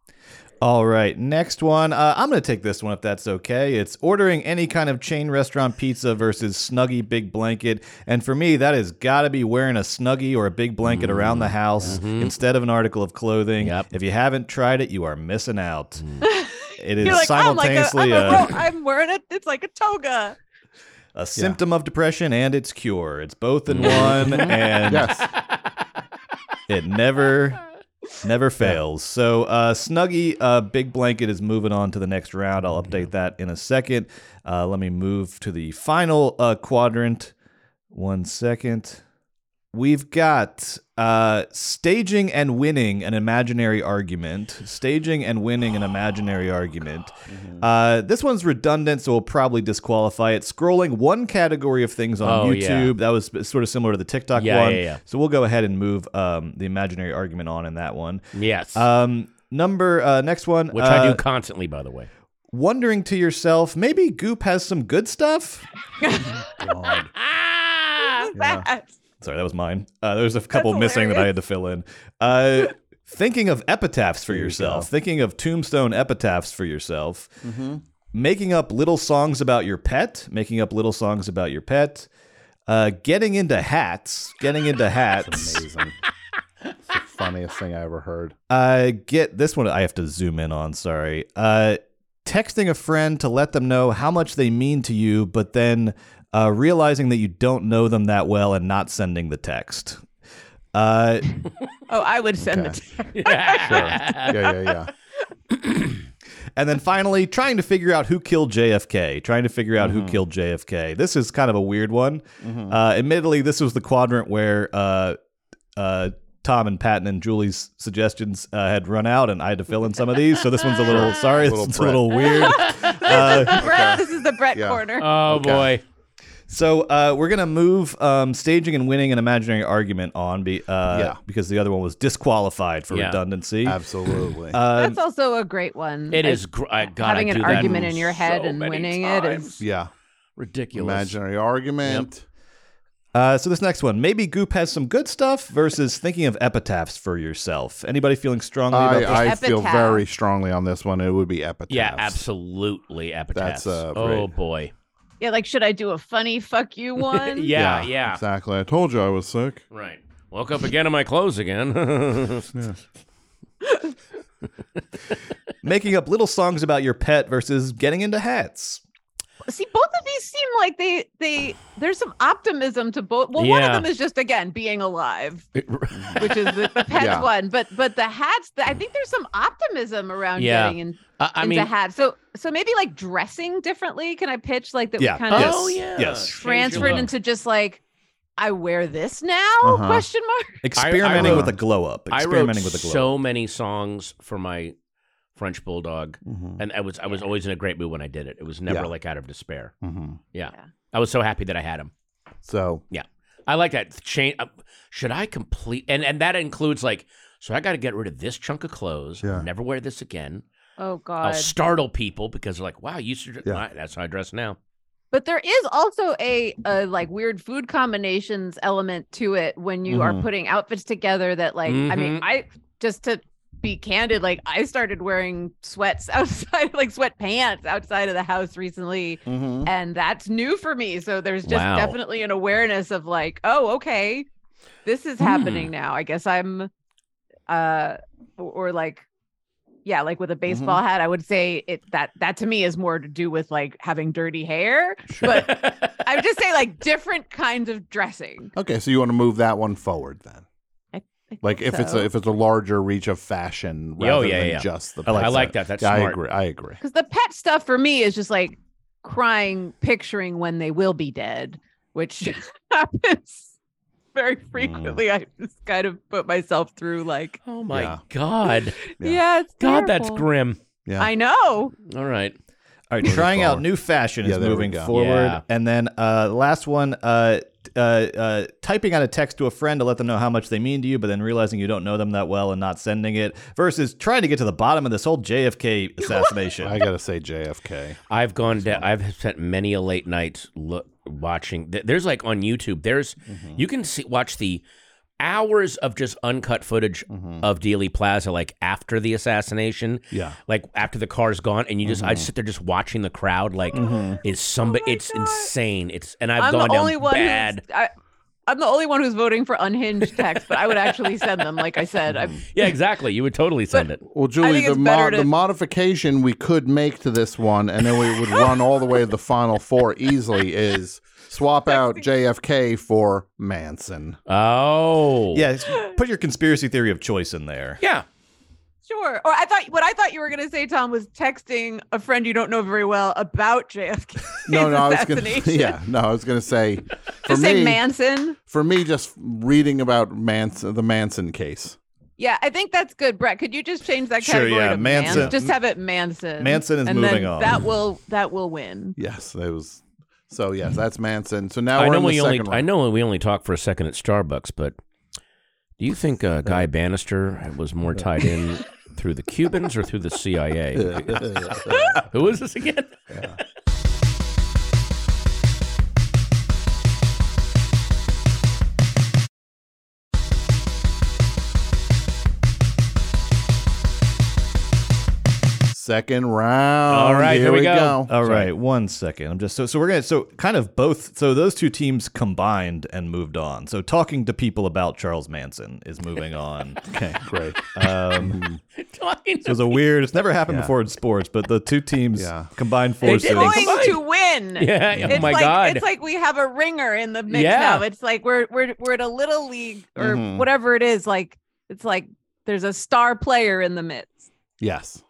<laughs>
All right, next one. Uh, I'm going to take this one if that's okay. It's ordering any kind of chain restaurant pizza versus Snuggy Big Blanket. And for me, that has got to be wearing a Snuggy or a Big Blanket around the house instead of an article of clothing.
Yep.
If you haven't tried it, you are missing out. It is
you're like "Oh, i'm like a, I'm,
simultaneously
a
a-
ro- I'm wearing it it's like a toga
a symptom of depression and its cure. It's both in one, and
Yes.
<laughs>
it never, never fails. So, uh, Snuggy uh, Big Blanket is moving on to the next round. I'll update that in a second. Uh, let me move to the final uh, quadrant. One second. We've got uh, staging and winning an imaginary argument. Staging and winning an imaginary
Oh,
argument.
Mm-hmm.
Uh, this one's redundant, so we'll probably disqualify it. Scrolling one category of things on
Oh,
YouTube.
yeah.
That was sp- sort of similar to the TikTok
Yeah,
one.
yeah, yeah.
So we'll go ahead and move um, the imaginary argument on in that one.
Yes.
Uh,
Um, number uh, next one.
Which I
uh,
do constantly, by the way.
Wondering to yourself, maybe Goop has some good stuff.
God.
<laughs>
What is that?
Sorry, that was mine. Uh, there was a couple missing that I
hilarious.
had to fill in. Uh, thinking of epitaphs for
you
yourself,
go.
thinking of tombstone epitaphs for yourself, making up little songs about your pet, making up little songs about your pet, uh, getting into hats, getting into hats.
Amazing. it's the funniest thing I
<laughs>
ever heard.
Uh, get this one. I have to zoom in on. Sorry. Uh, texting a friend to let them know how much they mean to you, but then uh, realizing that you don't know them that well and not sending the text. Uh,
oh i would send it
<laughs>
Yeah, yeah, yeah.
and then finally, trying to figure out who killed JFK. Trying to figure out who killed JFK. This is kind of a weird one. Uh, admittedly, this was the quadrant where uh, uh, Tom and Patton and Julie's suggestions uh, had run out, and I had to fill in some of these. So this one's a little sorry. This
Little
one's a little weird.
Brett, this is the brett
Yeah.
corner
Oh boy.
So uh, we're gonna move um, staging and winning an imaginary argument on, be, uh,
Yeah.
because the other one was disqualified for
Yeah. Uh,
redundancy.
<laughs>
Uh,
Absolutely.
that's also a great one
It
I-
is. Gr- I, God, I
having an
do that
argument in your head
so
and
many
winning it
times.
is
yeah.
ridiculous.
Imaginary argument.
Uh, so this next one, maybe Goop has some good stuff versus thinking of epitaphs for yourself. Anybody feeling strongly about this?
I, uh, I feel
Epitaph.
very strongly on this one. It would be epitaph.
Yeah, absolutely. Epitaphs.
That's, uh,
oh
great.
boy.
yeah like should i do a funny fuck you one
Yeah, yeah.
Exactly. I told you I was sick.
Right. Woke up again <laughs> in my clothes again.
Making up little songs about your pet versus getting into hats.
See, both of these seem like they they there's some optimism to both. Well, one of
Yeah.
them is just again being alive, which is the, the pets
Yeah.
one. But but the hats, the, I think there's some optimism around
Yeah.
getting in,
I, I
into
mean,
hats. So so maybe like dressing differently. Can I pitch like that?
Yeah.
We kind of
Yes.
oh yeah.
Yes.
Change your
transferred
look.
into just like I wear this now?
Uh-huh.
Question mark.
Experimenting
wrote-
with a glow up.
I
Experimenting
wrote
with a glow.
so many songs for my French bulldog, and I was I was always in a great mood when I did it. It was never
Yeah.
like out of despair.
hmm
Yeah.
Yeah.
I was so happy that I had him.
So
I like that change. uh, Should I complete and and that includes like so I got to get rid of this chunk of clothes.
Yeah.
Never wear this again.
Oh
I'll
God.
startle people because they're like, "Wow, you should." dr-
Yeah.
my- That's how I dress now.
But there is also a, a like weird food combinations element to it when you
Mhm.
are putting outfits together that like I
Mhm.
mean I just to be candid like I started wearing sweats <laughs> outside like sweatpants outside of the house recently
Mm-hmm.
mhm.
and that's new for me so there's just
Wow.
definitely an awareness of like oh okay
Hmm.
this is happening now I guess I'm uh or, or like yeah, like with a baseball
Mm-hmm.
hat, I would say it that that to me is more to do with like having dirty hair. But I would just say like different kinds of dressing.
Okay, so you want to move that one forward then?
I
Like
think
if it's
so.
a if it's a larger reach of fashion
Oh,
rather
yeah,
than
yeah.
just the.
I like
I
pet.
like that. That's
Yeah, I
smart.
agree. I agree.
because the pet stuff for me is just like crying, picturing when they will be dead, which <laughs> happens very
Hmm.
frequently. I just kind of put myself through like,
Oh my
Yeah.
<laughs>
God.
Yeah.
yeah, it's
God, that's
terrible.
grim.
Yeah.
I know.
All right.
All right,
Moving
trying out
forward.
new fashion
Yeah,
is
there we
moving
go.
forward,
Yeah.
and then uh, last one, uh, t- uh, uh, typing out a text to a friend to let them know how much they mean to you, but then realizing you don't know them that well and not sending it, versus trying to get to the bottom of this whole JFK assassination.
I gotta say JFK.
I've gone down. I've spent many a late night look watching. th- There's like on YouTube. There's
Mm-hmm.
you can see watch the hours of just uncut footage of Dealey Plaza, like after the assassination.
Mm-hmm. Yeah.
Like after the car's gone, and you just
Mm-hmm.
I sit there just watching the crowd. Like is somebody?
Oh my
it's
God.
insane. It's and I've
i am
gone
the only
down
one
bad.
who's. I, I'm the only one who's voting for unhinged text, but I would actually send them. Like I said, I'm,
Yeah, exactly. You would totally send it.
Well, Julie,
think
the
it's better
mo-
to-
the modification we could make to this one, and then
<laughs>
we would run all the way to the final four easily, is swap out JFK for Manson.
Oh,
yeah, it's- put your conspiracy theory of choice in there.
yeah.
sure. Or I thought what I thought you were going to say, Tom, was texting a friend you don't know very well about JFK.
No, no, I was gonna.
<laughs>
<laughs>
assassination.
Yeah, no, I was gonna say. For
Just
me,
say Manson.
for me, just reading about Manson, the Manson case.
Yeah, I think that's good, Brett. Could you just change that
Sure,
category
yeah,
to Man-
Manson-
Just have it Manson.
Manson is
and
moving
then
on.
That will that will win.
Yes, that was. So yes, that's Manson. So now
I
we're
know
in the
we only
second round.
I know we only talked for a second at Starbucks, but do you think uh, Guy Bannister was more tied
<laughs>
in through the Cubans or through the CIA? <laughs> Who is this again?
<laughs>
<laughs>
Second round.
All right, here we go.
All
Sorry.
right, one second. I'm just so so we're gonna so kind of both. So those two teams combined and moved on. So talking to people about Charles Manson is moving on.
<laughs> Okay, great. Mm.
Um,
Talking
so it's a weird. It's never happened
Yeah.
before in sports, but the two teams
Yeah.
combined
They
forces.
did.
It's
They
going to
combined.
win.
yeah. Oh
It's
my
like
God.
it's like we have a ringer in the mix
Yeah. Mm-hmm.
now. It's like we're we're we're at a little league or
Mhm.
whatever it is. Like it's like there's a star player in the midst.
Yes.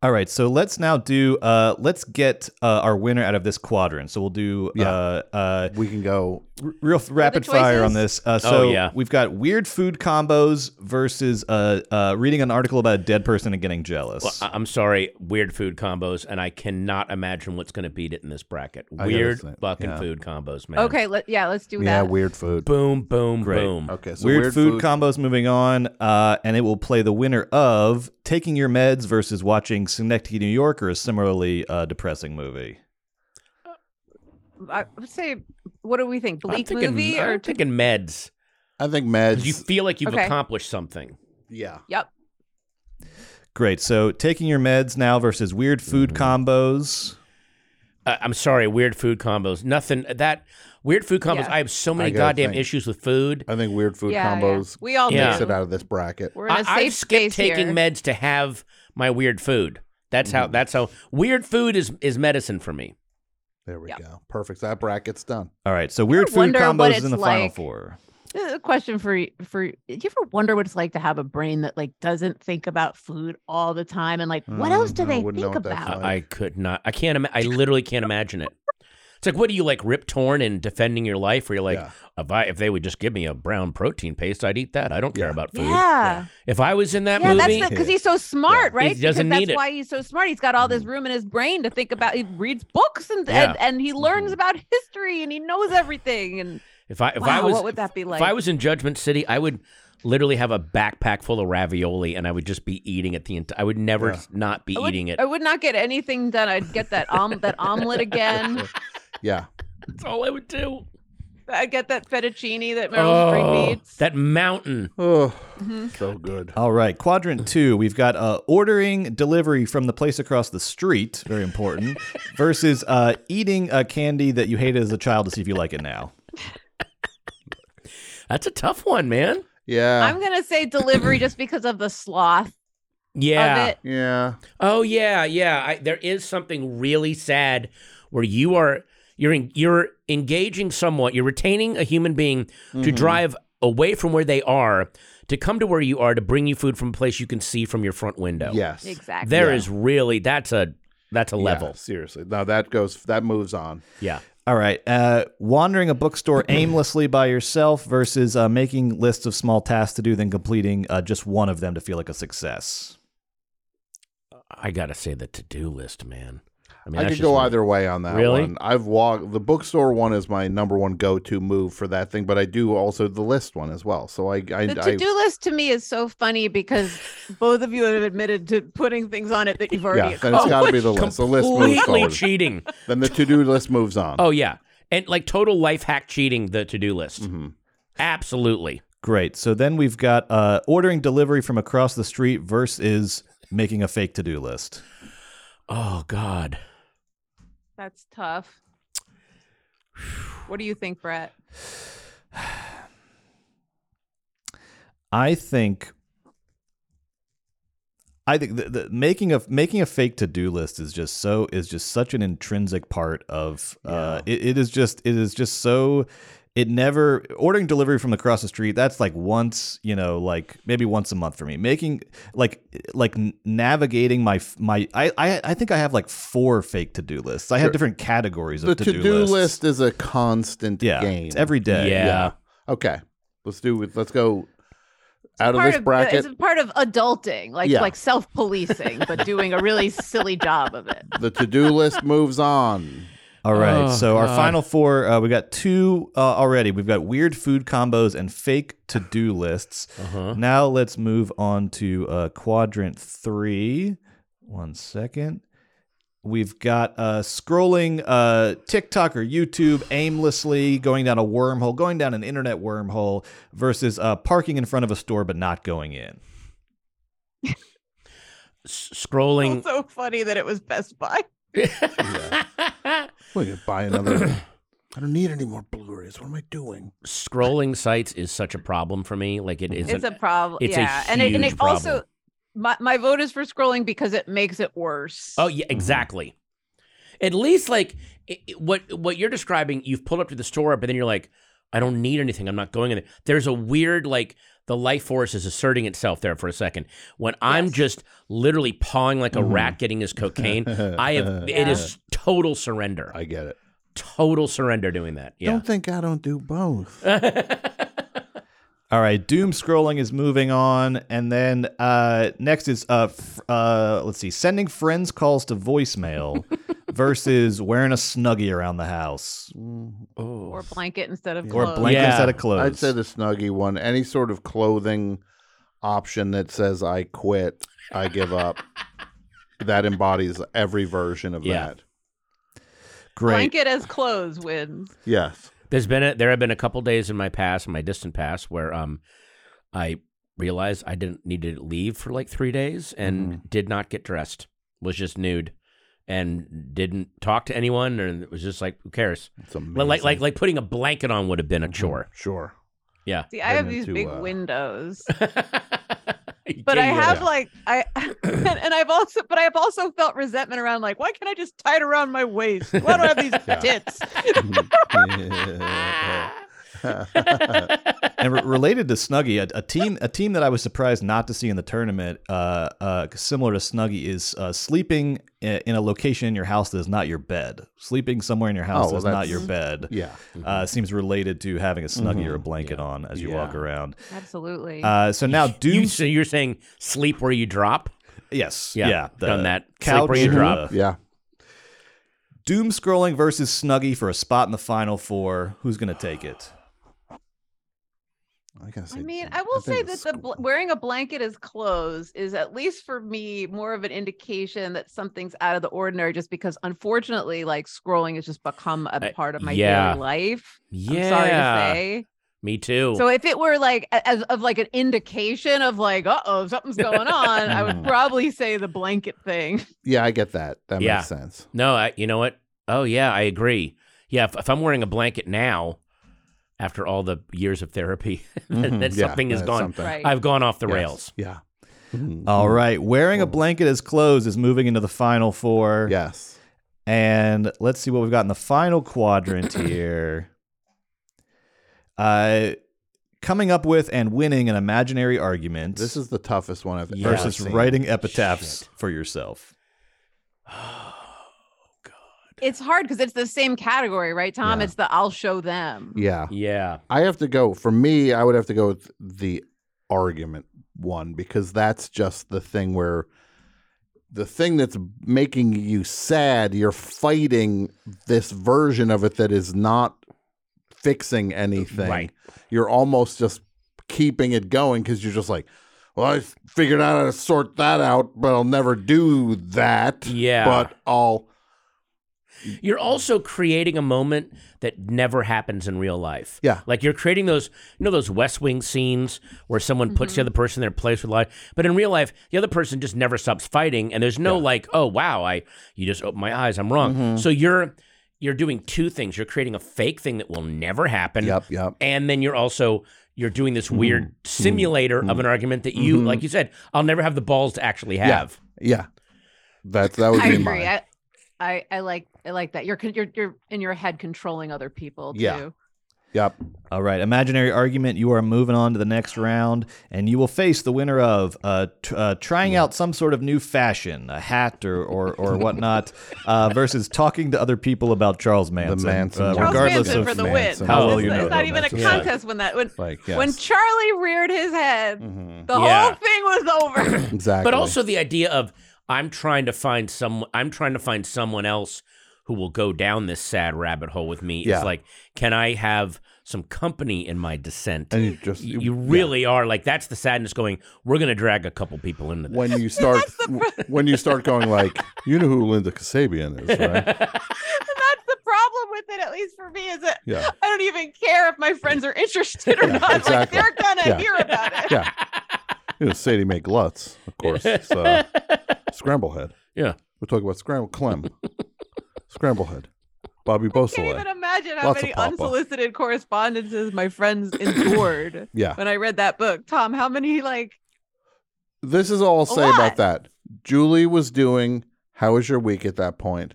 All right, so let's now do. Uh, let's get uh, our winner out of this quadrant. So we'll do
Yeah.
uh, uh,
We can go.
r- real rapid fire on this. Uh, so
Oh, yeah.
we've got weird food combos versus uh, uh, reading an article about a dead person and getting jealous.
Well, uh, I- I'm sorry, weird food combos, and I cannot imagine what's going to beat it in this bracket.
gotta
Weird
say-
fucking
yeah.
food combos, man.
Okay, let yeah, let's do
Yeah,
that.
weird food.
Boom, boom,
Great.
boom.
Okay, so
weird, food,
food
combos moving on, uh, and it will play the winner of taking your meds versus watching Synecdoche, New York, or a similarly uh, depressing movie.
I, let's say what do we think?
I'm
Bleak
thinking,
movie
I'm
or
thinking meds
I think
'cause
meds.
you feel like you've
Okay.
accomplished something.
yeah.
Yep.
Great. So taking your meds now versus weird food combos.
Uh, I'm sorry, weird food combos. Nothing that weird food combos.
Yeah.
I have so many
I gotta
goddamn
think.
issues with food.
I think weird food
yeah, yeah.
combos
We all
Yeah.
takes
do.
it out of this bracket.
We're in a safe
I, I've skipped
space
taking
here.
meds to have my weird food. That's
Mm.
how. That's how weird food is is medicine for me.
There we
Yep.
go. Perfect. That bracket's done.
All right. So weird food
wonder what
combos is
it's
in the final
like.
four.
This is Uh, a question for y- for y- do you ever wonder what it's like to have a brain that like doesn't think about food all the time and like what
Mm,
else do
I
they
wouldn't know
think
what that's
about?
like.
I, I could not. I can't. Ima- I literally can't imagine it. It's like, what do you like? Rip torn and defending your life, where you're like,
Yeah.
if I if they would just give me a brown protein paste, I'd eat that. I don't care
Yeah.
about food.
Yeah,
If I was in that
yeah,
movie,
that's because he's so smart, right?
He doesn't
because
need
that's
it.
why he's so smart. He's got all this room in his brain to think about. He reads books and
Yeah.
and, and he learns about history and he knows everything. And
if I if I
wow,
was
what would that be like?
if I was in Judgment City, I would literally have a backpack full of ravioli and I would just be eating it the entire. I would never
Yeah.
not be
I would,
eating it.
I would not get anything done. I'd get that om- that omelet again.
<laughs>
Yeah.
That's all I would do.
I'd get that fettuccine that Meryl Streep eats.
Oh, that mountain.
<laughs> Oh,
Mhm.
so good.
All right. Quadrant two. We've got uh, ordering delivery from the place across the street. Very important.
<laughs>
versus uh, eating a candy that you hated as a child to see if you like it now.
That's a tough one, man.
Yeah.
I'm gonna say delivery just because of the sloth.
yeah.
of it.
Yeah.
Oh yeah, yeah. I, there is something really sad where you are you're in, you're engaging somewhat. You're retaining a human being
Mm-hmm.
to drive away from where they are to come to where you are to bring you food from a place you can see from your front window.
Yes.
Exactly.
there is really that's a that's a
Yeah,
level.
seriously. No, that goes that moves on.
Yeah.
All right. Uh, wandering
<clears throat>
a bookstore aimlessly by yourself versus uh, making lists of small tasks to do, then completing uh, just one of them to feel like a success.
I gotta say the to do list, man. I mean,
I
that's
could
just
go
my-
either way on that
Really?
one. I've walked the bookstore one is my number one go to move for that thing, but I do also the list one as well. So I I,
The
I
to do list to me is so funny because both of you have admitted to putting things on it that you've already
yeah, then
<laughs>
it's got to be the list. The list moves
completely
forward.
<laughs> cheating.
then the to do list moves on.
Oh yeah, and like total life hack cheating the to do list.
Mhm.
Absolutely.
Great. So then we've got uh, ordering delivery from across the street versus making a fake to do list.
Oh God.
That's tough. What do you think, Brett?
I think I think the, the making of making a fake to do list is just so is just such an intrinsic part of uh, it, it is just it is just so it never ordering delivery from across the street that's like once you know like maybe once a month for me making like like n- navigating my f- my I I, I think I have like four fake to do lists I have different categories
the
of
to do
lists.
list is a constant
yeah
game.
it's every day
Yeah.
Okay. Let's do it. Let's go out of
part
this
of
bracket.
it's part of adulting, like
Yeah.
like self policing, but doing a really silly job of it.
the to do
<laughs>
list moves on.
All right.
Oh,
so our
God.
final four, uh, we got two uh, already. We've got weird food combos and fake to do lists.
Uh-huh.
Now let's move on to uh, quadrant three. One second. We've got uh, scrolling uh, TikTok or YouTube aimlessly, going down a wormhole, going down an internet wormhole, versus uh, parking in front of a store but not going in.
S- scrolling.
so funny that it was Best Buy.
We could buy another. <clears throat> I don't need any more Blu-rays. What am I doing?
scrolling sites is such a problem for me. Like it is.
It's,
an-
a problem.
it's a
yeah, and it, and
huge
it also my my vote is for scrolling because it makes it worse.
oh yeah, exactly. At least like i i- what what you're describing, you've pulled up to the store, but then you're like, I don't need anything. I'm not going in there. There's a weird like the life force is asserting itself there for a second. When I'm
Yes.
just literally pawing like a
Mm-hmm.
rat getting his cocaine, I
<laughs>
have it
Yeah.
is total surrender.
I get it.
total surrender doing that. Yeah.
Don't think I don't do both.
All right, doom scrolling is moving on, and then uh, next is uh, f- uh, let's see, sending friends calls to voicemail versus wearing a snuggie around the house
or blanket instead of
or a
clothes.
blanket
Yeah.
instead of clothes.
I'd say the snuggie one. Any sort of clothing option that says "I quit," "I give up,"
<laughs>
that embodies every version of
Yeah.
that.
Great.
Blanket as clothes wins.
Yes.
There's been a, there have been a couple days in my past, my distant past, where um, I realized I didn't need to leave for like three days and
Mm-hmm.
did not get dressed. Was just nude, and didn't talk to anyone, and it was just like, who cares?
It's amazing. Mm-hmm.
Like like like, like putting a blanket on would have
Mm-hmm.
been a chore. <laughs>
<laughs>
sure.
Yeah,
See, I have
Then
these
to,
big
uh,
windows.
but
But I have like I <laughs> and, and I've also but I've also felt resentment around like why can't I just tie it around my waist? Why do
<laughs>
I have these tits?
Mm-hmm.
and re- related to Snuggie, a, a team a team that I was surprised not to see in the tournament, uh, uh, similar to Snuggie, is uh, sleeping i- in a location in your house that is not your bed. Sleeping somewhere in your house
Oh,
that is
well,
not your
that's-
bed.
<laughs> Yeah.
Uh, seems related to having a snuggie or a blanket on as you
Mm-hmm. Yeah.
walk around.
Absolutely.
Uh, so now
You,
doom.
so you're saying sleep where you drop?
yes.
Yeah,
Yeah.
done that.
Couch
Sleep where you
or
drop.
the-
Yeah.
Doom scrolling versus Snuggie for a spot in the final four. Who's gonna take it?
I, gotta
I
say-
mean, I will
think
say that
it's
the
cool.
bl- wearing a blanket as clothes is at least for me more of an indication that something's out of the ordinary. Just because, unfortunately, like scrolling has just become a
Uh,
part of my
yeah.
daily life.
Yeah,
I'm sorry to say.
me too.
So if it were like a- as of like an indication of like, uh oh, something's going on, I would
Mhm.
probably say the blanket thing.
Yeah, I get that. That
Yeah.
makes sense.
No, I, you know what? Oh yeah, I agree. Yeah, if, if I'm wearing a blanket now, after all the years of therapy, <laughs> that
Mhm.
something has
that's
gone.
something.
Right.
I've gone off the
Yes.
rails. <sighs>
Yeah.
All right. Wearing a blanket as clothes is moving into the final four.
Yes.
And let's see what we've got in the
<clears throat>
final quadrant here. Uh, coming up with and winning an imaginary argument
This is the toughest one I've
Yeah.
ever
versus
seen.
writing epitaphs
Shit.
for yourself.
It's hard because it's the same category, right, Tom?
Yeah.
It's the I'll show them.
Yeah.
Yeah.
I have to go. For me, I would have to go with the argument one because that's just the thing where the thing that's making you sad, you're fighting this version of it that is not fixing anything.
Right.
You're almost just keeping it going because you're just like, well, I figured out how to sort that out, but I'll never do that.
Yeah.
But I'll.
You're also creating a moment that never happens in real life.
Yeah.
Like you're creating those, you know, those West Wing scenes where someone puts the other person in their place with life. But in real life, the other person just never stops fighting, and there's no like, oh wow, I you just opened my eyes, I'm wrong.
Mm-hmm.
So you're you're doing two things. You're creating a fake thing that will never happen.
Yep, yep.
And then you're also you're doing this weird
Mm-hmm.
simulator of an argument that you, like you said, I'll never have the balls to actually have.
Yeah. That's that would
I
be
agree.
mine.
I, I I like I like that. You're con- you're you're in your head controlling other people too.
Yeah. yep.
All right, imaginary argument. You are moving on to the next round, and you will face the winner of uh, t- uh, trying out some sort of new fashion, a hat or or, or whatnot, uh, versus talking to other people about Charles Manson.
Manson
uh,
one.
Charles
regardless
Manson
of
for the
Manson.
win.
how well
it's,
you know
it's
Charles
not even a
Manson.
contest when that when
Like
when
yes.
Charlie reared his head,
Mhm.
the
Yeah.
whole thing was over. <laughs>
Exactly.
Mm-hmm. But also the idea of I'm trying to find some I'm trying to find someone else who will go down this sad rabbit hole with me.
Yeah.
It's like, can I have some company in my descent?
and you just
you, you really are like that's the sadness going, we're gonna drag a couple people into
yeah.
this. <laughs>
when you start when you start going like you know who Linda Kasabian is, right?
And that's the problem with it, at least for me, is that
Yeah.
I don't even care if my friends are interested or
Yeah,
not. Like
exactly.
they're gonna
Yeah.
hear
<laughs>
about it.
Yeah. You know Sadie Mae Glutz, of course. It's, uh, Scramblehead.
Yeah.
We're talking about
<laughs>
Scramble Clem. Scramblehead. Bobby
I can't even
Beausoleil.
imagine how
Lots of
many
pop-up.
unsolicited correspondences my friends endured
<clears throat> Yeah.
when I read that book. Tom, how many like
This is all I'll say
lot.
about that. Julie was doing How was your week at that point?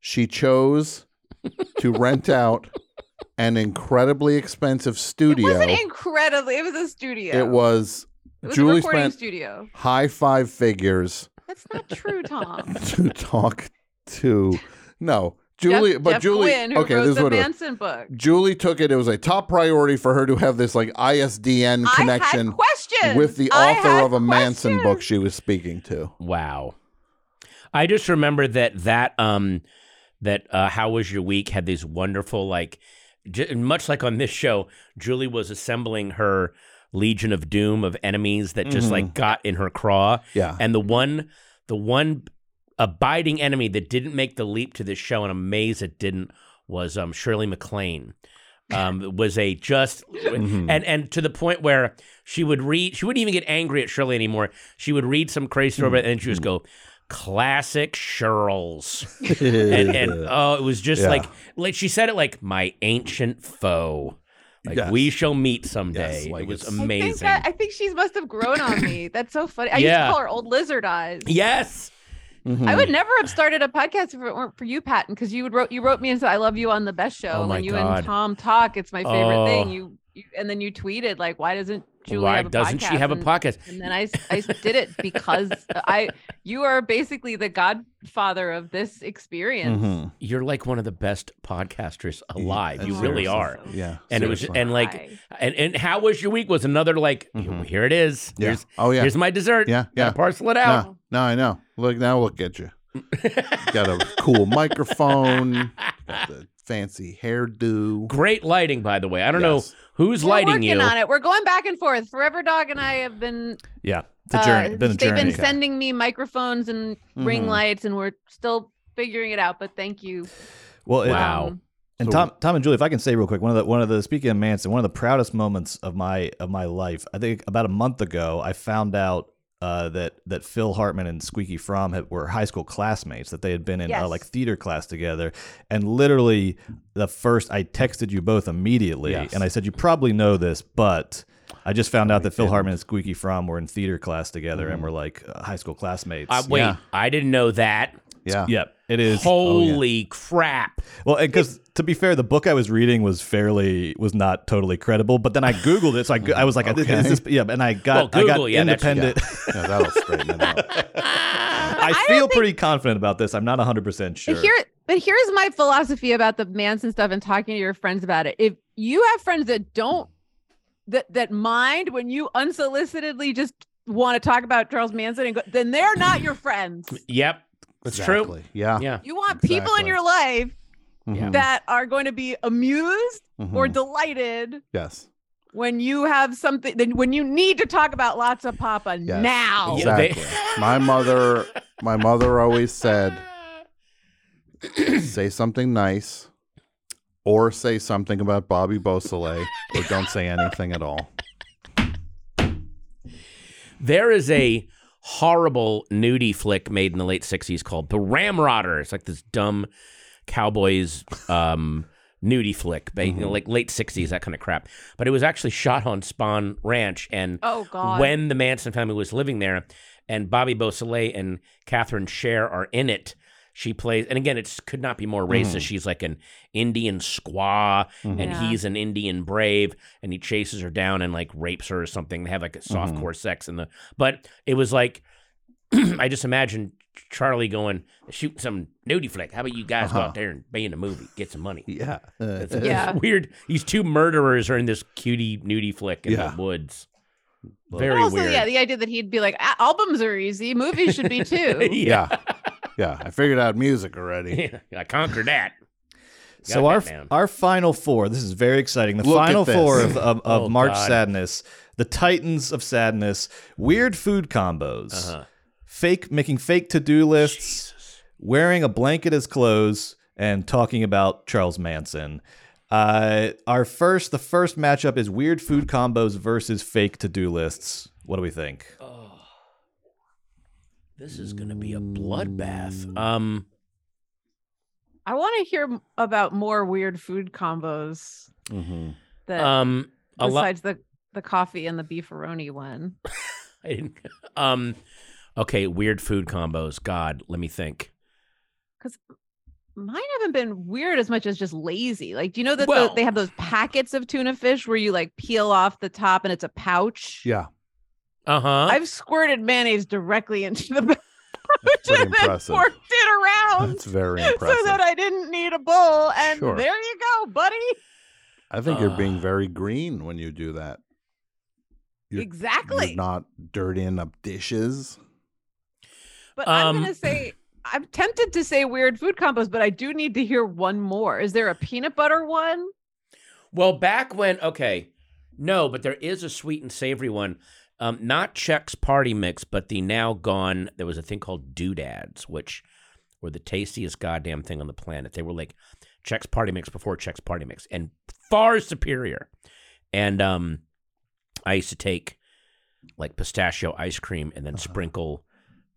She chose
<laughs>
to rent out an incredibly expensive studio.
It wasn't incredibly. It was a studio.
It was
It was a
Julie
recording
spent
studio.
high five figures
That's not true, Tom.
to talk to. No, <laughs> Julie,
Jeff,
but
Jeff
Julie.
Gwynne, who
okay,
wrote
this is
the
what it was.
Manson book.
Julie took it. It was a top priority for her to have this like ISDN
I had
connection
questions
with the
I
author
had
of a Manson book
questions.
she was speaking to.
Wow. I just remember that that um that uh how was your week had these wonderful like j- much like on this show Julie was assembling her legion of doom of enemies that just like got in her craw
Yeah,
and the one the one abiding enemy that didn't make the leap to this show and I'm amazed it didn't was um Shirley MacLaine um was a just and and to the point where she would read she wouldn't even get angry at Shirley anymore she would read some crazy story about it and then she would just go classic Shirls
Mm-hmm. <laughs>
and and oh it was just
Yeah.
like like she said it like my ancient foe like
Yes.
we shall meet someday
like
it was
it's-
I think,
amazing
that, I think she must have grown on me. That's so funny. I used
Yeah.
to call her old lizard eyes.
<laughs> yes Hmm.
I would never have started a podcast if it weren't for you, Patton, because you would wrote you wrote me and said I love you on the best show.
Oh my
when you
God.
and Tom talk, it's my favorite
Oh.
thing. You, you and then you tweeted like, why doesn't Julie
why
have a
doesn't she
podcast?
have a
And-
podcast
And then I, s- I s- did it because I you are basically the godfather of this experience.
Mhm.
you're like one of the best podcasters alive.
that's
you really
seriously.
are.
yeah.
And it was
seriously.
and like
Hi.
and, and how was your week was another like
Mhm.
here it is.
Yeah.
Here's
oh yeah,
here's my dessert.
Yeah,
Gotta
yeah.
parcel it out.
Oh.
No, no, I know. Look now, look at you.
<laughs>
Got a cool microphone. Got the fancy
<laughs>
hairdo.
Great lighting, by the way. I don't
Yes.
know who's
We're
lighting
working
you.
on it. We're going back and forth. Forever Dog and I have been.
Yeah, it's a
uh,
journey. been a
they've
journey.
been sending me microphones and ring
Mm-hmm.
Mhm.
lights, and we're still figuring it out. But thank you.
well, it-
Wow.
Um,
And
So-
Tom, Tom and Julie, if I can say real quick, one of the one of the speaking of Manson, one of the proudest moments of my of my life. I think about a month ago, I found out uh, that that Phil Hartman and Squeaky Fromm had, were high school classmates. That they had been in uh,
Yes.
like theater class together. And literally, the first I texted you both immediately,
Yes.
and I said, "You probably know this, but." I just found out that Phil Hartman and Squeaky Fromm were in theater class together
Mm-hmm.
and were like uh, high school classmates.
Uh, wait,
Yeah. oh,
I didn't know that.
Yeah.
Yep, it is.
Holy crap!
Well, because to be fair, the book I was reading was fairly was not totally credible. But then I googled it, so I, go- I was like, is this, yeah, and I got
Well,
I
Google,
got
yeah, that's-
independent.
<laughs>
Yeah, that'll straighten it out.
I, feel pretty confident about this. I'm not 100 percent sure.
But Here, but here's my philosophy about the Manson stuff and talking to your friends about it. If you have friends that don't that that mind when you unsolicitedly just want to talk about Charles Manson, and go, then they're not your friends.
Yep, it's true.
Exactly. Yeah.
Yeah,
You want people in
Exactly.
your life
Mhm.
that are going to be amused or
Mhm.
delighted
yes.
when you have something. Then when you need to talk about lots of Papa
Yes.
now.
Yeah, they-
Exactly. my mother my mother always said say something nice or say something about Bobby Beausoleil or don't say anything at all.
<laughs> there is a horrible nudie flick made in the late '60s called The Ramrodder. It's like this dumb cowboys um, nudie flick, ba-
Mm-hmm.
you know, like late '60s, that kind of crap. But it was actually shot on Spawn Ranch, and
Oh God.
when the Manson family was living there, and Bobby Beausoleil and Catherine Cher are in it. She plays, and again, it could not be more racist. She's like an Indian squaw, and
Mm-hmm. Yeah.
he's an Indian brave, and he chases her down and like rapes her or something. They have like a
Mm-hmm.
soft core sex in the, but it was like, <clears throat> I just imagine Charlie going shoot some nudie flick. How about you guys go out there and be in the movie, get some
<laughs>
money?
Yeah.
<laughs> It's, it's
Uh-huh. Yeah.
weird. These two murderers are in this cutie nudie flick in
Yeah.
the woods.
But
Very
also,
weird.
yeah, the idea that he'd be like, "Ah, albums are easy, movies should be
<laughs>
too.
yeah. Yeah, I figured out music already.
Yeah, <laughs> I conquered that.
So
Got
our
that down.
our final four. This is very exciting. The
Look at
final
this.
four of of, of
Oh,
March
God.
Sadness, the Titans of Sadness, weird food combos,
Uh-huh.
fake making fake to do lists, wearing a blanket as clothes, and talking about Charles Manson. Uh, our first, the first matchup is weird food combos versus fake to do lists. What do we think?
Oh. This is going to be a bloodbath. Um,
I want to hear m- about more weird food combos Mm-hmm.
Mhm.
that
um, a lot.
besides the the coffee and the beefaroni one.
I didn't- <laughs> Um, okay, weird food combos. God, let me think.
Mine haven't been weird as much as just lazy. Like, do you know that the-
Well-
they have those packets of tuna fish where you like peel off the top and it's a pouch?
Yeah,
Uh huh.
I've squirted mayonnaise directly into the <laughs> pouch
pretty
and then
impressive.
forked it around
that's very
so
impressive.
that I didn't need a bowl. And
Sure.
there you go, buddy.
I think you're being
Ah.
very green when you do that. You're-
exactly.
You're not dirtying up dishes.
But I'm
Um,
gonna say I'm tempted to say weird food combos, but I do need to hear one more. Is there a peanut butter one?
Well, back when okay, no, but there is a sweet and savory one. Um, not Chex Party Mix, but the now gone. There was a thing called Doodads, which were the tastiest goddamn thing on the planet. They were like Chex Party Mix before Chex Party Mix, and far superior. And um, I used to take like pistachio ice cream and then sprinkle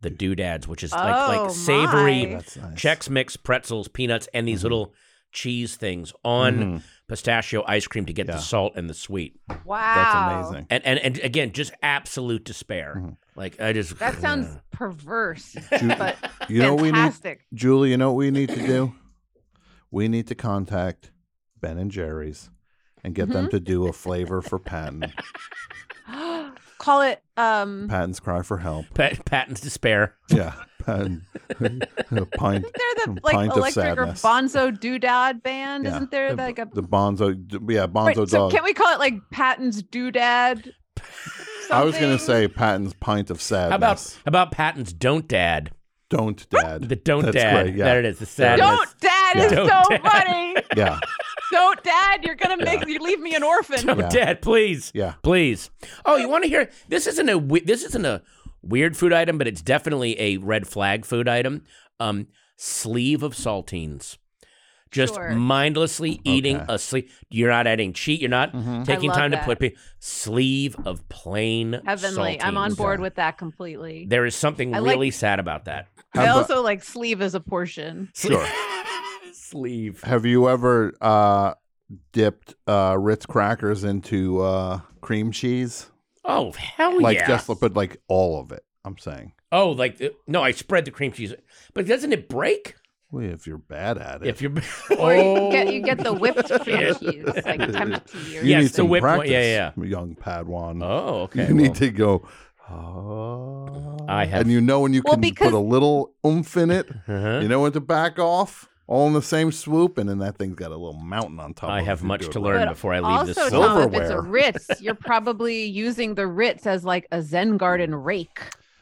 the Doodads, which is like
Oh,
like savory
my.
That's nice.
Chex Mix pretzels, peanuts, and these little cheese things on
Mhm.
pistachio ice cream to get
Yeah.
the salt and the sweet.
That's
Wow.
amazing.
And and, and again, just absolute despair.
Mhm.
Like I just uh,
That sounds
<laughs>
perverse,
Ju-
<laughs> but
you know what we need
fantastic. <gasps>
Julie, you know what we need to do? We need to contact Ben and Jerry's and get
Mm-hmm.
them to do a flavor for
<laughs>
Patton.
Call it um
Patton's cry for help.
Pat, Patton's despair.
Yeah, Patton, a pint.
they're the
Pint
like
of
electric or
sadness.
bonzo doodad band,
Yeah.
isn't there
The-
like a
The Bonzo, d- yeah, Bonzo
Right,
dog.
so can we call it like Patton's doodad?
<laughs> I was gonna
something?
say Patton's pint of sadness.
How about how about Patton's don't dad?
don't dad?
The don't
That's
dad.
great, yeah.
There it is. The
There it
sadness.
Don't dad
Yeah.
is
Don't
so
dad.
funny.
<laughs> yeah,
Don't dad,
<laughs>
you're gonna make you leave me an orphan.
Don't
Yeah.
dad, please.
yeah.
Please. Oh, you want to hear? This isn't a we- this isn't a weird food item, but it's definitely a red flag food item. Um, sleeve of saltines. Just
Sure.
mindlessly eating
Okay.
a sleeve. You're not adding cheat. You're not
Mm-hmm.
taking
love
time
that.
to put pe- sleeve of plain
Heavenly. I'm on
saltines.
board with that completely.
There is something
I like-
really sad about that.
How
I
about-
also like sleeve as a portion.
Sure. <laughs> sleeve.
Have you ever uh dipped uh, Ritz crackers into uh, cream cheese.
Oh hell
Like
yeah!
just put like all of it. I'm saying,
oh, like the- no, I spread the cream cheese, but doesn't it break
well, if you're bad at it,
if you're? <laughs>
<laughs> Or
Oh.
you get you get the whipped
Yeah.
cream cheese, like tempeh. Or
Yeah. Yes, the
need some
whip one-
practice,
yeah,
young
<laughs>
Padawan.
oh, okay.
you need
well,
to go. "Ah,"
I have-
and you know when you
Well,
can
because-
put a little oomph in it.
uh-huh.
You know when to back off, all in the same swoop, and then that thing's got a little mountain on top.
I
of it
have
if you
much
do it
to
right.
learn
But
before I leave
also,
this.
Tom,
song.
if it's a
Silverware.
Ritz, you're probably using the Ritz as like a Zen garden rake.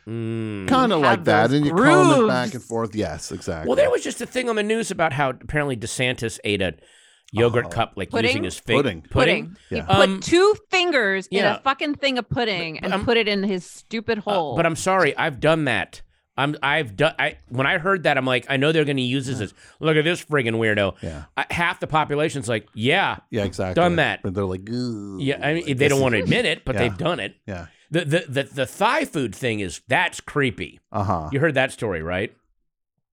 Mm.
Kind of
have
like that,
those
and you comb it back
grooves.
and forth. Yes, exactly.
Well, there was just a thing on the news about how apparently DeSantis ate a yogurt
Oh.
cup, like
Pudding?
using his fake
Pudding.
Pudding. He
Yeah.
Um,
put two fingers in
yeah.
a fucking thing of pudding and
I'm-
put it in his stupid
Uh,
hole.
but I'm sorry, I've done that. I'm I've done. I when I heard that, I'm like, I know they're going to use this as look at this friggin' weirdo.
Yeah.
I, half the population's like, yeah,
Yeah, exactly.
Done that.
But they're like, "Ooh,"
yeah. I mean,
like
they
this
don't
is-
want to admit it, but
Yeah.
they've done it.
Yeah.
The, the the the Thai food thing is that's creepy.
Uh huh.
You heard that story, right?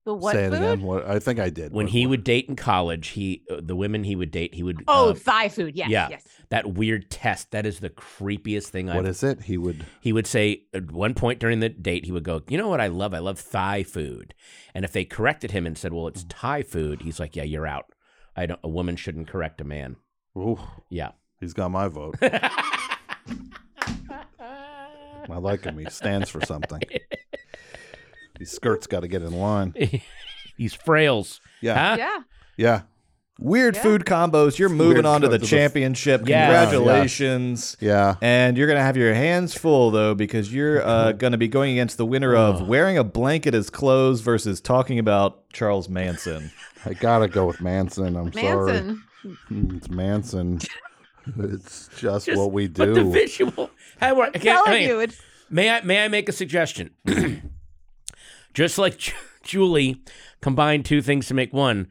the what
Say it
food?
again. What I think I did.
When
What-
he
what-
would date in college, he uh, the women he would date, he would
Oh,
uh,
Thai food. Yes,
yeah.
yes.
that weird test. That is the creepiest thing I've
What is it? He would.
he would say at one point during the date he would go you know what i love i love thai food and if they corrected him and said well it's thai food he's like yeah you're out i don't a woman shouldn't correct a man
Ooh,
yeah
he's got my vote. I like him. He stands for something. These skirts got to get in line.
he's frails
Yeah.
huh? <laughs>
Yeah.
Yeah.
Weird
Yeah.
food combos. You're moving
Weird
on to
co-
the
to the-
championship.
Yeah.
Congratulations.
Yeah.
And you're going to have your hands full, though, because you're uh, going to be going against the winner of wearing a blanket as clothes versus talking about Charles Manson.
I gotta go with Manson. I'm sorry.
Manson.
Mm, It's Manson. it's just,
Just-
what we
but the
do.
visual how are, okay,
telling
hang on.
you, it's
May I may I make a suggestion? <clears throat> Just like Ju- Julie combined two things to make one,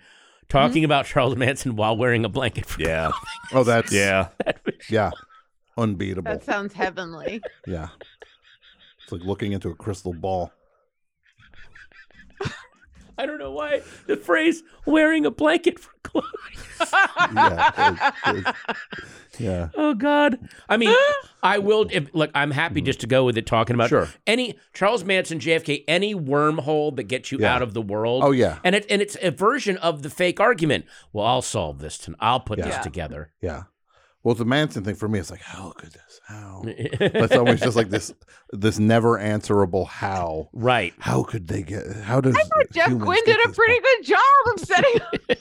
talking about Charles Manson while wearing a blanket. For
Yeah.
oh, that's
Yeah.
yeah, unbeatable.
that sounds heavenly.
yeah, it's like looking into a crystal ball.
<laughs> I don't know why the phrase "wearing a blanket for clothes."
Yeah, it- it- yeah.
Oh God! Ah! I mean, I will. If, look, I'm happy just to go with it. Talking about
Mm. Sure.
any Charles Manson, JFK, any wormhole that gets you
Yeah.
out of the world.
Oh yeah,
and it and it's a version of the fake argument. Well, I'll solve this. Ton- I'll put this
Yeah.
together.
yeah. Well, the Manson thing for me, it's like how could this? How? That's always just like this, this never answerable how.
<laughs> right.
How could they get? How does
Jeff
humans
Gwynn
get
did a
this
pretty good job
<laughs>
of setting up
Yeah.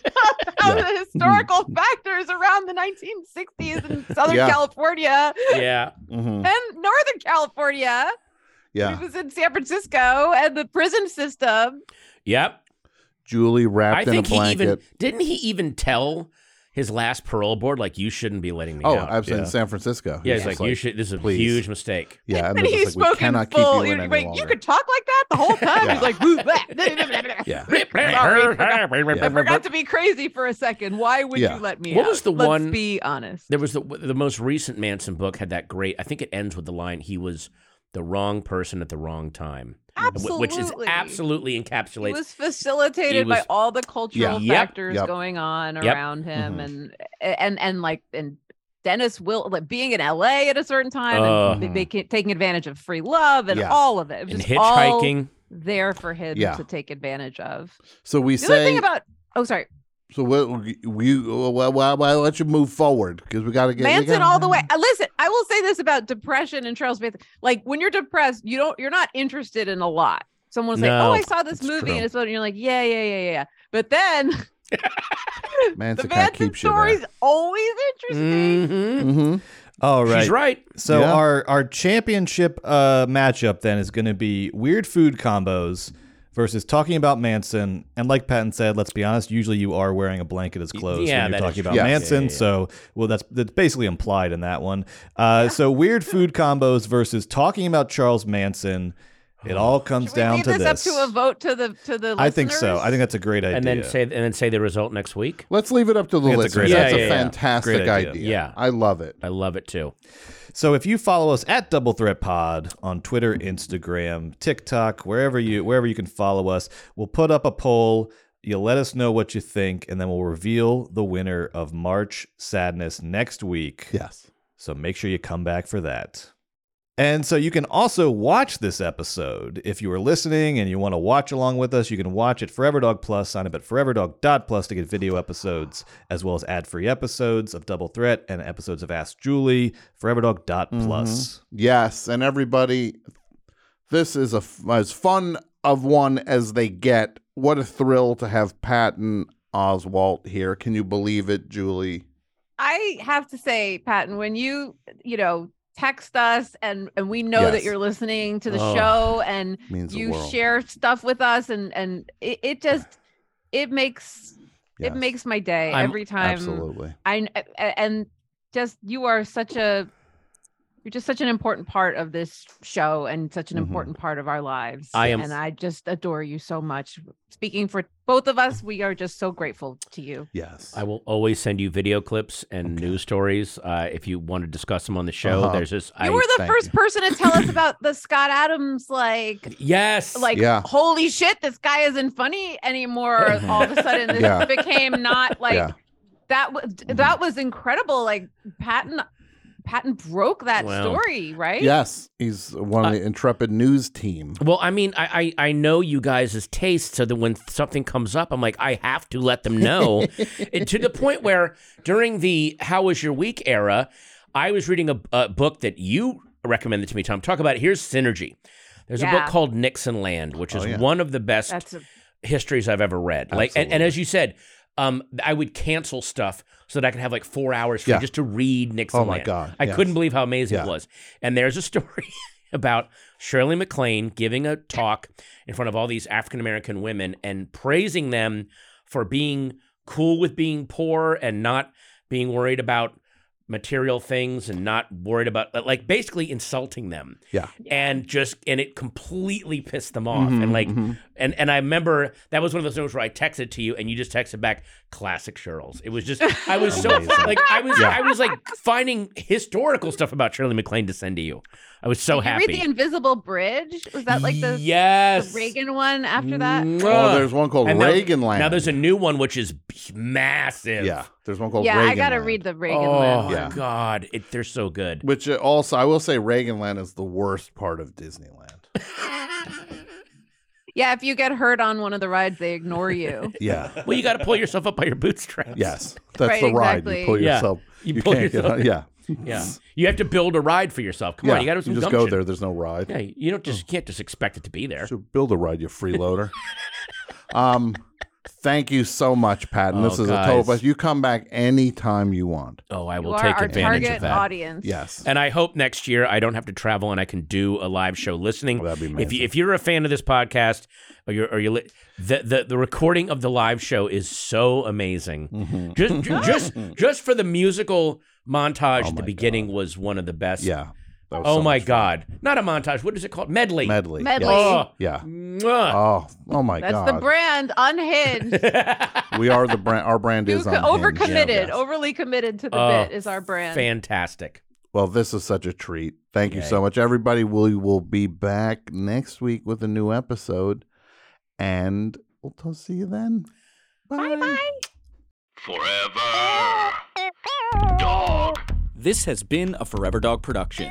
Hmm.
the historical factors around the
<laughs>
1960s in Southern
Yeah.
California
Yeah.
far?
<laughs>
Mhm.
and Northern California.
Yeah,
It was in San Francisco and the prison system.
Yep.
Julie
I
wrapped in a
think he
blanket.
even didn't he even tell his last parole board like you shouldn't be letting me
oh,
out.
absolutely.
yeah.
In San Francisco.
yeah,
He's
it's like,
just
you should. This is a
please.
huge mistake.
Yeah,
and
they're
he
just like,
spoke
we
in
cannot
full.
keep you in
You're-
any
wait,
longer.
you could talk like that
<laughs>
the whole time.
Yeah.
He's like, <laughs> "Woo,
<laughs>
bleh."
Yeah.
<laughs>
I forgot to be crazy for a second. Why would
Yeah.
you let me?
What
out?
was the
Let's
one-
Be honest.
There was the the most recent Manson book had that great. I think it ends with the line, "He was the wrong person at the wrong time,"
Absolutely.
wh- which is absolutely encapsulates.
It was facilitated
was-
by all the
Yeah.
cultural
Yep.
factors
Yep.
going on
Yep. Mm-hmm.
around him
Mhm.
and and and like and Dennis will like being in LA at a certain time
Uh.
and they, they taking advantage of free love and
Yeah.
all of it. It was
and
just all
hitchhiking.
there for him
Yeah.
to take advantage of.
So we say
The other thing about oh sorry,
So what we well, well, well, well, let you move forward because we got to get we
Manson
gotta-
all the way. Uh, Listen, I will say this about depression and Charles Manson. Like when you're depressed, you don't you're not interested in a lot. Someone's like,
No,
"Oh, I saw this
it's
movie
true.
and it's about," and you're like, "Yeah, yeah, yeah, yeah, yeah." But then
<laughs> Manson kind
the
of
Manson
keeps you
story's
there.
always interesting.
Mhm.
Mm-hmm.
All right.
She's right.
So
Yeah.
our our championship uh, matchup then is going to be weird food combos versus talking about Manson. And like Patton said, let's be honest. Usually you are wearing a blanket as clothes
yeah,
when
that
you're
is
talking
true.
about
Yeah.
Manson.
Yeah, yeah, yeah.
So well, that's that's basically implied in that one. Uh, So weird food combos versus talking about Charles Manson. It all comes
Should we
down
leave
to
this up to a vote to the to the.
I think so.
listeners?
I think that's a great idea.
And then say and then say the result next week.
Let's leave it up to the
That's a
listeners.
great
That's
idea.
a
Yeah, yeah, yeah.
fantastic
Great idea.
idea.
Yeah.
I love it.
I love it too.
So if you follow us at Double Threat Pod on Twitter, Instagram, TikTok, wherever you wherever you can follow us, we'll put up a poll You let us know what you think, and then we'll reveal the winner of March Sadness next week.
Yes.
So make sure you come back for that. And so you can also watch this episode. If you are listening and you want to watch along with us, you can watch it Forever Dog Plus. Sign up at foreverdog.plus to get video episodes, as well as ad free episodes of Double Threat and episodes of Ask Julie. Foreverdog.plus.
Yes, and everybody, this is a f- as fun of one as they get. What a thrill to have Patton Oswalt here. Can you believe it, Julie?
I have to say, Patton, when you you know text us and and we know that
Yes.
you're listening to the
Oh.
show and
Means the
you
world.
share stuff with us and and it, it just it makes
Yes,
it makes my day
I'm-
every time
absolutely.
I a- and just you are such a you're just such an important part of this show and such an
Mhm.
important part of our lives.
Mm-hmm. I am-
and I just adore you so much. Speaking for both of us, we are just so grateful to you.
Yes.
I will always send you video clips and news stories uh, if you want to discuss them on the show.
Uh-huh.
There's this. I,
you were the
thank
first
you.
person to tell us about the Scott Adams like
yes,
like
Yeah.
holy shit this guy isn't funny
<laughs>
anymore
Mhm.
all of a sudden this
Yeah.
<laughs>
became not like
Yeah.
that was
Mm-hmm.
that was incredible like patton patton broke that
Wow.
story right
Yes, he's one of the intrepid news team.
Well, I mean, I, I, I know you guys' taste, so that when something comes up, I'm like, I have to let them
<laughs>
know. And to the point where during the How Was Your Week era, I was reading a, a book that you recommended to me, Tom. Talk about here's synergy. There's a
Yeah.
book called Nixon Land, which is
Oh, yeah.
one of the best
that's a,
histories I've ever read. Like, and, and as you said, um, I would cancel stuff so that I could have like four hours free
Yeah.
just to read Nixon.
Oh my
Land.
God,
I
yes.
couldn't believe how amazing it
Yeah.
was. And there's a story <laughs> about Shirley MacLaine giving a talk in front of all these African American women and praising them for being cool with being poor and not being worried about material things and not worried about but, like basically insulting them
Yeah.
and just and it completely pissed them off
Mhm,
and like
mhm.
and and I remember that was one of those moments where I texted to you and you just texted back classic Sheryl's. It was just I was so
Amazing.
like I was
Yeah.
I was like finding historical stuff about Shirley MacLaine to send to you. I was so
did you
happy.
read the invisible bridge was that like the, the
yes Mm,
reagan one after that
Mwah.
Oh, there's one called
And now-
Reagan Land.
now there's a new one which is b- massive.
yeah, there's one called
yeah
Reagan
i gotta
Land.
read the reagan
Oh
one
Yeah.
God, it, they're so good.
Which uh, also, I will say, Reagan Land is the worst part of Disneyland.
yeah if you get hurt on one of the rides they
<laughs>
ignore you
Yeah.
Well, you got to pull yourself up by your bootstraps.
yes, that's
Right,
the ride.
exactly.
You pull
Yeah.
yourself.
you, pull
can't
yourself.
Get, yeah.
yeah, you have to build a ride for yourself. Come on, you got to have some
just
gumption.
go there. Mm. There's no ride.
Yeah, you don't just can't just expect it to be there.
So build a ride,
<laughs>
you freeloader. um, thank you so much, Patton. this
Oh,
is
guys.
a total blast. You come back anytime you want.
Oh, I
you
will
are
take
our
advantage
target
of that.
audience
Yes.
And I hope next year I don't have to travel and I can do a live show listening.
Oh, that'd be amazing.
if you, if you're a fan of this podcast or you're or you li- the, the the recording of the live show is so amazing.
Mhm.
Just
<laughs>
ju- just just for the musical montage
Oh
at the
my
beginning was one of the best.
Yeah. That was
Oh
so
my
much
god. Not a montage. What is it called? Medley.
fun. Medley.
Medley.
Oh.
Yeah.
Mwah.
Oh, oh my
that's
god.
the brand
<laughs>
unhinged
we are the brand. Our brand
You
is
co-
on
overcommitted,
Hinge.
overly committed to the
Oh,
bit is our brand.
Fantastic.
Well, this is such a treat. Thank you
Yay.
so much, everybody. We will be back next week with a new episode, and we'll t- see you then.
Bye bye.
Forever. Dog.
This has been a Forever Dog production.